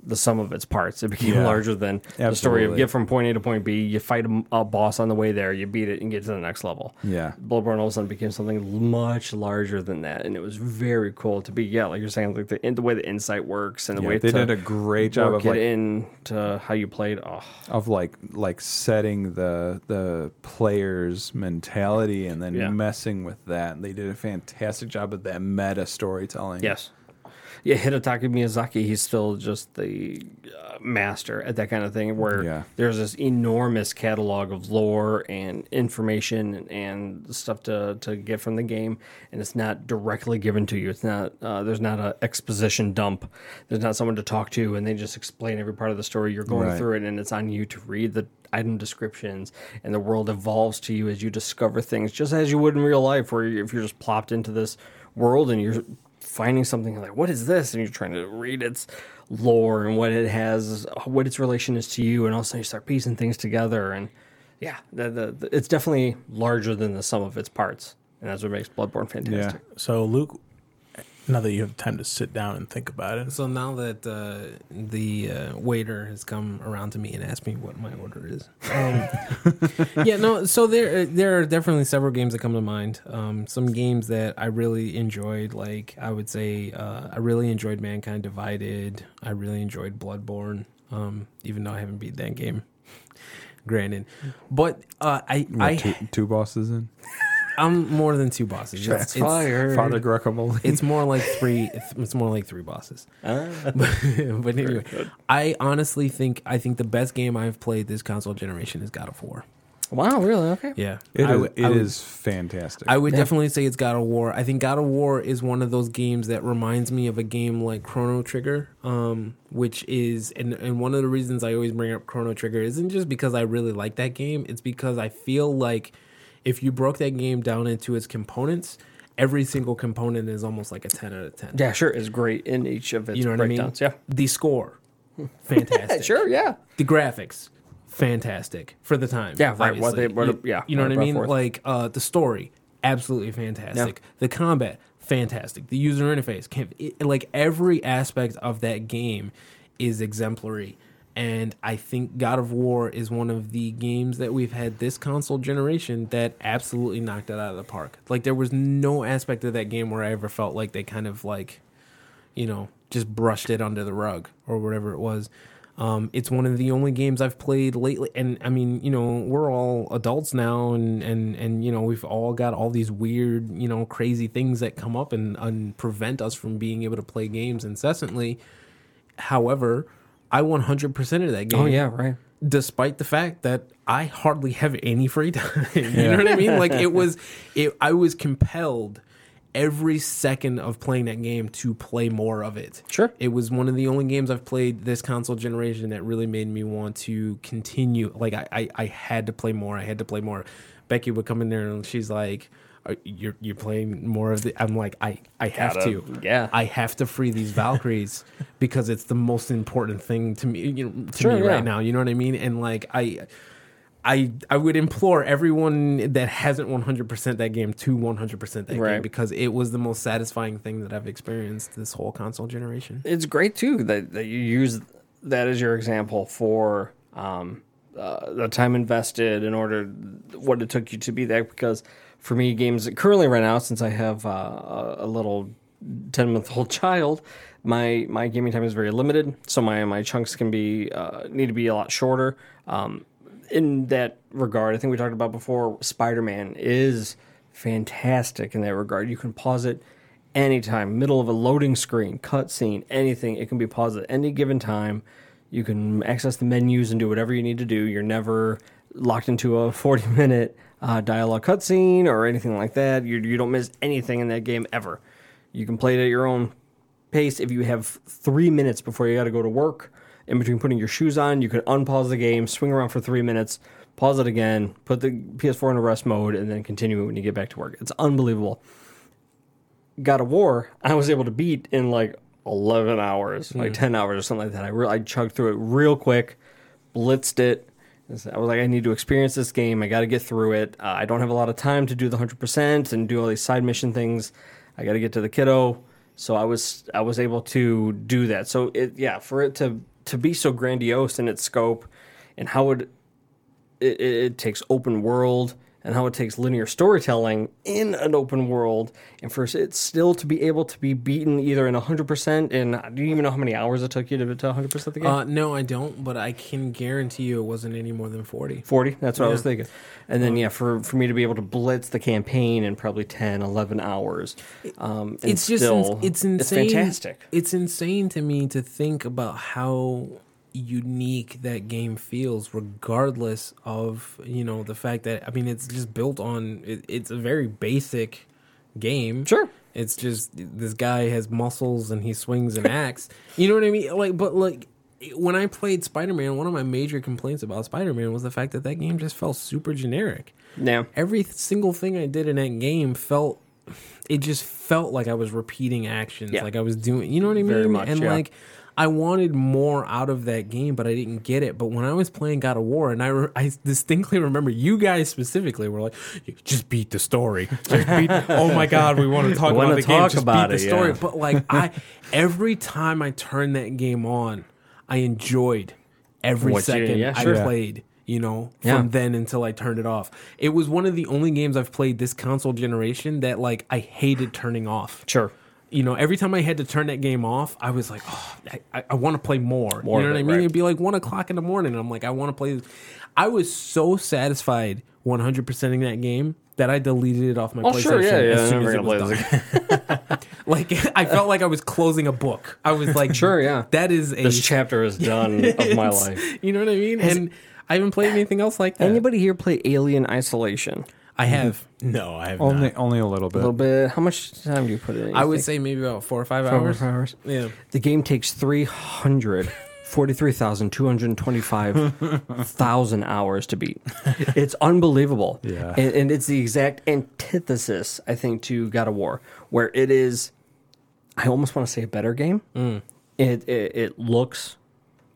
Speaker 4: the sum of its parts. It became
Speaker 5: Yeah.
Speaker 4: larger than the story of
Speaker 5: Absolutely.
Speaker 4: get from point A to point B. You fight a, a boss on the way there, you beat it, and get to the next level.
Speaker 5: Yeah.
Speaker 4: Bloodborne all of a sudden became something much larger than that, and it was very cool to be. Yeah, like you're saying, like the in- the way the insight works and the
Speaker 5: Yeah,
Speaker 4: way
Speaker 5: they
Speaker 4: to
Speaker 5: did a great job
Speaker 4: work
Speaker 5: of, like-
Speaker 4: it into how you played. Oh,
Speaker 5: Of like like setting the the player's mentality and then
Speaker 4: Yeah.
Speaker 5: messing with that. And they did a fantastic job of that meta storytelling.
Speaker 4: Yes. Yeah, Hidetaka Miyazaki, he's still just the uh, master at that kind of thing, where
Speaker 5: Yeah.
Speaker 4: there's this enormous catalog of lore and information and stuff to, to get from the game, and it's not directly given to you. It's not, uh, there's not an exposition dump. There's not someone to talk to, and they just explain every part of the story. You're going
Speaker 5: Right.
Speaker 4: through it, and it's on you to read the item descriptions, and the world evolves to you as you discover things, just as you would in real life, where if you're just plopped into this world and you're finding something like what is this and you're trying to read its lore and what it has what its relation is to you and also you start piecing things together and yeah the, the, the- it's definitely larger than the sum of its parts and that's what makes bloodborne
Speaker 5: Yeah.
Speaker 4: fantastic
Speaker 1: So Luke, now that you have time to sit down and think about it,
Speaker 3: So now that uh, the uh, waiter has come around to me and asked me what my order is, um, yeah, no. So there, uh, there are definitely several games that come to mind. Um, some games that I really enjoyed, like I would say, uh, I really enjoyed Mankind Divided. I really enjoyed Bloodborne, um, even though I haven't beat that game. Granted, but uh, I,
Speaker 5: What,
Speaker 3: I,
Speaker 5: two, two bosses in
Speaker 3: I'm more than two bosses. It's- it's-
Speaker 5: Father Guacamole.
Speaker 3: it's more like three. It's more like three bosses. but, but anyway, I honestly think I think the best game I've played this console generation is God of War.
Speaker 4: wow really okay
Speaker 3: Yeah,
Speaker 5: It
Speaker 3: I
Speaker 5: is-
Speaker 3: would-
Speaker 5: it
Speaker 3: I would-
Speaker 5: is fantastic.
Speaker 3: I would definitely say it's God of War. I think God of War is one of those games that reminds me of a game like Chrono Trigger, um, which is and and one of the reasons I always bring up Chrono Trigger isn't just because I really like that game. It's because I feel like if you broke that game down into its components, every single component is almost like a ten out of ten.
Speaker 4: yeah sure it's great in each of its
Speaker 3: you know what
Speaker 4: breakdowns
Speaker 3: I mean? The score, fantastic.
Speaker 4: yeah sure yeah
Speaker 3: The graphics, fantastic for the time.
Speaker 4: Yeah, right, what
Speaker 3: obviously.
Speaker 4: they- what-
Speaker 3: you,
Speaker 4: yeah,
Speaker 3: You know what
Speaker 4: what
Speaker 3: I
Speaker 4: they brought
Speaker 3: mean?
Speaker 4: forth.
Speaker 3: Like uh, the story, absolutely fantastic. The combat, fantastic. The user interface, can, it, like every aspect of that game is exemplary. And I think God of War is one of the games that we've had this console generation that absolutely knocked it out of the park. Like there was no aspect of that game where I ever felt like they kind of like you know, just brushed it under the rug or whatever it was. Um, it's one of the only games I've played lately, and I mean, you know, we're all adults now, and and and you know, we've all got all these weird, you know, crazy things that come up and, and prevent us from being able to play games incessantly. However, I 100% of that game.
Speaker 4: Oh yeah, right.
Speaker 3: despite the fact that I hardly have any free time. you know what I mean? Like it was it I was compelled every second of playing that game to play more of it.
Speaker 4: Sure.
Speaker 3: It was one of the only games I've played this console generation that really made me want to continue. Like I I, I had to play more. I had to play more. Becky would come in there and she's like "Are- you're you're playing more of the I'm like I I have
Speaker 4: Gotta-
Speaker 3: to
Speaker 4: yeah.
Speaker 3: I have to free these Valkyries because it's the most important thing to me you know, to
Speaker 4: Sure,
Speaker 3: me
Speaker 4: yeah.
Speaker 3: right now you know what I mean and like I I I would implore everyone that hasn't 100% that game to 100% that game
Speaker 4: Right.
Speaker 3: because it was the most satisfying thing that I've experienced this whole console generation.
Speaker 4: It's great too that, that you use that as your example for um, uh, the time invested in order what it took you to be there. Because for me, games currently right now, since I have uh, a- a little ten month old child, my my gaming time is very limited. So my my chunks can be uh, need to be a lot shorter. Um, in that regard, I think we talked about before. Spider Man is fantastic in that regard. You can pause it anytime, middle of a loading screen, cutscene, anything. It can be paused at any given time. You can access the menus and do whatever you need to do. You're never locked into a 40 minute uh, dialogue cutscene or anything like that. You, you don't miss anything in that game ever. You can play it at your own pace. If you have three minutes before you got to go to work, in between putting your shoes on, you can unpause the game, swing around for three minutes, pause it again, put the PS4 into rest mode, and then continue it when you get back to work. It's unbelievable. God of War, I was able to beat in like 11 hours, like 10 hours or something like that. I really I chugged through it real quick, blitzed it. I was like, I need to experience this game. I got to get through it. Uh, I don't have a lot of time to do the 100% and do all these side mission things. I got to get to the kiddo. So I was I was able to do that. So it yeah, for it to to be so grandiose in its scope and how it it, it, it takes open world and how it takes linear storytelling in an open world and for it still to be able to be beaten either in 100% in I do you even know how many hours it took you to, to 100% the game
Speaker 3: Uh, no, I don't, but I can guarantee you it wasn't any more than 40.
Speaker 4: 40 that's what i was thinking and then yeah for, for me to be able to blitz the campaign in probably 10 11 hours um, and
Speaker 3: it's just
Speaker 4: still,
Speaker 3: ins- it's insane.
Speaker 4: it's fantastic
Speaker 3: It's insane to me to think about how unique that game feels, regardless of you know the fact that I mean it's just built on. It, it's a very basic game.
Speaker 4: Sure.
Speaker 3: It's just this guy has muscles and he swings an axe. You know what I mean? Like, but like. When I played Spider Man, one of my major complaints about Spider Man was the fact that that game just felt super generic
Speaker 4: yeah
Speaker 3: every single thing I did in that game felt it just felt like I was repeating actions,
Speaker 4: Yeah.
Speaker 3: like I was doing. You know what I mean?
Speaker 4: Very much,
Speaker 3: and
Speaker 4: yeah.
Speaker 3: like I wanted more out of that game, but I didn't get it. But when I was playing God of War, and I, re- I distinctly remember you guys specifically were like, "Just beat the story. Just beat- oh my God, we want to talk
Speaker 4: wanna
Speaker 3: about the game.
Speaker 4: talk
Speaker 3: Just
Speaker 4: about
Speaker 3: beat the
Speaker 4: it,
Speaker 3: story."
Speaker 4: yeah.
Speaker 3: But like I, every time I turned that game on, I enjoyed every
Speaker 4: What you-
Speaker 3: second
Speaker 4: yeah,
Speaker 3: I
Speaker 4: sure.
Speaker 3: played. You know,
Speaker 4: Yeah.
Speaker 3: from then until I turned it off. It was one of the only games I've played this console generation that like I hated turning off.
Speaker 4: sure
Speaker 3: You know, every time I had to turn that game off, I was like, oh, I- I, I want to play more.
Speaker 4: More
Speaker 3: you
Speaker 4: of
Speaker 3: know what
Speaker 4: it,
Speaker 3: I mean?
Speaker 4: right.
Speaker 3: It'd be like one o'clock in the morning, and I'm like, I want to play this. I was so satisfied 100% in that game that I deleted it off my
Speaker 4: oh
Speaker 3: PlayStation
Speaker 4: sure yeah yeah
Speaker 3: as soon
Speaker 4: I'm
Speaker 3: as
Speaker 4: never
Speaker 3: it
Speaker 4: gonna
Speaker 3: was
Speaker 4: play
Speaker 3: done.
Speaker 4: this again.
Speaker 3: Like I felt like I was closing a book. I was like,
Speaker 4: Sure, yeah.
Speaker 3: that is a
Speaker 4: this chapter is done of my life
Speaker 3: You know what I mean? and I haven't played anything else like that.
Speaker 4: anybody Mm-hmm. here play alien isolation
Speaker 3: I have.
Speaker 1: No,
Speaker 4: Oh.
Speaker 1: I have
Speaker 5: Only
Speaker 1: not.
Speaker 5: only a little bit.
Speaker 4: a little bit how much time do you put in it, you
Speaker 3: I would
Speaker 4: think?
Speaker 3: say maybe about four or five
Speaker 4: Four or
Speaker 3: hours.
Speaker 4: five hours.
Speaker 3: Yeah.
Speaker 4: The game takes 343,225,000 hours to beat. It's unbelievable.
Speaker 5: Yeah.
Speaker 4: And, and it's the exact antithesis, I think, to God of War, where it is, I almost want to say a better game.
Speaker 3: Mm.
Speaker 4: It, it, it looks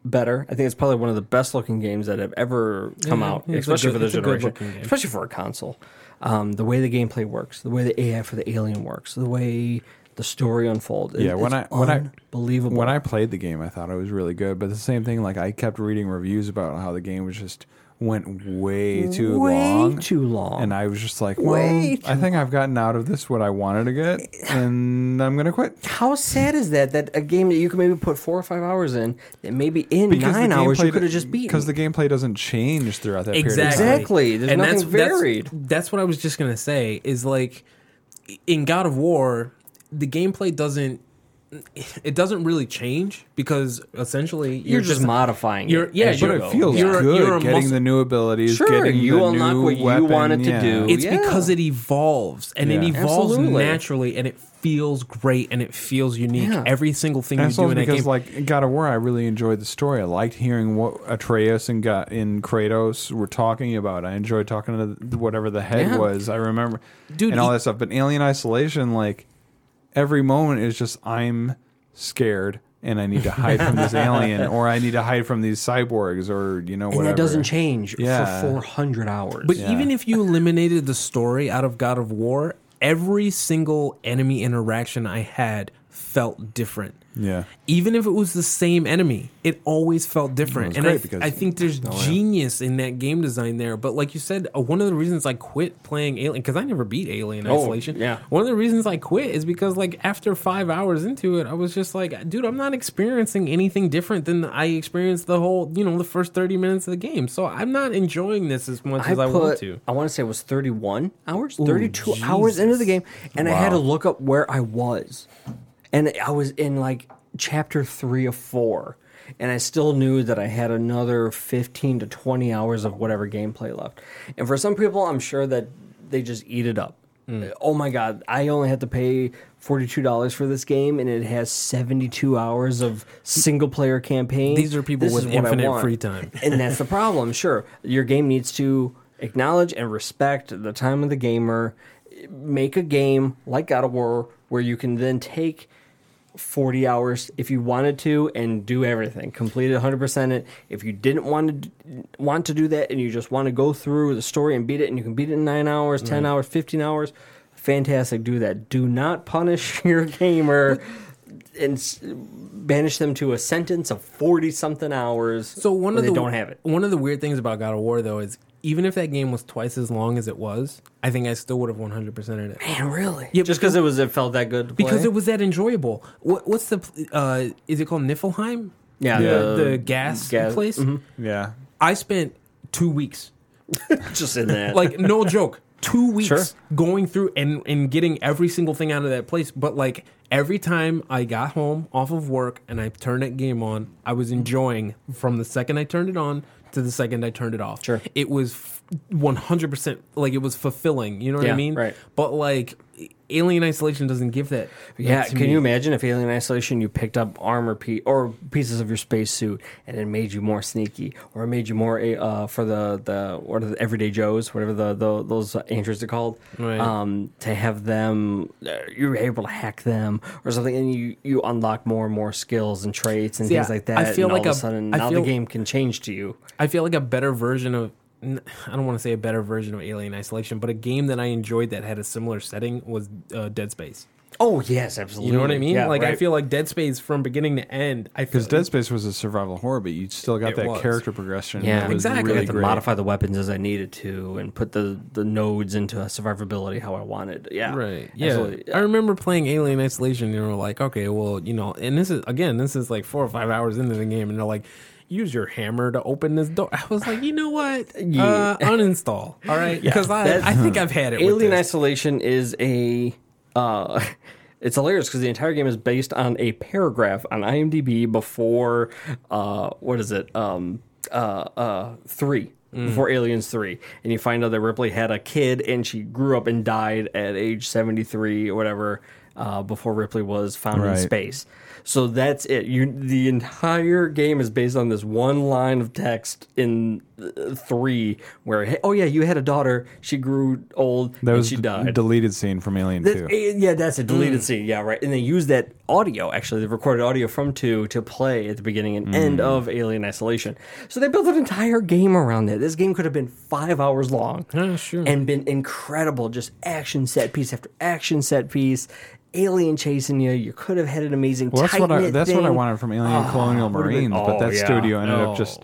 Speaker 4: better. I think it's probably one of the best looking games that have ever come
Speaker 3: Yeah,
Speaker 4: out,
Speaker 3: it's a
Speaker 4: especially
Speaker 3: good-
Speaker 4: for this
Speaker 3: it's a good
Speaker 4: generation,
Speaker 3: looking game.
Speaker 4: especially for a console. Um, the way the gameplay works, the way the AI for the alien works, the way the story unfolds.
Speaker 5: yeah, when I when I
Speaker 4: unbelievable.
Speaker 5: when I played the game, I thought it was really good. But the same thing, like I kept reading reviews about how the game was just went way too
Speaker 4: Way
Speaker 5: long,
Speaker 4: too long.
Speaker 5: and I was just like, well,
Speaker 4: Way too
Speaker 5: I think I've gotten out of this what I wanted to get, and I'm gonna quit.
Speaker 4: How sad is that? That a game that you could maybe put four or five hours in, that maybe in nine hours you could have just beaten.
Speaker 5: because the gameplay doesn't change throughout that
Speaker 3: Exactly.
Speaker 5: period. of
Speaker 4: Exactly. There's
Speaker 5: time.
Speaker 4: nothing varied.
Speaker 3: That's, what I was just gonna say. Is like in God of War, the gameplay doesn't it doesn't really change because essentially
Speaker 4: You're, just, modifying.
Speaker 3: you're-
Speaker 4: it
Speaker 3: yeah,
Speaker 4: as
Speaker 3: but
Speaker 4: you
Speaker 3: it
Speaker 5: It
Speaker 4: go.
Speaker 5: feels
Speaker 3: You're a-
Speaker 5: good
Speaker 3: you're a
Speaker 5: getting
Speaker 3: muscle-
Speaker 5: the new abilities.
Speaker 4: Sure,
Speaker 5: getting
Speaker 4: you
Speaker 5: the
Speaker 4: unlock
Speaker 5: new
Speaker 4: what you
Speaker 5: weapon,
Speaker 4: wanted to
Speaker 5: yeah.
Speaker 4: do.
Speaker 3: it's
Speaker 4: Yeah.
Speaker 3: because it evolves and it
Speaker 5: Yeah.
Speaker 3: evolves
Speaker 4: Absolutely.
Speaker 3: naturally and it feels great and it feels unique.
Speaker 4: Yeah.
Speaker 3: Every single thing
Speaker 5: And
Speaker 3: you
Speaker 5: that's
Speaker 3: do
Speaker 5: also
Speaker 3: in that
Speaker 5: because,
Speaker 3: game.
Speaker 5: like God of War, I really enjoyed the story. I liked hearing what Atreus and got in Kratos were talking about. I enjoyed talking to the, whatever the head
Speaker 4: Yeah.
Speaker 5: was. I remember,
Speaker 3: Dude,
Speaker 5: and all
Speaker 3: he-
Speaker 5: that stuff. But Alien Isolation, like every moment is just I'm scared and I need to hide from this alien, or I need to hide from these cyborgs, or you know
Speaker 4: and
Speaker 5: whatever.
Speaker 4: that doesn't change
Speaker 5: Yeah.
Speaker 4: for 400 hours.
Speaker 3: But
Speaker 5: Yeah.
Speaker 3: even if you eliminated the story out of God of War, every single enemy interaction I had felt different.
Speaker 5: Yeah,
Speaker 3: Even if it was the same enemy, it always felt different.
Speaker 5: it's
Speaker 3: and
Speaker 5: great
Speaker 3: I,
Speaker 5: because-
Speaker 3: I think there's genius in that game design there. But like you said, uh, one of the reasons I quit playing Alien because I never beat Alien
Speaker 4: Oh,
Speaker 3: Isolation.
Speaker 4: yeah.
Speaker 3: One of the reasons I quit is because like after five hours into it, I was just like, dude, I'm not experiencing anything different than I experienced the whole, you know, the first 30 minutes of the game. So I'm not enjoying this as much as I want to.
Speaker 4: I want to say it was 31 hours, 32 hours into the game, and I had to look up where I was. And I was in like chapter 3 of 4, and I still knew that I had another 15 to 20 hours of whatever gameplay left. And for some people, I'm sure that they just eat it up.
Speaker 3: Hmm.
Speaker 4: Oh my god, I only had to pay $42 for this game and it has 72 hours of single player campaign.
Speaker 3: These are people with
Speaker 4: is what I
Speaker 3: infinite
Speaker 4: want.
Speaker 3: free time.
Speaker 4: and that's the problem. Sure, your game needs to acknowledge and respect the time of the gamer. Make a game like God of War where you can then take 40 hours if you wanted to and do everything, complete it 100% it. If you didn't want to want to do that and you just want to go through the story and beat it and you can beat it in 9 hours,
Speaker 3: Mm.
Speaker 4: 10 hours, 15 hours, fantastic, do that. Do not punish your gamer and s- banish them to a sentence of 40 something hours
Speaker 3: So one
Speaker 4: when
Speaker 3: of
Speaker 4: they
Speaker 3: the
Speaker 4: don't have it.
Speaker 3: One of the weird things about God of War though is even if that game was twice as long as it was, I think I still would have 100%ed it.
Speaker 4: Man, really?
Speaker 3: Yeah,
Speaker 4: just because it was it felt that good. To
Speaker 3: Because
Speaker 4: play?
Speaker 3: it was that enjoyable. What, what's the pl- uh is it called Niflheim?
Speaker 4: yeah, Mm-hmm.
Speaker 3: The, the gas, place?
Speaker 5: yeah.
Speaker 3: I spent 2 weeks.
Speaker 4: just in that.
Speaker 3: Like no joke. 2 weeks
Speaker 4: Sure.
Speaker 3: going through and and getting every single thing out of that place, but like every time I got home off of work and I turned that game on, I was enjoying from the second I turned it on to the second I turned it off.
Speaker 4: Sure.
Speaker 3: it was one hundred percent like it was fulfilling. You know what I
Speaker 4: Yeah,
Speaker 3: mean?
Speaker 4: right.
Speaker 3: But like, Alien Isolation doesn't give that.
Speaker 4: yeah,
Speaker 3: to
Speaker 4: can
Speaker 3: me.
Speaker 4: you imagine if Alien Isolation you picked up armor pe- or pieces of your spacesuit and it made you more sneaky or it made you more uh, for the the what are the everyday Joes whatever the, the those androids are called
Speaker 3: Right.
Speaker 4: um, to have them uh, you were able to hack them or something and you you unlock more and more skills and traits and
Speaker 3: See,
Speaker 4: things
Speaker 3: I-
Speaker 4: like
Speaker 3: I
Speaker 4: that.
Speaker 3: feel
Speaker 4: and
Speaker 3: like
Speaker 4: all
Speaker 3: a-
Speaker 4: of a sudden
Speaker 3: I
Speaker 4: now
Speaker 3: feel-
Speaker 4: the game can change to you.
Speaker 3: I feel like a better version of. n- I don't want to say a better version of Alien Isolation, but a game that I enjoyed that had a similar setting was uh, Dead Space.
Speaker 4: Oh yes, absolutely.
Speaker 3: You know what I mean?
Speaker 4: Yeah,
Speaker 3: like I
Speaker 4: right.
Speaker 3: feel like Dead Space from beginning to end. I feel
Speaker 5: Because Dead Space was a survival horror, but you still got
Speaker 3: It
Speaker 5: that
Speaker 3: was.
Speaker 5: character progression.
Speaker 4: Yeah,
Speaker 5: that was
Speaker 3: Exactly.
Speaker 5: Really
Speaker 4: I had to
Speaker 5: great.
Speaker 4: modify the weapons as I needed to, and put the the nodes into survivability how I wanted. Yeah,
Speaker 3: Right. Yeah.
Speaker 4: absolutely.
Speaker 3: I remember playing Alien Isolation and we're like, okay, well, you know, and this is again, this is like four or five hours into the game, and they're like, use your hammer to open this door. I was like, you know what? Uh, uninstall. All right. Because
Speaker 4: That-
Speaker 3: I, I think I've had it. with
Speaker 4: Alien
Speaker 3: this.
Speaker 4: Isolation is a. Uh, it's hilarious because the entire game is based on a paragraph on IMDb before, uh, what is it? Um, uh, uh, three. Before Aliens 3. And you find out that Ripley had a kid and she grew up and died at age 73 or whatever uh, before Ripley was found in
Speaker 5: Right.
Speaker 4: space. So that's it. You The entire game is based on this one line of text in uh, 3 where, hey, oh yeah, you had a daughter. She grew old
Speaker 5: That
Speaker 4: and
Speaker 5: was
Speaker 4: she
Speaker 5: the
Speaker 4: died.
Speaker 5: deleted scene from Alien
Speaker 4: That-
Speaker 5: Two.
Speaker 4: eh, yeah, that's a deleted
Speaker 3: Mm.
Speaker 4: scene. Yeah, right. And they used that audio, actually, the recorded audio from two to play at the beginning and end
Speaker 3: Mm.
Speaker 4: of Alien Isolation. So they built an entire game around that. This game could have been five hours long
Speaker 3: Yeah, sure.
Speaker 4: and been incredible. Just action set piece after action set piece. Alien chasing you. You could have had an amazing.
Speaker 5: Well, that's what I
Speaker 4: tight-knit
Speaker 5: that's what I
Speaker 4: thing. Ah,
Speaker 5: wanted from Alien Colonial
Speaker 4: would've been-
Speaker 5: Marines, but
Speaker 4: oh,
Speaker 5: that
Speaker 4: yeah.
Speaker 5: studio ended up
Speaker 3: Oh.
Speaker 5: just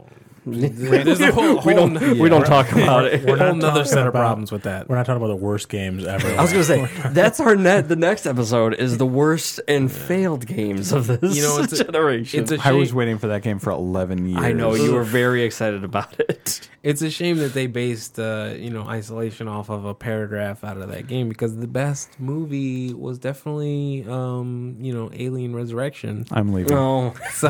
Speaker 3: There's a whole,
Speaker 4: we
Speaker 3: whole
Speaker 4: don't
Speaker 3: n-
Speaker 4: we don't talk about it.
Speaker 3: whole
Speaker 1: We're not
Speaker 3: nother
Speaker 1: talking
Speaker 3: set of
Speaker 1: about-
Speaker 3: problems with that.
Speaker 1: We're not talking about the worst games ever.
Speaker 4: I was gonna say that's our net. The next episode is the worst and failed games of this
Speaker 3: You know, it's a-
Speaker 4: generation.
Speaker 3: It's a
Speaker 5: I
Speaker 3: shame.
Speaker 5: was waiting for that game for 11 years.
Speaker 4: I know you were very excited about it.
Speaker 3: it's a shame that they based uh, you know isolation off of a paragraph out of that game because the best movie was definitely um, you know Alien Resurrection.
Speaker 5: I'm leaving.
Speaker 4: No,
Speaker 3: So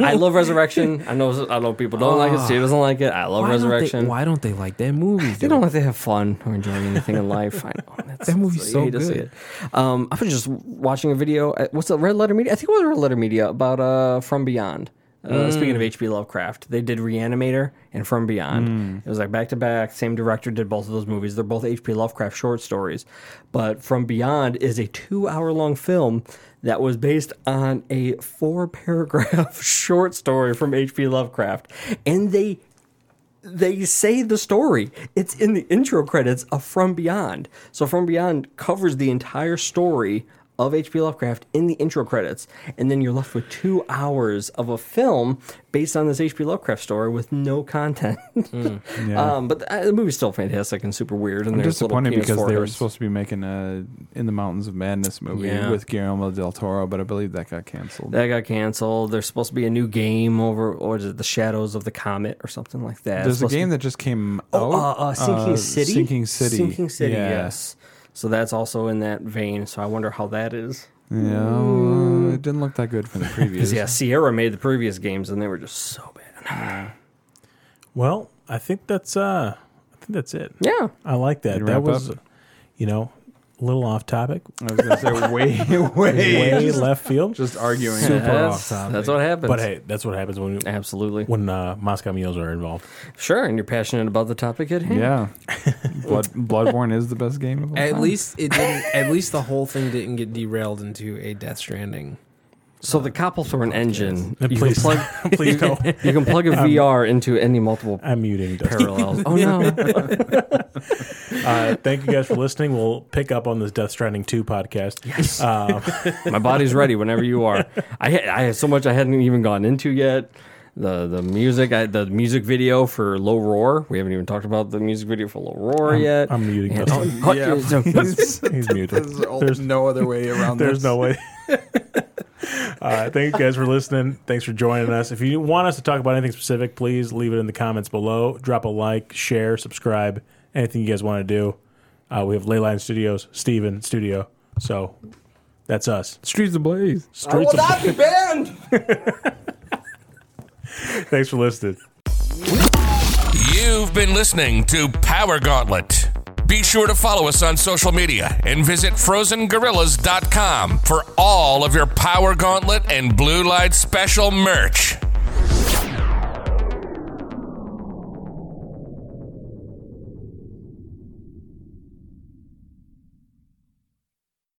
Speaker 4: I love Resurrection. I know I know people don't like it. Steve doesn't like it. I love
Speaker 3: Ah. why
Speaker 4: Resurrection.
Speaker 3: Don't they, why don't they like that movie?
Speaker 4: They
Speaker 3: dude?
Speaker 4: don't like to have fun or enjoy anything in life. I know that's,
Speaker 3: That movie's
Speaker 4: you
Speaker 3: so
Speaker 4: hate to see
Speaker 3: good.
Speaker 4: it. Um, I was just watching a video. At, what's the Red Letter Media? I think it was Red Letter Media about uh, From Beyond. Uh,
Speaker 3: Mm.
Speaker 4: Speaking of H.P. Lovecraft, they did Reanimator and From Beyond.
Speaker 3: Mm.
Speaker 4: It was like back to back. Same director did both of those movies. They're both H.P. Lovecraft short stories, but From Beyond is a two-hour-long film that was based on a four-paragraph short story from H.P. Lovecraft, and they they say the story. It's in the intro credits of From Beyond. So From Beyond covers the entire story of H.P. Lovecraft in the intro credits, and then you're left with two hours of a film based on this H.P. Lovecraft story with no content. um, but the, uh, the movie's still fantastic and super weird. And
Speaker 5: Hmm, I'm
Speaker 4: there's little
Speaker 5: disappointed
Speaker 4: penis
Speaker 5: because they were
Speaker 4: foreheads.
Speaker 5: supposed to be making a In the Mountains of Madness movie
Speaker 4: Yeah.
Speaker 5: with Guillermo del Toro, but I believe that got canceled.
Speaker 4: that got canceled. There's supposed to be a new game over, or is it the Shadows of the Comet or something like that? It's
Speaker 5: There's a
Speaker 4: supposed to
Speaker 5: game that just came
Speaker 4: Oh, uh,
Speaker 5: out.
Speaker 4: uh, Sinking
Speaker 5: uh,
Speaker 4: City.
Speaker 5: Sinking City.
Speaker 4: Sinking City.
Speaker 5: Yeah.
Speaker 4: Yes. So that's also in that vein. So I wonder how that is.
Speaker 5: Yeah, well, it didn't look that good for the previous.
Speaker 4: Because yeah, Sierra made the previous games and they were just so bad.
Speaker 1: Well, I think that's uh, I think that's it.
Speaker 4: Yeah.
Speaker 1: I like
Speaker 5: Can
Speaker 1: that.
Speaker 5: you
Speaker 1: That
Speaker 5: wrap
Speaker 1: was,
Speaker 5: up?
Speaker 1: you know, a little off topic,
Speaker 5: I was gonna say way, way,
Speaker 1: way left field.
Speaker 5: just arguing.
Speaker 1: Super
Speaker 4: That's,
Speaker 1: off topic.
Speaker 4: that's what happens.
Speaker 1: But hey, that's what happens when
Speaker 4: Absolutely.
Speaker 1: when uh, Moscow Mules are involved.
Speaker 4: Sure. And you're passionate about the topic at hand.
Speaker 5: Yeah, Blood, Bloodborne is the best game of all
Speaker 3: At
Speaker 5: time.
Speaker 3: least it didn't. At least the whole thing didn't get derailed into a Death Stranding.
Speaker 4: So the Copplethorne engine.
Speaker 1: Uh,
Speaker 4: You can,
Speaker 1: please.
Speaker 4: plug,
Speaker 1: Please Um, no.
Speaker 4: you can plug a VR into any multiple
Speaker 1: I'm muting. Dustin.
Speaker 4: parallels. Oh, no.
Speaker 1: Uh, thank you guys for listening. We'll pick up on this Death Stranding 2 podcast. Yes. Um,
Speaker 4: My body's ready whenever you are. I had, I had so much I hadn't even gone into yet. The the music I, the music video for Low Roar. We haven't even talked about the music video for Low Roar yet.
Speaker 1: I'm muting.
Speaker 4: And-
Speaker 1: Dustin.
Speaker 4: oh, yeah.
Speaker 1: He's, he's muted. There's-
Speaker 5: no other way around.
Speaker 1: There's no way. uh, thank you guys for listening. Thanks for joining us. If you want us to talk about anything specific, please leave it in the comments below. Drop a like, share, subscribe, anything you guys want to do. Uh, we have Leyline Studios, Steven Studio. So that's us.
Speaker 5: Streets ablaze.
Speaker 1: Streets of-
Speaker 4: be banned.
Speaker 1: Thanks for listening.
Speaker 2: You've been listening to Power Gauntlet. Be sure to follow us on social media and visit FrozenGorillas.com for all of your Power Gauntlet and Blue Light Special merch.